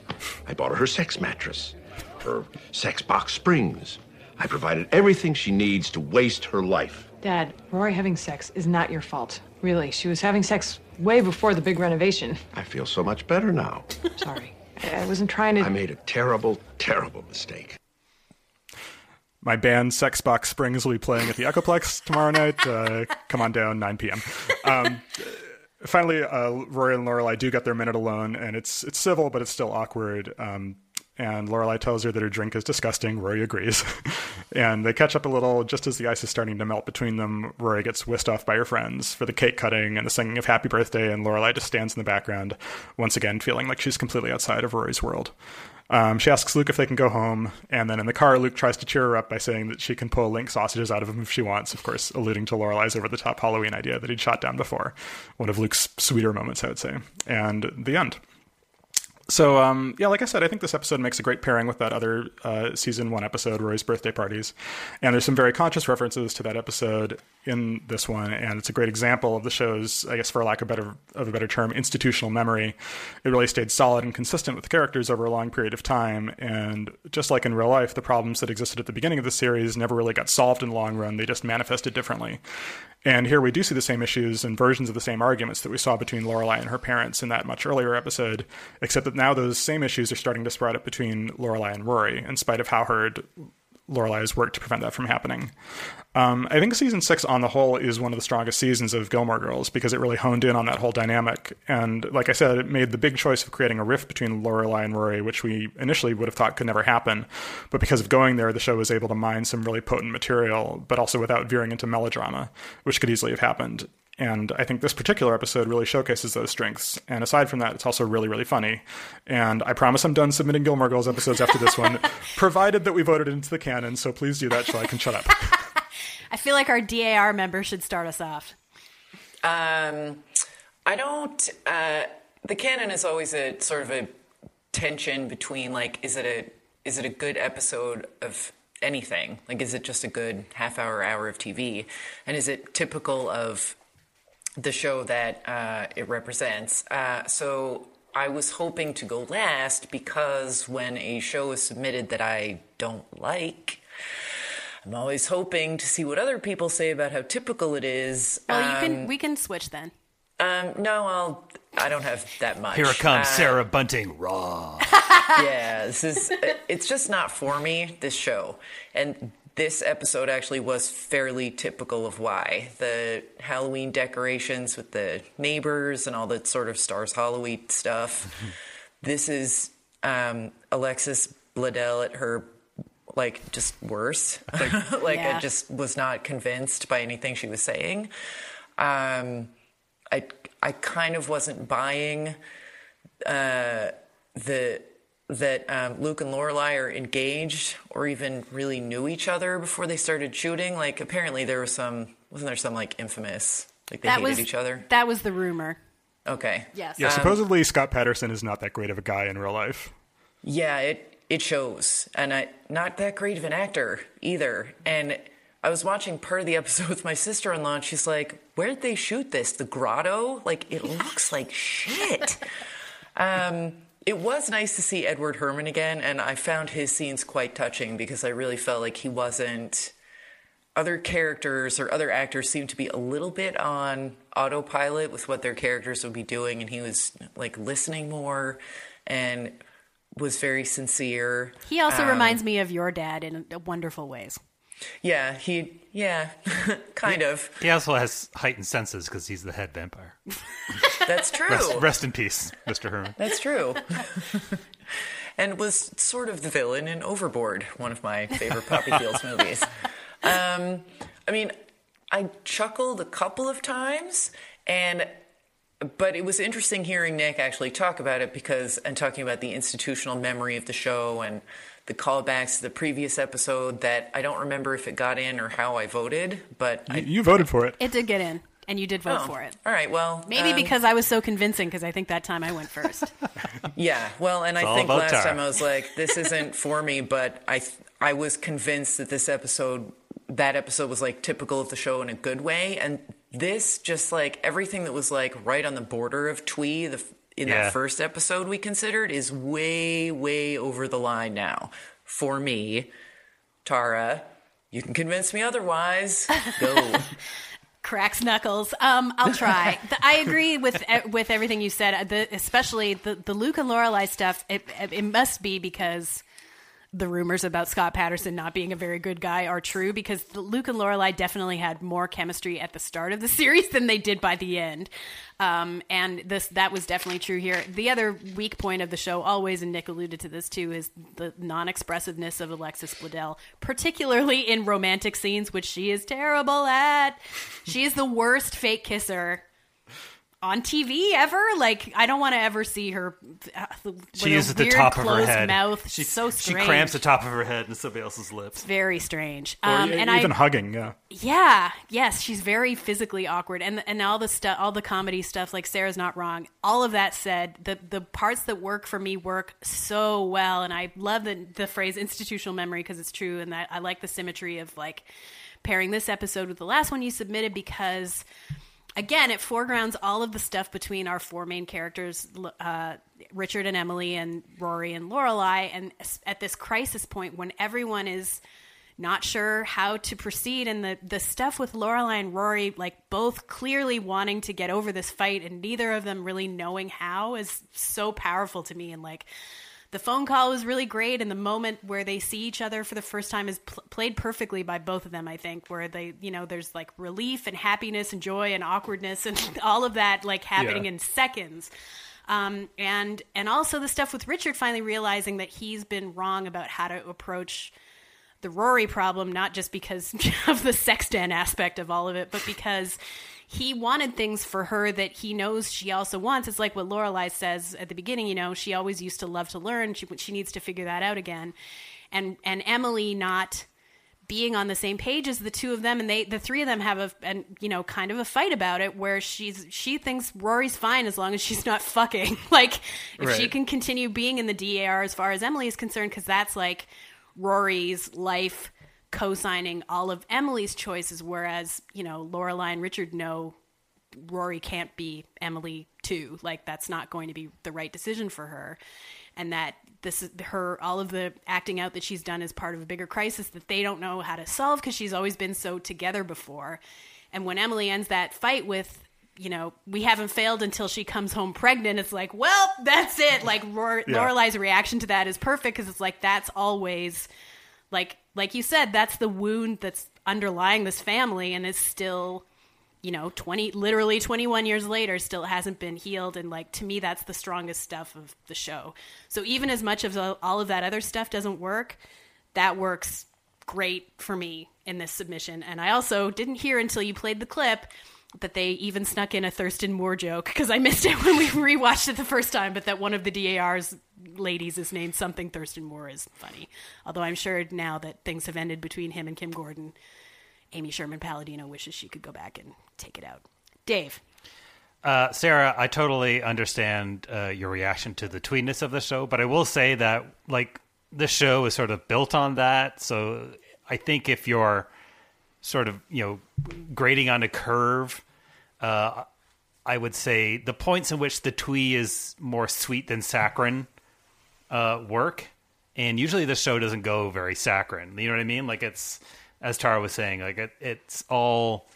[SPEAKER 13] I bought her her sex mattress, her sex box springs. I provided everything she needs to waste her life.
[SPEAKER 15] Dad, Rory having sex is not your fault. Really, she was having sex way before the big renovation.
[SPEAKER 13] I feel so much better now.
[SPEAKER 15] Sorry. I wasn't trying to.
[SPEAKER 13] I made a terrible, terrible mistake.
[SPEAKER 6] My band Sexbox Springs will be playing at the Echoplex tomorrow night. Uh, come on down, 9 p.m. Um, finally, uh, Rory and Lorelai do get their minute alone, and it's it's civil, but it's still awkward. Um, and Lorelai tells her that her drink is disgusting. Rory agrees, and they catch up a little just as the ice is starting to melt between them. Rory gets whisked off by her friends for the cake cutting and the singing of "Happy Birthday," and Lorelai just stands in the background, once again feeling like she's completely outside of Rory's world. Um, she asks Luke if they can go home, and then in the car, Luke tries to cheer her up by saying that she can pull link sausages out of him if she wants. Of course, alluding to Lorelai's over-the-top Halloween idea that he'd shot down before. One of Luke's sweeter moments, I would say. And the end. So um, yeah, like I said, I think this episode makes a great pairing with that other uh, season one episode, Rory's birthday parties, and there's some very conscious references to that episode in this one, and it's a great example of the show's, I guess, for lack of better of a better term, institutional memory. It really stayed solid and consistent with the characters over a long period of time, and just like in real life, the problems that existed at the beginning of the series never really got solved in the long run; they just manifested differently. And here we do see the same issues and versions of the same arguments that we saw between Lorelai and her parents in that much earlier episode, except that now those same issues are starting to sprout up between Lorelai and Rory, in spite of how hard Lorelai has worked to prevent that from happening. Um, I think season six on the whole is one of the strongest seasons of Gilmore Girls because it really honed in on that whole dynamic. And like I said, it made the big choice of creating a rift between Lorelai and Rory, which we initially would have thought could never happen. But because of going there, the show was able to mine some really potent material, but also without veering into melodrama, which could easily have happened. And I think this particular episode really showcases those strengths. And aside from that, it's also really, really funny. And I promise I'm done submitting Gilmore Girls episodes after this one, provided that we voted into the canon. So please do that so I can shut up.
[SPEAKER 5] I feel like our DAR member should start us off.
[SPEAKER 4] Um, I don't. Uh, the canon is always a sort of a tension between like, is it a is it a good episode of anything? Like, is it just a good half hour hour of TV, and is it typical of the show that uh, it represents? Uh, so I was hoping to go last because when a show is submitted that I don't like. I'm always hoping to see what other people say about how typical it is.
[SPEAKER 5] Oh, you can.
[SPEAKER 4] Um,
[SPEAKER 5] We can switch then.
[SPEAKER 4] um, no, I'll. I don't have that much.
[SPEAKER 3] Here it comes,
[SPEAKER 4] Uh,
[SPEAKER 3] Sarah Bunting, raw.
[SPEAKER 4] yeah, this is. It's just not for me. This show and this episode actually was fairly typical of why the Halloween decorations with the neighbors and all that sort of stars Halloween stuff. this is um, Alexis Bledel at her like just worse. like
[SPEAKER 5] Yeah.
[SPEAKER 4] I just was not convinced by anything she was saying. Um, I I kind of wasn't buying uh, the that um, Luke and Lorelai are engaged or even really knew each other before they started shooting. Like apparently there was some wasn't there some like infamous like they
[SPEAKER 5] that
[SPEAKER 4] hated
[SPEAKER 5] was
[SPEAKER 4] each other.
[SPEAKER 5] That was the rumor.
[SPEAKER 4] Okay.
[SPEAKER 5] Yes.
[SPEAKER 6] Yeah,
[SPEAKER 4] Um,
[SPEAKER 6] supposedly Scott Patterson is not that great of a guy in real life.
[SPEAKER 4] Yeah, it it shows, and I not that great of an actor either. And I was watching part of the episode with my sister in law, and she's like, "Where'd they shoot this? The grotto? Like it looks like shit." um, it was nice to see Edward Herman again, and I found his scenes quite touching because I really felt like he wasn't. Other characters or other actors seemed to be a little bit on autopilot with what their characters would be doing, and he was like listening more and was very sincere.
[SPEAKER 5] He also
[SPEAKER 4] Um,
[SPEAKER 5] reminds me of your dad in wonderful ways.
[SPEAKER 4] Yeah, he. Yeah, kind of.
[SPEAKER 3] He also has heightened senses because he's the head vampire.
[SPEAKER 4] That's true.
[SPEAKER 3] Rest, rest in peace, Mr. Herman.
[SPEAKER 4] That's true. and was sort of the villain in Overboard, one of my favorite Poppy Fields movies. Um, I mean, I chuckled a couple of times, and but it was interesting hearing Nick actually talk about it because and talking about the institutional memory of the show and the callbacks to the previous episode that I don't remember if it got in or how I voted, but
[SPEAKER 6] You, you voted for it.
[SPEAKER 5] It did get in, and you did vote
[SPEAKER 4] Oh,
[SPEAKER 5] for it.
[SPEAKER 4] All right. Well,
[SPEAKER 5] Maybe
[SPEAKER 4] um,
[SPEAKER 5] because I was so convincing, because I think that time I went first.
[SPEAKER 4] Yeah, well, and
[SPEAKER 5] It's
[SPEAKER 4] I
[SPEAKER 5] all
[SPEAKER 4] think
[SPEAKER 5] about
[SPEAKER 4] last
[SPEAKER 5] Tara.
[SPEAKER 4] time I was like, this isn't for me, but I th- I was convinced that this episode, that episode was like typical of the show in a good way, and this just like everything that was like right on the border of twee the f- in
[SPEAKER 3] Yeah.
[SPEAKER 4] that first episode we considered is way way over the line now for me, Tara. You can convince me otherwise. Go.
[SPEAKER 5] cracks knuckles. Um, I'll try. The- I agree with e- with everything you said, the, especially the the Luke and Lorelai stuff. It, it it must be because the rumors about Scott Patterson not being a very good guy are true because the- Luke and Lorelai definitely had more chemistry at the start of the series than they did by the end. Um, and this that was definitely true here. The other weak point of the show, always, and Nick alluded to this too, is the non-expressiveness of Alexis Bledel, particularly in romantic scenes, which she is terrible at. She is the worst fake kisser on TV ever. Like, I don't want to ever see her. Uh, with
[SPEAKER 3] She
[SPEAKER 5] her
[SPEAKER 3] is at the
[SPEAKER 5] weird
[SPEAKER 3] top of her
[SPEAKER 5] closed
[SPEAKER 3] head.
[SPEAKER 5] Mouth.
[SPEAKER 3] She,
[SPEAKER 5] so
[SPEAKER 3] she
[SPEAKER 5] strange.
[SPEAKER 3] cramps the top of her head into somebody else's lips.
[SPEAKER 5] Very strange.
[SPEAKER 6] Or
[SPEAKER 5] Um,
[SPEAKER 6] e-
[SPEAKER 5] and
[SPEAKER 6] even
[SPEAKER 5] I,
[SPEAKER 6] hugging, yeah.
[SPEAKER 5] yeah, yes, she's very physically awkward, and and all the stuff, all the comedy stuff, like Sarah's not wrong. All of that said, the the parts that work for me work so well, and I love the the phrase institutional memory because it's true, and that I like the symmetry of like pairing this episode with the last one you submitted because again, it foregrounds all of the stuff between our four main characters, l- uh, Richard and Emily, and Rory and Lorelai, and s- at this crisis point when everyone is not sure how to proceed, and the the stuff with Lorelai and Rory, like both clearly wanting to get over this fight, and neither of them really knowing how, is so powerful to me, and like. The phone call was really great, and the moment where they see each other for the first time is pl- played perfectly by both of them. I think where they, you know, there's like relief and happiness and joy and awkwardness and all of that like happening
[SPEAKER 14] Yeah.
[SPEAKER 5] in seconds. Um, and and also the stuff with Richard finally realizing that he's been wrong about how to approach the Rory problem, not just because of the sexton aspect of all of it, but because he wanted things for her that he knows she also wants. It's like what Lorelai says at the beginning. You know, she always used to love to learn. She she needs to figure that out again, and and Emily not being on the same page as the two of them and they the three of them have a and you know kind of a fight about it where she's she thinks Rory's fine as long as she's not fucking like if she
[SPEAKER 21] Right.
[SPEAKER 5] can continue being in the DAR as far as Emily is concerned cuz that's like Rory's life co-signing all of Emily's choices whereas you know Lorelai and Richard know Rory can't be Emily too. Like that's not going to be the right decision for her, and that this is her all of the acting out that she's done is part of a bigger crisis that they don't know how to solve because she's always been so together before. And when Emily ends that fight with, you know, we haven't failed until she comes home pregnant, it's like, well, that's it. Like Ror-
[SPEAKER 21] Yeah.
[SPEAKER 5] Lorelai's reaction to that is perfect because it's like that's always like like you said that's the wound that's underlying this family and is still you know 20 literally 21 years later still hasn't been healed and like to me that's the strongest stuff of the show so even as much as all of that other stuff doesn't work that works great for me in this submission and i also didn't hear until you played the clip that they even snuck in a Thurston Moore joke because I missed it when we rewatched it the first time. But that one of the DAR's ladies is named something Thurston Moore is funny. Although I'm sure now that things have ended between him and Kim Gordon, Amy Sherman Palladino wishes she could go back and take it out. Dave,
[SPEAKER 3] Uh, Sarah, I totally understand uh, your reaction to the tweeness of the show, but I will say that like the show is sort of built on that. So I think if you're sort of you know grading on a curve, uh, I would say the points in which the twee is more sweet than saccharine uh, work, and usually the show doesn't go very saccharine. You know what I mean? Like it's as Tara was saying, like it, it's all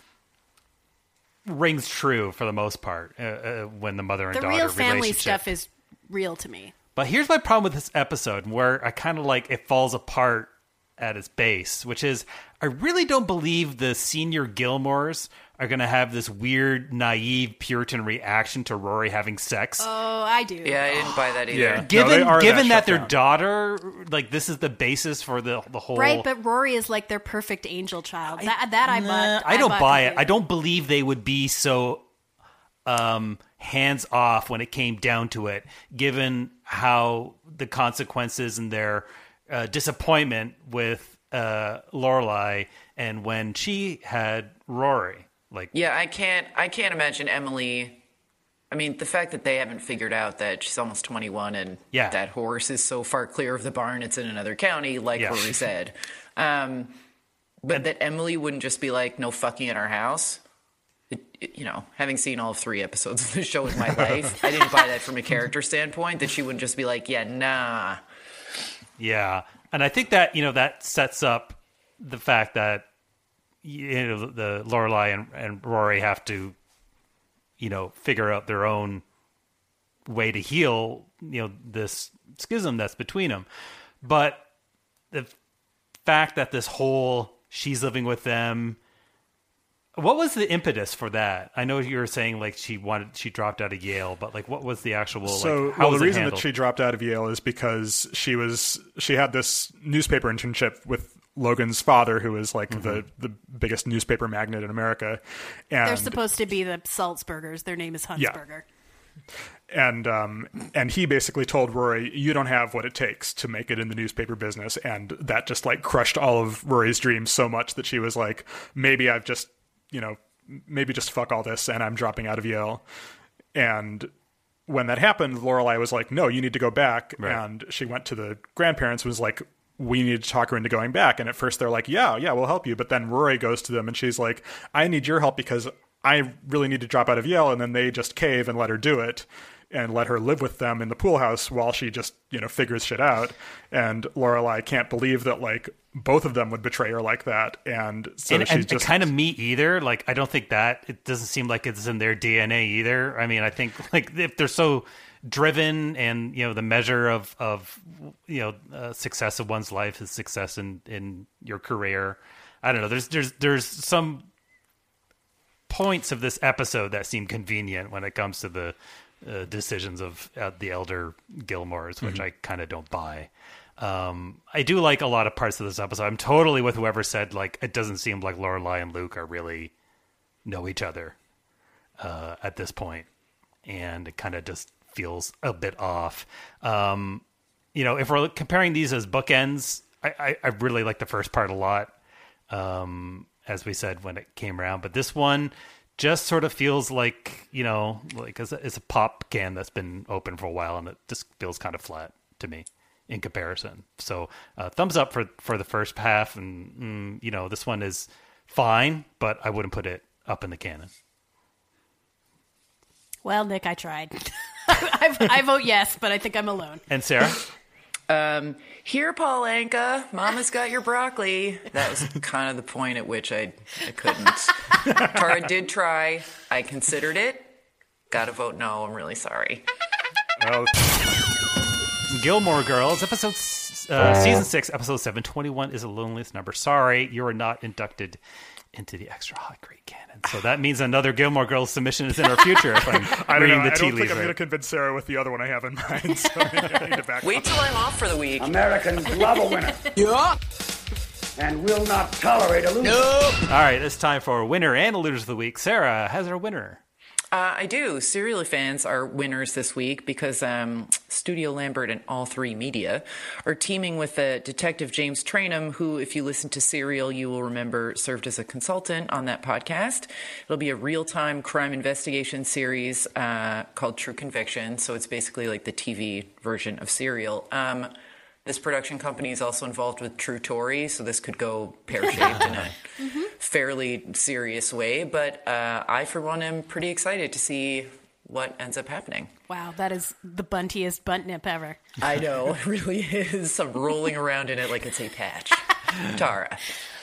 [SPEAKER 3] rings true for the most part uh, uh, when the mother and
[SPEAKER 5] the
[SPEAKER 3] daughter
[SPEAKER 5] real family
[SPEAKER 3] relationship.
[SPEAKER 5] stuff is real to me.
[SPEAKER 3] But here's my problem with this episode where I kind of like it falls apart at its base, which is I really don't believe the senior Gilmores are going to have this weird, naive Puritan reaction to Rory having sex.
[SPEAKER 5] Oh, I do.
[SPEAKER 4] Yeah, I didn't buy that either.
[SPEAKER 3] Given, given that, their daughter, like this is the basis for the the whole.
[SPEAKER 5] Right, but Rory is like their perfect angel child. that that I
[SPEAKER 3] Uh,
[SPEAKER 5] bought.
[SPEAKER 3] I don't
[SPEAKER 5] bought
[SPEAKER 3] buy it. I don't believe they would be so um, hands off when it came down to it, given how the consequences and their uh, disappointment with uh, Lorelai and when she had Rory. Like,
[SPEAKER 4] Yeah, I can't. I can't imagine Emily. I mean, the fact that they haven't figured out that she's almost 21 and
[SPEAKER 3] Yeah.
[SPEAKER 4] that horse is so far clear of the barn, it's in another county, like
[SPEAKER 3] Yeah.
[SPEAKER 4] Rory said. Um, but that Emily wouldn't just be like, "No fucking in our house." It, it- you know, having seen all three episodes of the show in my life, I didn't buy that from a character standpoint. That she wouldn't just be like, "Yeah, nah."
[SPEAKER 3] yeah, and I think that you know that sets up the fact that you know the Lorelai and, and Rory have to you know figure out their own way to heal you know this schism that's between them but the fact that this whole she's living with them what was the impetus for that i know you were saying like she wanted she dropped out of yale but like what was the actual
[SPEAKER 6] so
[SPEAKER 3] like how
[SPEAKER 6] well,
[SPEAKER 3] was
[SPEAKER 6] the
[SPEAKER 3] it
[SPEAKER 6] reason
[SPEAKER 3] handled?
[SPEAKER 6] that she dropped out of Yale is because she was she had this newspaper internship with Logan's father, who is
[SPEAKER 3] Mm-hmm.
[SPEAKER 6] like the the biggest newspaper magnate in America, and
[SPEAKER 3] Um,
[SPEAKER 5] They're supposed to be the Salzburgers. Their name is
[SPEAKER 6] Yeah.
[SPEAKER 5] Huntsburger.
[SPEAKER 6] and um, and he basically told Rory, "You don't have what it takes to make it in the newspaper business," and that just like crushed all of Rory's dreams so much that she was like, "Maybe I've just, you know, maybe just fuck all this, and I'm dropping out of Yale." And when that happened, Lorelai was like, "No, you need to go back," and she went to the grandparents and was like. We need to talk her into going back. And at first they're like, yeah, yeah, we'll help you. But then Rory goes to them and she's like, I need your help because I really need to drop out of Yale. And then they just cave and let her do it and let her live with them in the pool house while she just, you know, figures shit out. And Lorelai can't believe that like both of them would betray her like that. And so
[SPEAKER 3] and,
[SPEAKER 6] she's
[SPEAKER 3] and,
[SPEAKER 6] just
[SPEAKER 3] kind of me either. Like I don't think that it doesn't seem like it's in their DNA either. I mean, I think like if they're so driven and you know the measure of of you know uh, success of one's life is success in in your career. I don't know. There's there's there's some points of this episode that seem convenient when it comes to the uh, decisions of uh, the elder Gilmores, which
[SPEAKER 6] Mhm.
[SPEAKER 3] I kind of don't buy. Um, I do like a lot of parts of this episode. I'm totally with whoever said like it doesn't seem like Lorelai and Luke are really know each other uh, at this point, and it kind of just feels a bit off. Um, you know, if we're comparing these as bookends, I, I, I really like the first part a lot. Um, as we said when it came around, but this one just sort of feels like you know, like it's a, it's a pop can that's been open for a while, and it just feels kind of flat to me in comparison. So, uh, thumbs up for for the first half, and mm, you know, this one is fine, but I wouldn't put it up in the canon.
[SPEAKER 5] Well, Nick, I tried. I, I vote yes, but I think I'm alone.
[SPEAKER 3] And Sarah.
[SPEAKER 4] Um, here, Paul Anka, Mama's got your broccoli. That was kind of the point at which I, I couldn't. Tara did try. I considered it. Got to vote no. I'm really sorry.
[SPEAKER 3] Gilmore Girls, episode s- uh, season six, episode seven twenty-one is the loneliest number. Sorry, you are not inducted into the extra hot great canon. So that means another Gilmore Girls submission is in our future. If I'm
[SPEAKER 6] I don't, know.
[SPEAKER 3] reading
[SPEAKER 6] I
[SPEAKER 3] the tea
[SPEAKER 6] don't think
[SPEAKER 3] leaves
[SPEAKER 6] I'm going to
[SPEAKER 3] right.
[SPEAKER 6] convince Sarah with the other one I have in mind. So I need to back
[SPEAKER 4] Wait till I'm off for the week.
[SPEAKER 14] American Global winner. Yeah. And will not tolerate a loser.
[SPEAKER 3] All right, it's time for winner and losers of the week. Sarah has our winner.
[SPEAKER 4] Uh, I do. Serially fans are winners this week because um, Studio Lambert and All Three Media are teaming with uh, Detective James Trainum, who, if you listen to Serial, you will remember served as a consultant on that podcast. It'll be a real time crime investigation series uh, called True Conviction. So it's basically like the TV version of Serial. Um, this production company is also involved with True Tory, so this could go pear shaped in a
[SPEAKER 5] Mm-hmm.
[SPEAKER 4] fairly serious way. But uh, I, for one, am pretty excited to see what ends up happening.
[SPEAKER 5] Wow, that is the buntiest bunt nip ever.
[SPEAKER 4] I know it really is. I'm rolling around in it like it's a patch. Tara.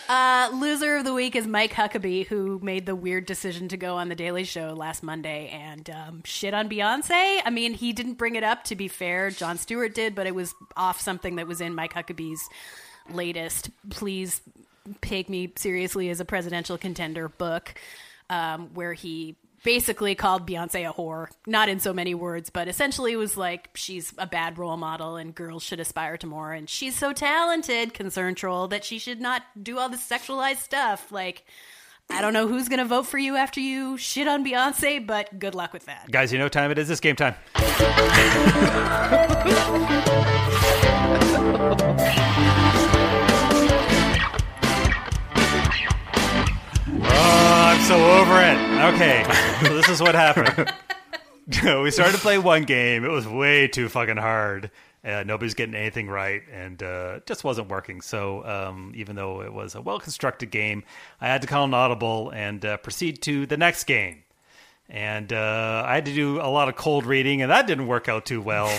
[SPEAKER 5] Uh, loser of the week is Mike Huckabee, who made the weird decision to go on The Daily Show last Monday and um, shit on Beyonce. I mean, he didn't bring it up, to be fair. John Stewart did, but it was off something that was in Mike Huckabee's latest Please Take Me Seriously as a Presidential Contender book, um, where he basically called Beyonce a whore. Not in so many words, but essentially was like, she's a bad role model and girls should aspire to more. And she's so talented, concern troll, that she should not do all this sexualized stuff. Like, I don't know who's going to vote for you after you shit on Beyonce, but good luck with that.
[SPEAKER 3] Guys, you know what time it is. It's game time. Oh, I'm so over it. Okay, so this is what happened. we started to play one game. It was way too fucking hard. Uh, nobody's getting anything right, and uh, it just wasn't working. So um, even though it was a well constructed game, I had to call an audible and uh, proceed to the next game. and uh, I had to do a lot of cold reading, and that didn't work out too well.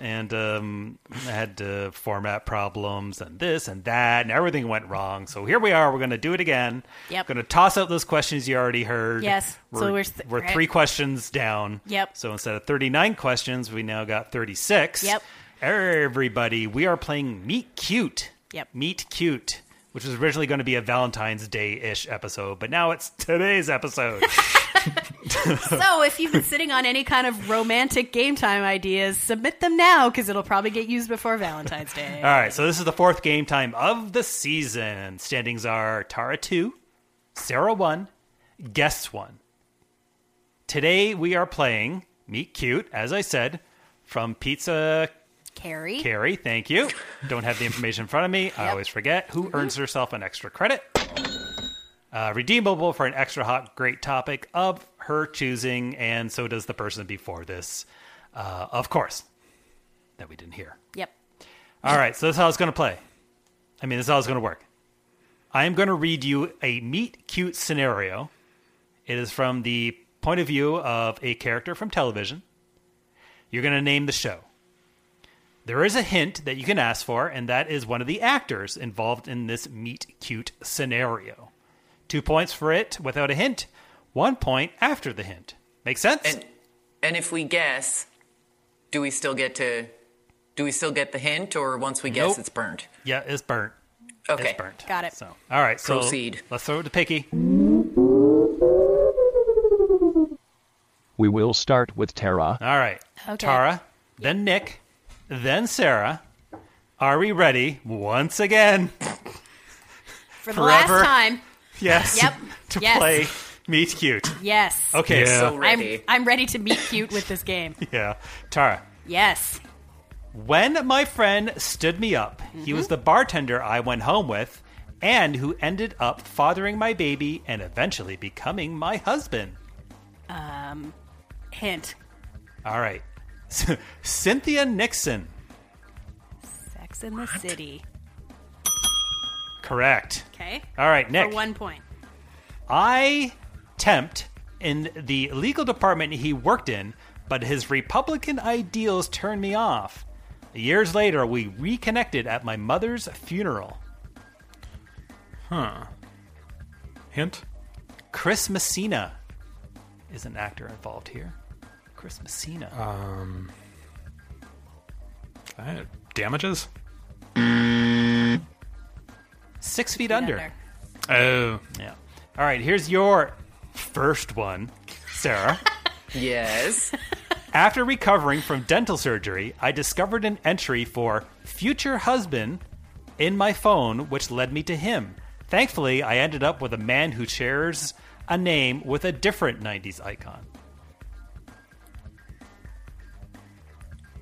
[SPEAKER 3] And um, I had to format problems and this and that, and everything went wrong. So here we are. We're going to do it again.
[SPEAKER 5] Yep.
[SPEAKER 3] Going to toss out those questions you already heard.
[SPEAKER 5] Yes.
[SPEAKER 3] We're,
[SPEAKER 5] So
[SPEAKER 3] we're,
[SPEAKER 5] we're th-
[SPEAKER 3] three questions down.
[SPEAKER 5] Yep.
[SPEAKER 3] So instead of 39 questions, we now got 36.
[SPEAKER 5] Yep.
[SPEAKER 3] Everybody, we are playing Meet Cute.
[SPEAKER 5] Yep.
[SPEAKER 3] Meet Cute, which was originally going to be a Valentine's Day ish episode, but now it's today's episode.
[SPEAKER 5] so if you've been sitting on any kind of romantic game time ideas, submit them now because it'll probably get used before Valentine's Day.
[SPEAKER 3] All right, so this is the fourth game time of the season. Standings are Tara 2, Sarah 1, Guess 1. Today we are playing Meet Cute, as I said, from Pizza
[SPEAKER 5] Carrie.
[SPEAKER 3] Carrie. Thank you. Don't have the information in front of me. I always forget. Who earns herself an extra credit? Uh, redeemable for an extra hot, great topic of her choosing, and so does the person before this, uh, of course, that we didn't hear.
[SPEAKER 5] Yep.
[SPEAKER 3] All right, so this is how it's going to play. I mean, this is how it's going to work. I am going to read you a meet cute scenario. It is from the point of view of a character from television. You're going to name the show. There is a hint that you can ask for, and that is one of the actors involved in this meet cute scenario. Two points for it without a hint, one point after the hint. Make sense?
[SPEAKER 4] And if we guess, do we still get to? Do we still get the hint, or once we guess,
[SPEAKER 3] Nope.
[SPEAKER 4] it's burned?
[SPEAKER 3] yeah, it's burnt.
[SPEAKER 4] Okay.
[SPEAKER 3] It's burnt.
[SPEAKER 5] Got it.
[SPEAKER 3] So, all right, so
[SPEAKER 4] Proceed.
[SPEAKER 3] let's throw it to Picky.
[SPEAKER 2] We will start with Tara.
[SPEAKER 3] All right.
[SPEAKER 5] Okay.
[SPEAKER 3] Tara, then Nick, then Sarah. Are we ready once again?
[SPEAKER 5] For the last
[SPEAKER 3] Forever.
[SPEAKER 5] time.
[SPEAKER 3] Yes.
[SPEAKER 5] Yep.
[SPEAKER 3] to
[SPEAKER 5] yes.
[SPEAKER 3] play Meet Cute.
[SPEAKER 5] Yes.
[SPEAKER 3] Okay, Yeah. so
[SPEAKER 5] I'm,
[SPEAKER 3] ready.
[SPEAKER 5] I'm ready to meet cute with this game.
[SPEAKER 3] Yeah. Tara,
[SPEAKER 5] Yes.
[SPEAKER 3] when my friend stood me up, he
[SPEAKER 5] Mm-hmm.
[SPEAKER 3] was the bartender I went home with and who ended up fathering my baby and eventually becoming my husband.
[SPEAKER 5] Um, hint.
[SPEAKER 3] All right. Cynthia Nixon.
[SPEAKER 5] Sex in the City.
[SPEAKER 3] Correct.
[SPEAKER 5] Okay.
[SPEAKER 3] All right, Nick.
[SPEAKER 5] For one point.
[SPEAKER 3] I tempt in the legal department he worked in, but his Republican ideals turned me off. Years later, we reconnected at my mother's funeral.
[SPEAKER 6] Huh. Hint?
[SPEAKER 3] Chris Messina is an actor involved here. Chris Messina.
[SPEAKER 6] Um. uh, damages?
[SPEAKER 3] Six feet under.
[SPEAKER 6] Oh.
[SPEAKER 3] Yeah. All right, here's your first one, Sarah.
[SPEAKER 4] yes.
[SPEAKER 3] After recovering from dental surgery, I discovered an entry for future husband in my phone, which led me to him. Thankfully, I ended up with a man who shares a name with a different 90s icon.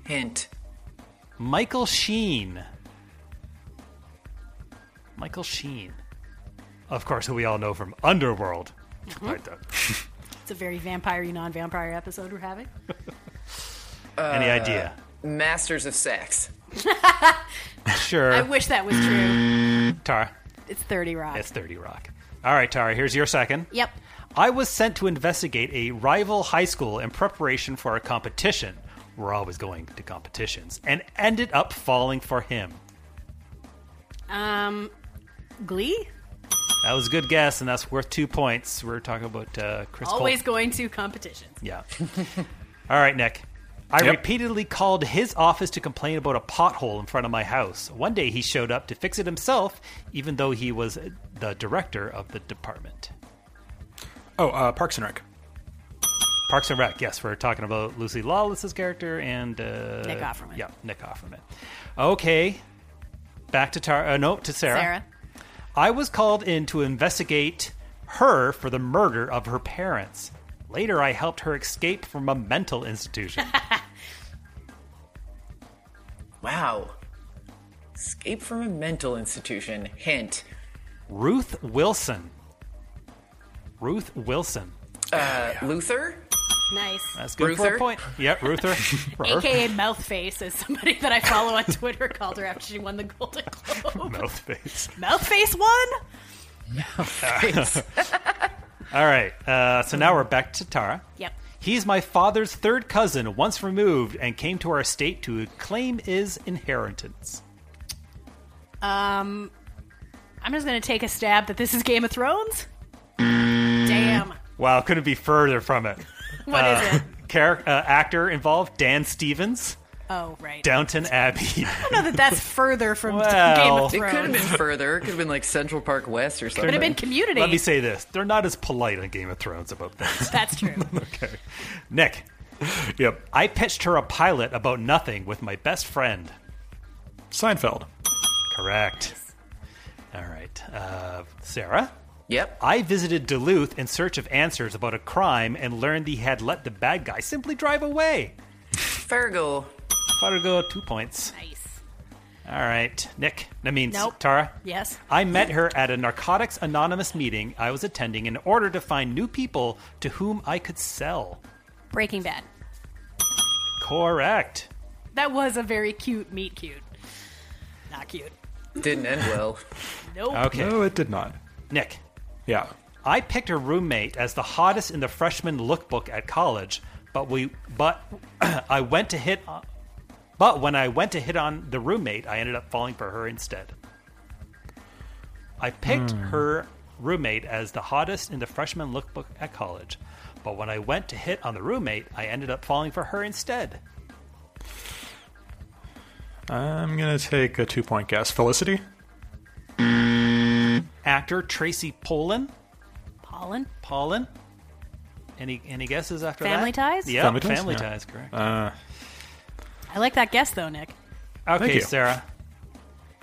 [SPEAKER 4] Hint.
[SPEAKER 3] Michael Sheen. Michael Sheen. Of course, who we all know from Underworld.
[SPEAKER 5] Mhm.
[SPEAKER 3] Right then.
[SPEAKER 5] It's a very vampire non vampire episode we're having.
[SPEAKER 3] Any idea?
[SPEAKER 4] Uh, Masters of Sex.
[SPEAKER 3] Sure.
[SPEAKER 5] I wish that was true.
[SPEAKER 3] Tara,
[SPEAKER 5] It's 30 Rock.
[SPEAKER 3] it's 30 Rock. All right, Tara, here's your second.
[SPEAKER 5] Yep.
[SPEAKER 3] I was sent to investigate a rival high school in preparation for a competition. We're always going to competitions, and ended up falling for him.
[SPEAKER 5] Um, Glee?
[SPEAKER 3] That was a good guess, and that's worth two points. We're talking about uh, Chris. Cole.
[SPEAKER 5] Always going to competitions.
[SPEAKER 3] Yeah. All right, Nick. I repeatedly called his office to complain about a pothole in front of my house. One day he showed up to fix it himself, even though he was the director of the department.
[SPEAKER 6] Oh, uh, Parks and Rec.
[SPEAKER 3] Parks and Rec. Yes, we're talking about Lucy Lawless's character and uh,
[SPEAKER 5] Nick Offerman.
[SPEAKER 3] Yeah, Nick Offerman. Okay, back to Tara. Uh, no, to Sarah.
[SPEAKER 5] Sarah.
[SPEAKER 3] I was called in to investigate her for the murder of her parents. Later, I helped her escape from a mental institution.
[SPEAKER 4] Wow. Escape from a mental institution. Hint.
[SPEAKER 3] Ruth Wilson. Ruth Wilson.
[SPEAKER 4] Uh, Luther?
[SPEAKER 5] Nice.
[SPEAKER 3] That's good for a
[SPEAKER 4] Ruther?
[SPEAKER 3] point. Yep, Ruther. Ruther.
[SPEAKER 5] AKA Mouthface is somebody that I follow on Twitter called her after she won the Golden Globe.
[SPEAKER 3] Mouthface.
[SPEAKER 5] Mouthface won?
[SPEAKER 3] All right. Uh, so now we're back to Tara.
[SPEAKER 5] Yep.
[SPEAKER 3] He's my father's third cousin, once removed, and came to our estate to claim his inheritance.
[SPEAKER 5] Um, I'm just gonna take a stab that this is Game of Thrones. Damn.
[SPEAKER 3] Wow, couldn't be further from it.
[SPEAKER 5] What
[SPEAKER 3] uh,
[SPEAKER 5] is
[SPEAKER 3] it? Char- uh, actor involved Dan Stevens,
[SPEAKER 5] Oh right.
[SPEAKER 3] Downton Abbey.
[SPEAKER 5] I don't know that that's further from Game
[SPEAKER 3] Well.
[SPEAKER 5] of Thrones.
[SPEAKER 4] It could have been further. It could have been like Central Park West or something.
[SPEAKER 5] have been Community.
[SPEAKER 3] Let me say this: they're not as polite on Game of Thrones about things.
[SPEAKER 5] That's true.
[SPEAKER 3] okay, Nick.
[SPEAKER 6] Yep.
[SPEAKER 3] I pitched her a pilot about nothing with my best friend.
[SPEAKER 6] Seinfeld.
[SPEAKER 3] Correct. All right, uh, Sarah.
[SPEAKER 4] Yep.
[SPEAKER 3] I visited Duluth in search of answers about a crime and learned he had let the bad guy simply drive away.
[SPEAKER 4] Fargo.
[SPEAKER 3] Fargo, two points. Nice. All right, Nick. I mean, s-
[SPEAKER 5] Nope.
[SPEAKER 3] Tara.
[SPEAKER 5] Yes.
[SPEAKER 3] I met her at a Narcotics Anonymous meeting I was attending in order to find new people to whom I could sell.
[SPEAKER 5] Breaking Bad.
[SPEAKER 3] Correct.
[SPEAKER 5] That was a very cute meet cute. Not cute.
[SPEAKER 4] Didn't end well.
[SPEAKER 5] Nope.
[SPEAKER 3] Okay.
[SPEAKER 6] No, it did not.
[SPEAKER 3] Nick.
[SPEAKER 6] Yeah.
[SPEAKER 3] I picked a roommate as the hottest in the freshman lookbook at college, but we but I went to hit on, but when I went to hit on the roommate, I ended up falling for her instead. I picked
[SPEAKER 6] Hmm.
[SPEAKER 3] her roommate as the hottest in the freshman lookbook at college, but when I went to hit on the roommate, I ended up falling for her instead.
[SPEAKER 6] I'm going to take a two point guess. Felicity?
[SPEAKER 3] Mm. Actor Tracy Polin.
[SPEAKER 5] Pollen.
[SPEAKER 3] Pollen. Any any guesses after
[SPEAKER 5] Family
[SPEAKER 3] that?
[SPEAKER 5] Ties?
[SPEAKER 3] Yeah,
[SPEAKER 6] Family
[SPEAKER 3] family,
[SPEAKER 6] Ties? Yeah.
[SPEAKER 3] ties. Correct.
[SPEAKER 6] Uh,
[SPEAKER 5] I like that guess though, Nick.
[SPEAKER 3] Okay,
[SPEAKER 6] Thank you.
[SPEAKER 3] Sarah.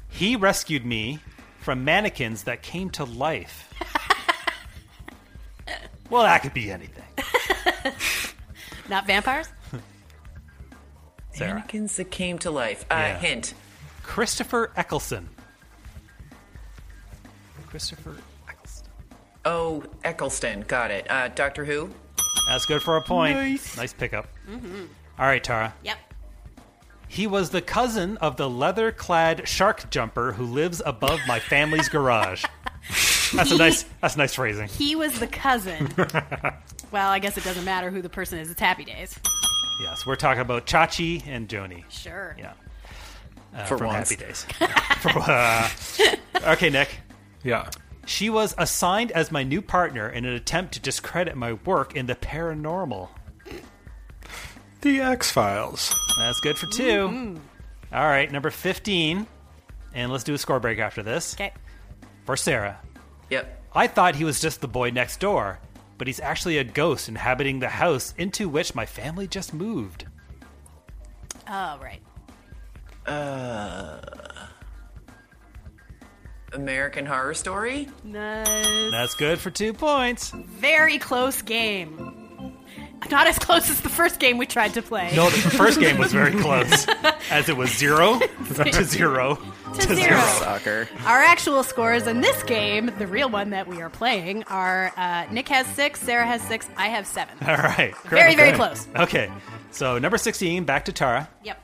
[SPEAKER 3] He rescued me from mannequins that came to life. well, that could be anything.
[SPEAKER 5] Not vampires?
[SPEAKER 3] Sarah.
[SPEAKER 4] Mannequins that came to life. Uh,
[SPEAKER 3] Yeah.
[SPEAKER 4] Hint.
[SPEAKER 3] Christopher Eccleston. Christopher.
[SPEAKER 4] Oh, Eccleston. Got it. Uh, Doctor Who.
[SPEAKER 3] That's good for a point.
[SPEAKER 4] Nice.
[SPEAKER 3] pickup.
[SPEAKER 4] Mm-hmm.
[SPEAKER 3] All right, Tara.
[SPEAKER 5] Yep.
[SPEAKER 3] He was the cousin of the leather clad shark jumper who lives above my family's garage. That's a nice that's nice phrasing.
[SPEAKER 5] He was the cousin. well, I guess it doesn't matter who the person is. It's Happy Days.
[SPEAKER 3] Yes, we're talking about Chachi and Joni.
[SPEAKER 5] Sure.
[SPEAKER 3] Yeah. Uh,
[SPEAKER 6] For
[SPEAKER 3] from
[SPEAKER 6] once.
[SPEAKER 3] Happy Days. From, uh, okay, Nick.
[SPEAKER 6] Yeah.
[SPEAKER 3] She was assigned as my new partner in an attempt to discredit my work in the paranormal.
[SPEAKER 6] the X Files.
[SPEAKER 3] That's good for 2
[SPEAKER 6] Mhm.
[SPEAKER 3] All right, number 15. And let's do a score break after this.
[SPEAKER 5] Okay.
[SPEAKER 3] For Sarah.
[SPEAKER 4] Yep.
[SPEAKER 3] I thought he was just the boy next door, but he's actually a ghost inhabiting the house into which my family just moved.
[SPEAKER 5] Oh, right.
[SPEAKER 4] Uh, American Horror Story.
[SPEAKER 5] Nice.
[SPEAKER 3] That's good for two points.
[SPEAKER 5] Very close game. Not as close as the first game we tried to play.
[SPEAKER 3] No, the first game was very close, as it was zero to zero
[SPEAKER 5] To zero.
[SPEAKER 4] Soccer.
[SPEAKER 5] Our actual scores in this game, the real one that we are playing, are uh, Nick has six, Sarah has six, I have seven.
[SPEAKER 3] All right.
[SPEAKER 5] Very, very close.
[SPEAKER 3] Okay. So, number 16, back to Tara.
[SPEAKER 5] Yep.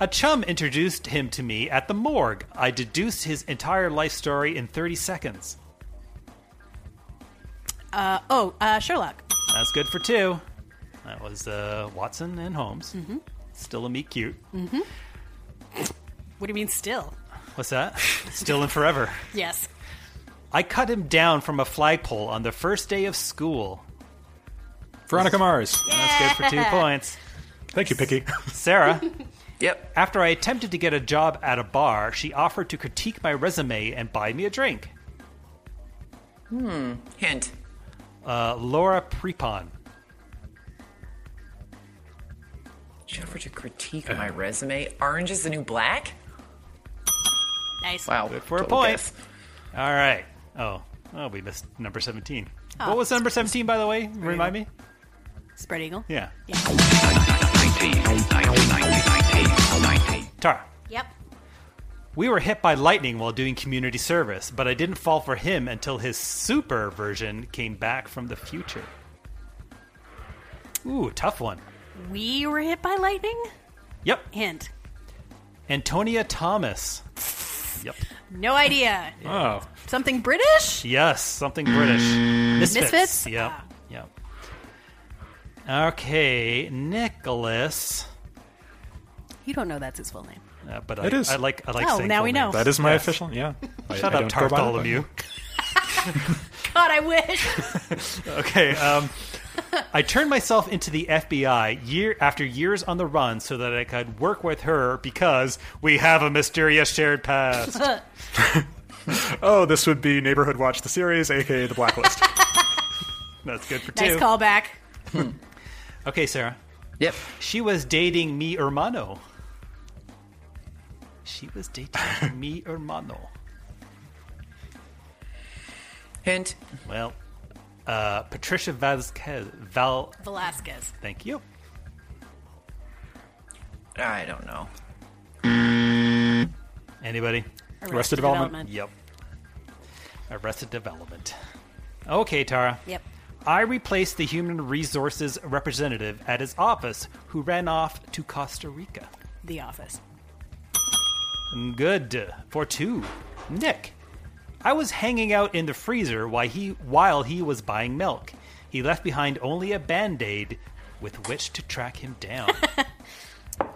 [SPEAKER 3] A chum introduced him to me at the morgue. I deduced his entire life story in 30 seconds.
[SPEAKER 5] Uh, oh, uh, Sherlock.
[SPEAKER 3] That's good for two. That was uh, Watson and Holmes.
[SPEAKER 5] Mhm.
[SPEAKER 3] Still a meet cute.
[SPEAKER 5] Mm-hmm. What do you mean still?
[SPEAKER 3] What's that? Still in forever.
[SPEAKER 5] Yes.
[SPEAKER 3] I cut him down from a flagpole on the first day of school.
[SPEAKER 6] Veronica Mars.
[SPEAKER 3] That's good for two
[SPEAKER 6] Yeah.
[SPEAKER 3] points.
[SPEAKER 6] Thank you, Picky.
[SPEAKER 3] Sarah.
[SPEAKER 4] yep.
[SPEAKER 3] After I attempted to get a job at a bar, she offered to critique my resume and buy me a drink.
[SPEAKER 4] Hmm. Hint.
[SPEAKER 3] Uh, Laura Prepon.
[SPEAKER 4] She offered to critique my
[SPEAKER 3] Uh-huh.
[SPEAKER 4] resume. Orange is the new black.
[SPEAKER 5] Nice.
[SPEAKER 4] Wow.
[SPEAKER 3] For a
[SPEAKER 4] Total
[SPEAKER 3] point.
[SPEAKER 4] guess.
[SPEAKER 3] All right. Oh, oh, we missed number 17.
[SPEAKER 5] Oh.
[SPEAKER 3] What was number 17, by the way? Remind me?
[SPEAKER 5] Spread Eagle.
[SPEAKER 3] Yeah.
[SPEAKER 5] Yeah.
[SPEAKER 3] Tara.
[SPEAKER 5] Yep.
[SPEAKER 3] We were hit by lightning while doing community service, but I didn't fall for him until his super version came back from the future. Ooh, tough one.
[SPEAKER 5] We were hit by lightning?
[SPEAKER 3] Yep.
[SPEAKER 5] Hint.
[SPEAKER 3] Antonia Thomas. Yep.
[SPEAKER 5] No idea.
[SPEAKER 3] Oh.
[SPEAKER 6] Oh.
[SPEAKER 5] Something British?
[SPEAKER 3] Yes, something British. Misfits.
[SPEAKER 5] Misfits?
[SPEAKER 3] Yep. Yep. Okay, Nicholas.
[SPEAKER 5] You don't know that's his full name.
[SPEAKER 3] Uh, but I,
[SPEAKER 5] It is.
[SPEAKER 3] I like I like
[SPEAKER 5] Oh,
[SPEAKER 3] saying
[SPEAKER 5] now
[SPEAKER 3] full
[SPEAKER 5] we know.
[SPEAKER 3] names.
[SPEAKER 6] That is my official- yeah. I-
[SPEAKER 3] Shut
[SPEAKER 6] I
[SPEAKER 3] up,
[SPEAKER 6] don't go by that, but-
[SPEAKER 3] Bartholomew.
[SPEAKER 5] God, I wish.
[SPEAKER 3] okay. Um, I turned myself into the FBI year after years on the run so that I could work with her because we have a mysterious shared past.
[SPEAKER 6] Oh, this would be Neighborhood Watch the series, aka the Blacklist.
[SPEAKER 3] That's good for
[SPEAKER 5] nice
[SPEAKER 3] two.
[SPEAKER 5] callback.
[SPEAKER 3] Okay, Sarah.
[SPEAKER 4] Yep.
[SPEAKER 3] She was dating mi hermano. She was dating mi hermano.
[SPEAKER 4] Hint.
[SPEAKER 3] Well, uh, Patricia Vasquez. Val.
[SPEAKER 5] Velasquez.
[SPEAKER 3] Thank you.
[SPEAKER 4] I don't know.
[SPEAKER 3] Anybody?
[SPEAKER 5] Arrested Arrested Development. Development.
[SPEAKER 3] Yep. Arrested Development. Okay, Tara.
[SPEAKER 5] Yep.
[SPEAKER 3] I replaced the human resources representative at his office who ran off to Costa Rica.
[SPEAKER 5] The Office.
[SPEAKER 3] Good for two. Nick, I was hanging out in the freezer while he while he was buying milk. He left behind only a band-aid with which to track him down.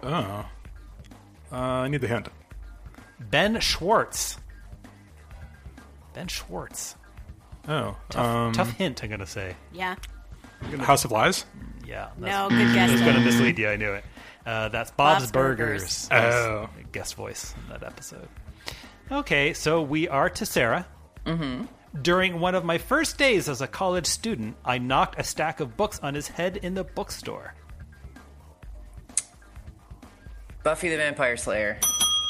[SPEAKER 6] oh. Uh, I need the hint.
[SPEAKER 3] ben Schwartz. Ben Schwartz.
[SPEAKER 6] Oh.
[SPEAKER 3] Tough,
[SPEAKER 6] um,
[SPEAKER 3] tough hint, I'm gonna say.
[SPEAKER 5] Yeah.
[SPEAKER 6] House of Lies?
[SPEAKER 3] Yeah.
[SPEAKER 5] No, good guess,
[SPEAKER 3] I was going to
[SPEAKER 5] Jeff.
[SPEAKER 3] mislead you. I knew it. Uh, that's Bob's,
[SPEAKER 5] Bob's Burgers.
[SPEAKER 3] Burgers.
[SPEAKER 6] Oh.
[SPEAKER 3] Nice Guest voice in that episode. Okay, so we are to Sarah. Mm-hmm. During one of my first days as a college student, I knocked a stack of books on his head in the bookstore.
[SPEAKER 4] Buffy the Vampire Slayer.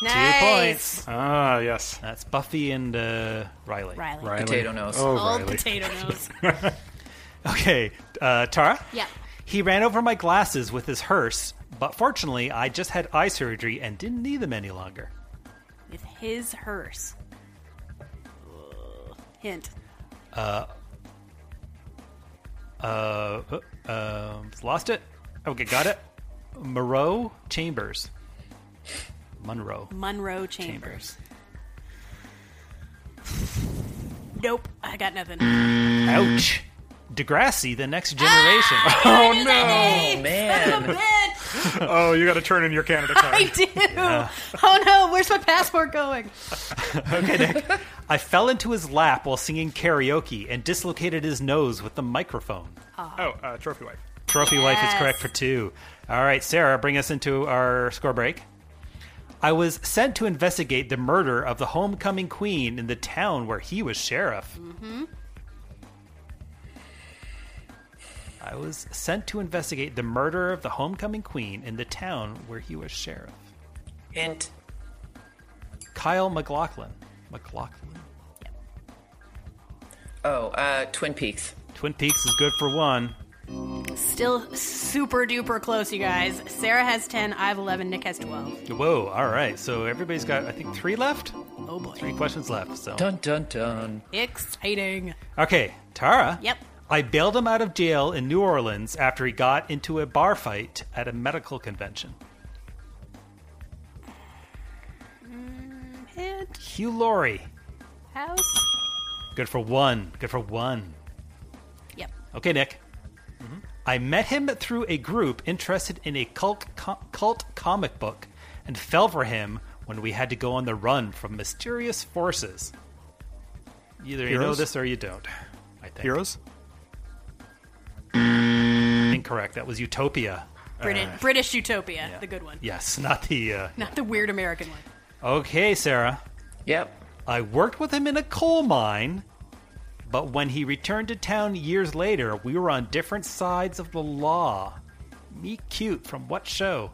[SPEAKER 5] Nice.
[SPEAKER 3] Two points.
[SPEAKER 6] Ah, yes.
[SPEAKER 3] That's Buffy and uh, Riley.
[SPEAKER 5] Riley.
[SPEAKER 4] Riley. Potato nose.
[SPEAKER 3] Oh,
[SPEAKER 5] Old
[SPEAKER 3] Riley.
[SPEAKER 5] potato nose.
[SPEAKER 3] Okay, uh, Tara?
[SPEAKER 5] Yeah.
[SPEAKER 3] He ran over my glasses with his hearse, but fortunately, I just had eye surgery and didn't need them any longer.
[SPEAKER 5] With his hearse. Hint.
[SPEAKER 3] Uh, uh, uh, um, lost it. Okay, got it. Moreau Chambers. Monroe.
[SPEAKER 5] Monroe Chambers. Nope. I got nothing.
[SPEAKER 3] Mm. Ouch. Degrassi, the next generation.
[SPEAKER 5] Oh, no. Hey, Son of a bitch.
[SPEAKER 6] oh, you got to turn in your Canada card.
[SPEAKER 5] I do.
[SPEAKER 3] Yeah.
[SPEAKER 5] Oh no, where's my passport going?
[SPEAKER 3] okay, Nick. I fell into his lap while singing karaoke and dislocated his nose with the microphone.
[SPEAKER 5] Ah.
[SPEAKER 6] Oh, uh, Trophy Wife.
[SPEAKER 3] Trophy wife is
[SPEAKER 6] Yes.
[SPEAKER 3] correct for two. All right, Sarah, bring us into our score break. I was sent to investigate the murder of the homecoming queen in the town where he was sheriff.
[SPEAKER 5] Mm-hmm.
[SPEAKER 3] I was sent to investigate the murder of the homecoming queen in the town where he was sheriff.
[SPEAKER 4] Hint.
[SPEAKER 3] Kyle McLaughlin. McLaughlin.
[SPEAKER 4] Oh, uh, Twin Peaks.
[SPEAKER 3] Twin Peaks is good for one.
[SPEAKER 5] Still super duper close, you guys. Sarah has ten, I have eleven, Nick has twelve.
[SPEAKER 3] Whoa, all right. So everybody's got, I think, three left?
[SPEAKER 5] Oh boy.
[SPEAKER 3] Three questions left. So.
[SPEAKER 4] Dun, dun, dun.
[SPEAKER 5] Exciting.
[SPEAKER 3] Okay, Tara.
[SPEAKER 5] Yep.
[SPEAKER 3] I bailed him out of jail in New Orleans after he got into a bar fight at a medical convention.
[SPEAKER 5] Mm, Hint.
[SPEAKER 3] Hugh Laurie.
[SPEAKER 5] House.
[SPEAKER 3] Good for one. Good for one.
[SPEAKER 5] Yep.
[SPEAKER 3] Okay, Nick. Mm-hmm. I met him through a group interested in a cult co- cult comic book, and fell for him when we had to go on the run from mysterious forces. Either you know
[SPEAKER 6] Heroes?
[SPEAKER 3] this or you don't. I think
[SPEAKER 6] Heroes?
[SPEAKER 3] incorrect. That was Utopia.
[SPEAKER 5] British,
[SPEAKER 3] Uh,
[SPEAKER 5] British Utopia, the good one.
[SPEAKER 3] yes, not the. Uh...
[SPEAKER 5] Not the weird American one.
[SPEAKER 3] Okay, Sarah.
[SPEAKER 4] Yep.
[SPEAKER 3] I worked with him in a coal mine, but when he returned to town years later, we were on different sides of the law. Me cute from what show?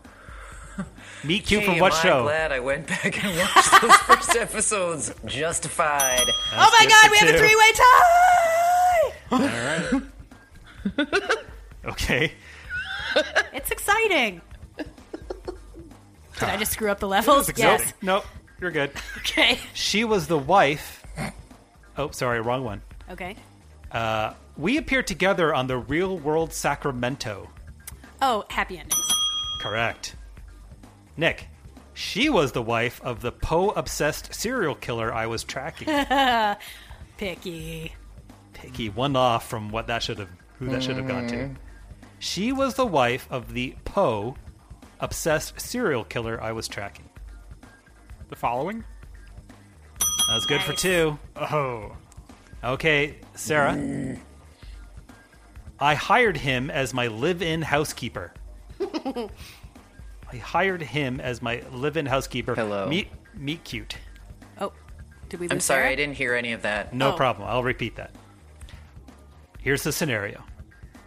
[SPEAKER 3] Me cute
[SPEAKER 4] Gee,
[SPEAKER 3] from what
[SPEAKER 4] am
[SPEAKER 3] show?
[SPEAKER 4] I glad I went back and watched those first episodes. Justified.
[SPEAKER 5] oh my god, we have a three way tie!
[SPEAKER 3] All right. okay.
[SPEAKER 5] It's exciting. Did I just screw up the levels?
[SPEAKER 3] Nope.
[SPEAKER 5] Yes.
[SPEAKER 3] Nope. You're good.
[SPEAKER 5] Okay.
[SPEAKER 3] She was the wife. Oh, sorry, wrong one.
[SPEAKER 5] Okay.
[SPEAKER 3] Uh, we appeared together on the Real World Sacramento.
[SPEAKER 5] Oh, happy endings.
[SPEAKER 3] Correct. Nick, she was the wife of the Poe obsessed serial killer I was tracking.
[SPEAKER 5] Picky.
[SPEAKER 3] hickey one off from what that should have who that should have gone to.
[SPEAKER 2] Mhm.
[SPEAKER 3] She was the wife of the Poe obsessed serial killer I was tracking.
[SPEAKER 6] The following?
[SPEAKER 3] That was good for two.
[SPEAKER 6] Oh.
[SPEAKER 3] Okay, Sarah. I hired him as my live in housekeeper. I hired him as my live in housekeeper.
[SPEAKER 4] Hello.
[SPEAKER 3] Meet, meet cute.
[SPEAKER 5] Did we
[SPEAKER 4] I'm
[SPEAKER 5] lose
[SPEAKER 4] sorry,
[SPEAKER 5] Sarah? Oh.
[SPEAKER 4] I didn't hear any of that.
[SPEAKER 3] No problem. I'll repeat that. Here's the scenario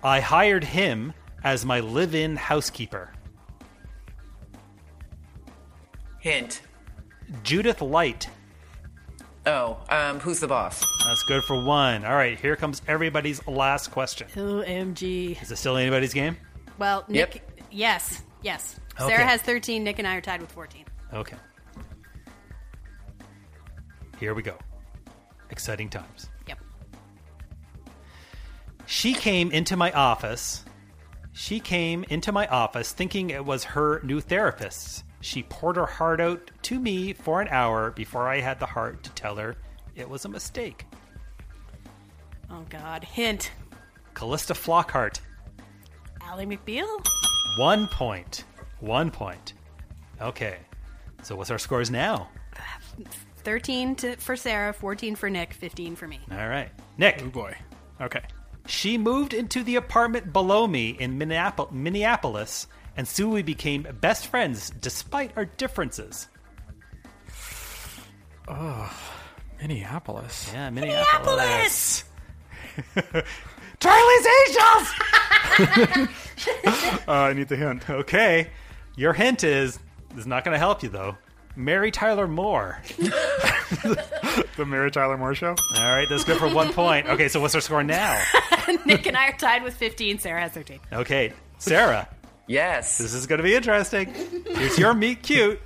[SPEAKER 3] I hired him as my live in housekeeper.
[SPEAKER 4] Hint.
[SPEAKER 3] Judith Light.
[SPEAKER 4] Oh, um, who's the boss?
[SPEAKER 3] That's good for one. All right, here comes everybody's last question.
[SPEAKER 5] OMG.
[SPEAKER 3] Is it still anybody's game?
[SPEAKER 5] Well,
[SPEAKER 3] Yep.
[SPEAKER 5] Nick. Yes. Yes. Sarah
[SPEAKER 3] Okay.
[SPEAKER 5] has 13. Nick and I are tied with 14.
[SPEAKER 3] Okay. Here we go. Exciting times.
[SPEAKER 5] Yep.
[SPEAKER 3] She came into my office. She came into my office thinking it was her new therapist. She poured her heart out to me for an hour before I had the heart to tell her it was a mistake.
[SPEAKER 5] Oh, God. Hint.
[SPEAKER 3] Callista Flockhart,
[SPEAKER 5] Allie McBeal?
[SPEAKER 3] one point. One point. Okay. So what's our scores now?
[SPEAKER 5] 13 to, for Sarah, 14 for Nick, 15 for me.
[SPEAKER 3] All right. Nick. Oh
[SPEAKER 6] boy. Okay.
[SPEAKER 3] She moved into the apartment below me in Minneapo- Minneapolis, and soon we became best friends despite our differences.
[SPEAKER 2] Oh, Minneapolis.
[SPEAKER 3] Yeah, Minneapolis.
[SPEAKER 2] Charlie's Angels.
[SPEAKER 3] uh, I need the hint. Okay. Your hint is this is not going to help you though. Mary Tyler Moore.
[SPEAKER 6] the Mary Tyler Moore show.
[SPEAKER 3] All right, that's good for one point. Okay, so what's our score now?
[SPEAKER 5] Nick and I are tied with 15. Sarah has 13.
[SPEAKER 3] Okay, Sarah.
[SPEAKER 4] yes.
[SPEAKER 3] This is going to be interesting. Here's your meet cute.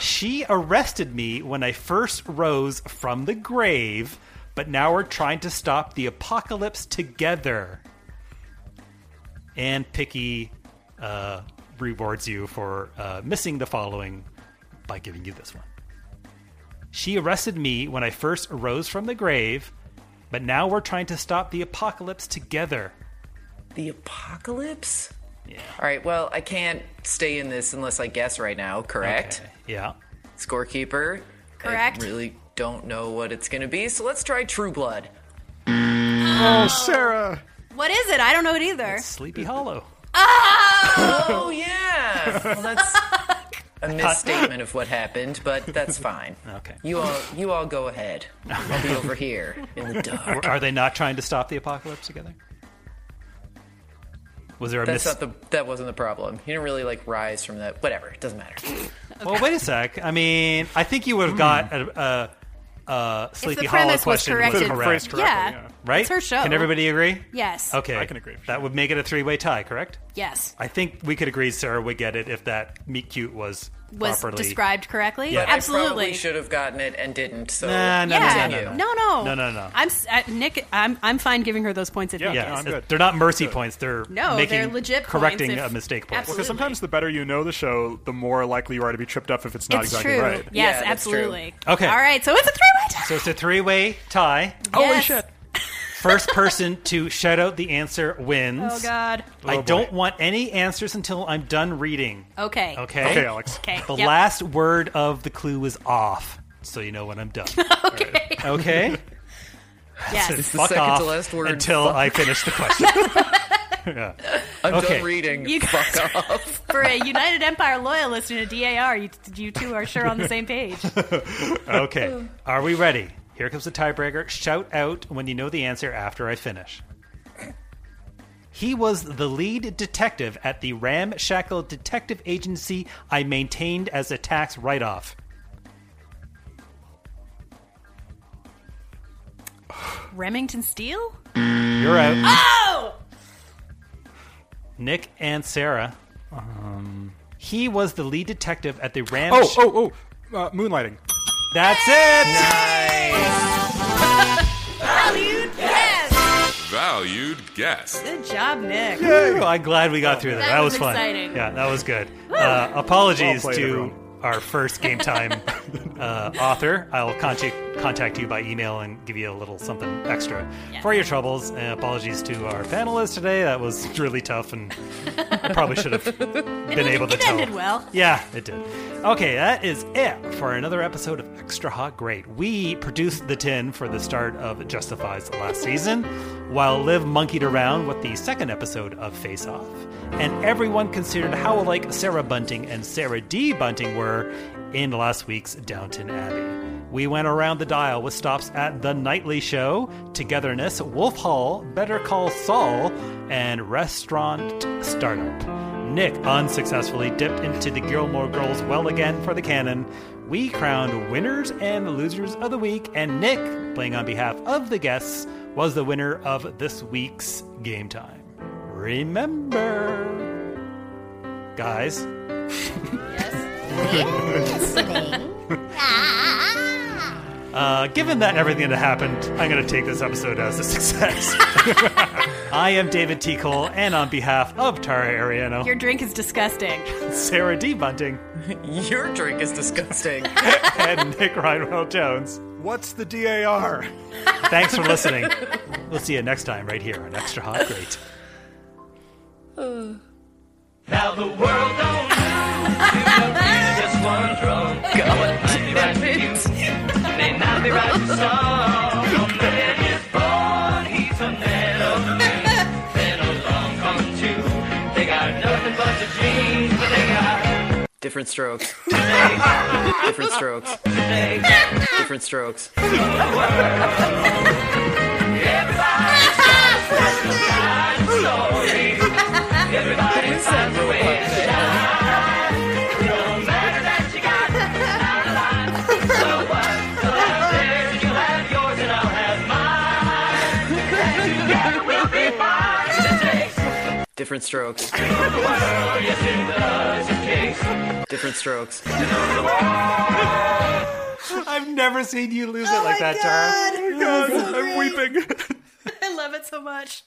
[SPEAKER 3] She arrested me when I first rose from the grave, but now we're trying to stop the apocalypse together. And Picky uh, rewards you for uh, missing the following by giving you this one. She arrested me when I first arose from the grave, but now we're trying to stop the apocalypse together.
[SPEAKER 4] The apocalypse? Yeah. All right, well, I can't stay in this unless I guess right now, correct?
[SPEAKER 3] Yeah.
[SPEAKER 4] Scorekeeper?
[SPEAKER 5] Correct.
[SPEAKER 4] I really don't know what it's going to be, so let's try True Blood.
[SPEAKER 6] Oh, Sarah.
[SPEAKER 5] What is it? I don't know it either.
[SPEAKER 3] Sleepy Hollow.
[SPEAKER 4] Oh, yeah. Well, that's a misstatement of what happened, but that's fine.
[SPEAKER 3] Okay.
[SPEAKER 4] You all, you all go ahead. I'll be over here in the dark.
[SPEAKER 3] Are they not trying to stop the apocalypse together? Was there a
[SPEAKER 4] That's not
[SPEAKER 3] miss?
[SPEAKER 4] the. That wasn't the problem. You didn't really like rise from that. Whatever. It doesn't matter.
[SPEAKER 3] Well, wait a sec. I mean, I think you would have got a, a, a Sleepy
[SPEAKER 5] the
[SPEAKER 3] Hollow
[SPEAKER 5] premise was
[SPEAKER 3] question
[SPEAKER 5] corrected,
[SPEAKER 3] correct.
[SPEAKER 5] Phrased yeah. correctly, yeah.
[SPEAKER 3] Right?
[SPEAKER 5] It's her show.
[SPEAKER 3] Can everybody agree?
[SPEAKER 5] Yes.
[SPEAKER 3] Okay. I can agree. That would make it a three-way tie, correct?
[SPEAKER 5] Yes.
[SPEAKER 3] I think we could agree Sarah would get it if that meet cute was,
[SPEAKER 5] Was
[SPEAKER 3] properly
[SPEAKER 5] described correctly?
[SPEAKER 3] Yeah.
[SPEAKER 4] I probably
[SPEAKER 5] Absolutely.
[SPEAKER 4] should have gotten it and didn't. So
[SPEAKER 3] Nah, no,
[SPEAKER 5] yeah.
[SPEAKER 3] no, no,
[SPEAKER 5] no,
[SPEAKER 3] no.
[SPEAKER 5] no,
[SPEAKER 3] No, no, no.
[SPEAKER 5] I'm s- uh, Nick. I'm I'm fine giving her those points if Nick
[SPEAKER 3] Yeah,
[SPEAKER 5] is.
[SPEAKER 3] they're not mercy points. They're
[SPEAKER 5] No,
[SPEAKER 3] making,
[SPEAKER 5] Oh, they're legit points
[SPEAKER 3] correcting
[SPEAKER 5] if-
[SPEAKER 3] a mistake point.
[SPEAKER 5] Absolutely.
[SPEAKER 6] Because sometimes the better you know the show, the more likely you are to be tripped up if it's not
[SPEAKER 5] It's
[SPEAKER 6] exactly
[SPEAKER 5] true.
[SPEAKER 6] right.
[SPEAKER 5] Yes, absolutely.
[SPEAKER 3] Okay.
[SPEAKER 5] All right. So it's a three-way tie.
[SPEAKER 3] So it's a three-way tie.
[SPEAKER 5] Holy shit!
[SPEAKER 3] First person to shout out the answer wins.
[SPEAKER 5] Oh God.
[SPEAKER 3] I
[SPEAKER 5] Oh, boy.
[SPEAKER 3] don't want any answers until I'm done reading.
[SPEAKER 5] Okay.
[SPEAKER 3] Okay.
[SPEAKER 5] Okay, Alex. Okay,
[SPEAKER 3] The
[SPEAKER 5] yep.
[SPEAKER 3] last word of the clue is off, so you know when I'm done. okay. Okay.
[SPEAKER 5] Yes.
[SPEAKER 3] So
[SPEAKER 5] It's the
[SPEAKER 3] fuck
[SPEAKER 5] second to
[SPEAKER 3] off
[SPEAKER 5] last word.
[SPEAKER 3] until
[SPEAKER 5] Fuck.
[SPEAKER 3] I finish the question. Yeah.
[SPEAKER 4] I'm
[SPEAKER 3] Okay.
[SPEAKER 4] done reading.
[SPEAKER 5] You
[SPEAKER 4] Fuck off.
[SPEAKER 5] For a United Empire loyalist and a DAR, you, you two are sure on the same page.
[SPEAKER 3] okay. Are we ready? Here comes the tiebreaker. Shout out when you know the answer after I finish. He was the lead detective at the ramshackle detective agency I maintained as a tax write off.
[SPEAKER 5] Remington Steele?
[SPEAKER 3] You're out.
[SPEAKER 5] Oh!
[SPEAKER 3] Nick and Sarah. Um, he was the lead detective at the Ram.
[SPEAKER 6] Oh, oh, oh. Uh, moonlighting.
[SPEAKER 3] That's it.
[SPEAKER 5] Valued guest!
[SPEAKER 21] Valued guest.
[SPEAKER 5] Good job, Nick.
[SPEAKER 3] Ooh, I'm glad we got through that.
[SPEAKER 5] That
[SPEAKER 3] That,
[SPEAKER 5] was
[SPEAKER 3] was, fun.
[SPEAKER 5] exciting.
[SPEAKER 3] Yeah, that was good. Uh, apologies
[SPEAKER 6] Well played,
[SPEAKER 3] to
[SPEAKER 6] everyone.
[SPEAKER 3] our first game time uh, author. I'll contact contact you by email and give you a little something extra for your troubles. And apologies to our panelists today. That was really tough, and I probably should have been
[SPEAKER 5] it,
[SPEAKER 3] able to
[SPEAKER 5] it
[SPEAKER 3] tell.
[SPEAKER 5] ended well.
[SPEAKER 3] Yeah, it did. Okay, that is it for another episode of Extra Hot Great. We produced the 10 for the start of Justifies last season, while Liv monkeyed around with the second episode of Face Off. And everyone considered how alike Sarah Bunting and Sarah D. Bunting were in last week's Downton Abbey. We went around the dial with stops at The Nightly Show, Togetherness, Wolf Hall, Better Call Saul, and Restaurant Startup. Nick unsuccessfully dipped into the Gilmore Girls well again for the canon. We crowned winners and losers of the week, and Nick, playing on behalf of the guests, was the winner of this week's game time. Remember, guys. Uh, given that everything that happened, I'm going to take this episode as a success. I am David T. Cole, and on behalf of Tara Ariano,
[SPEAKER 5] Your drink is disgusting.
[SPEAKER 3] Sarah D. Bunting.
[SPEAKER 4] Your drink is disgusting.
[SPEAKER 3] and Nick Rhinewell Jones.
[SPEAKER 6] What's the DAR?
[SPEAKER 3] Thanks for listening. We'll see you next time right here on Extra Hot Great.
[SPEAKER 14] Now the world don't know. Just one drunk. They write music. May not be writing songs. A man is born. He's a man of the moon. Then along comes two. They got nothing but the dreams. But they got
[SPEAKER 4] Different strokes. Different strokes. Different strokes.
[SPEAKER 14] stories. Everybody finds a way to shine. No matter that you got out of line. So what? So out there, you have yours and I'll have mine. And together we'll be fine. It takes
[SPEAKER 4] Different strokes.
[SPEAKER 14] the world, yes it does. It takes
[SPEAKER 4] Different strokes.
[SPEAKER 3] I've never seen you lose
[SPEAKER 4] Oh
[SPEAKER 3] it like that, Tara.
[SPEAKER 5] God, I'm
[SPEAKER 6] weeping.
[SPEAKER 5] I love it so much.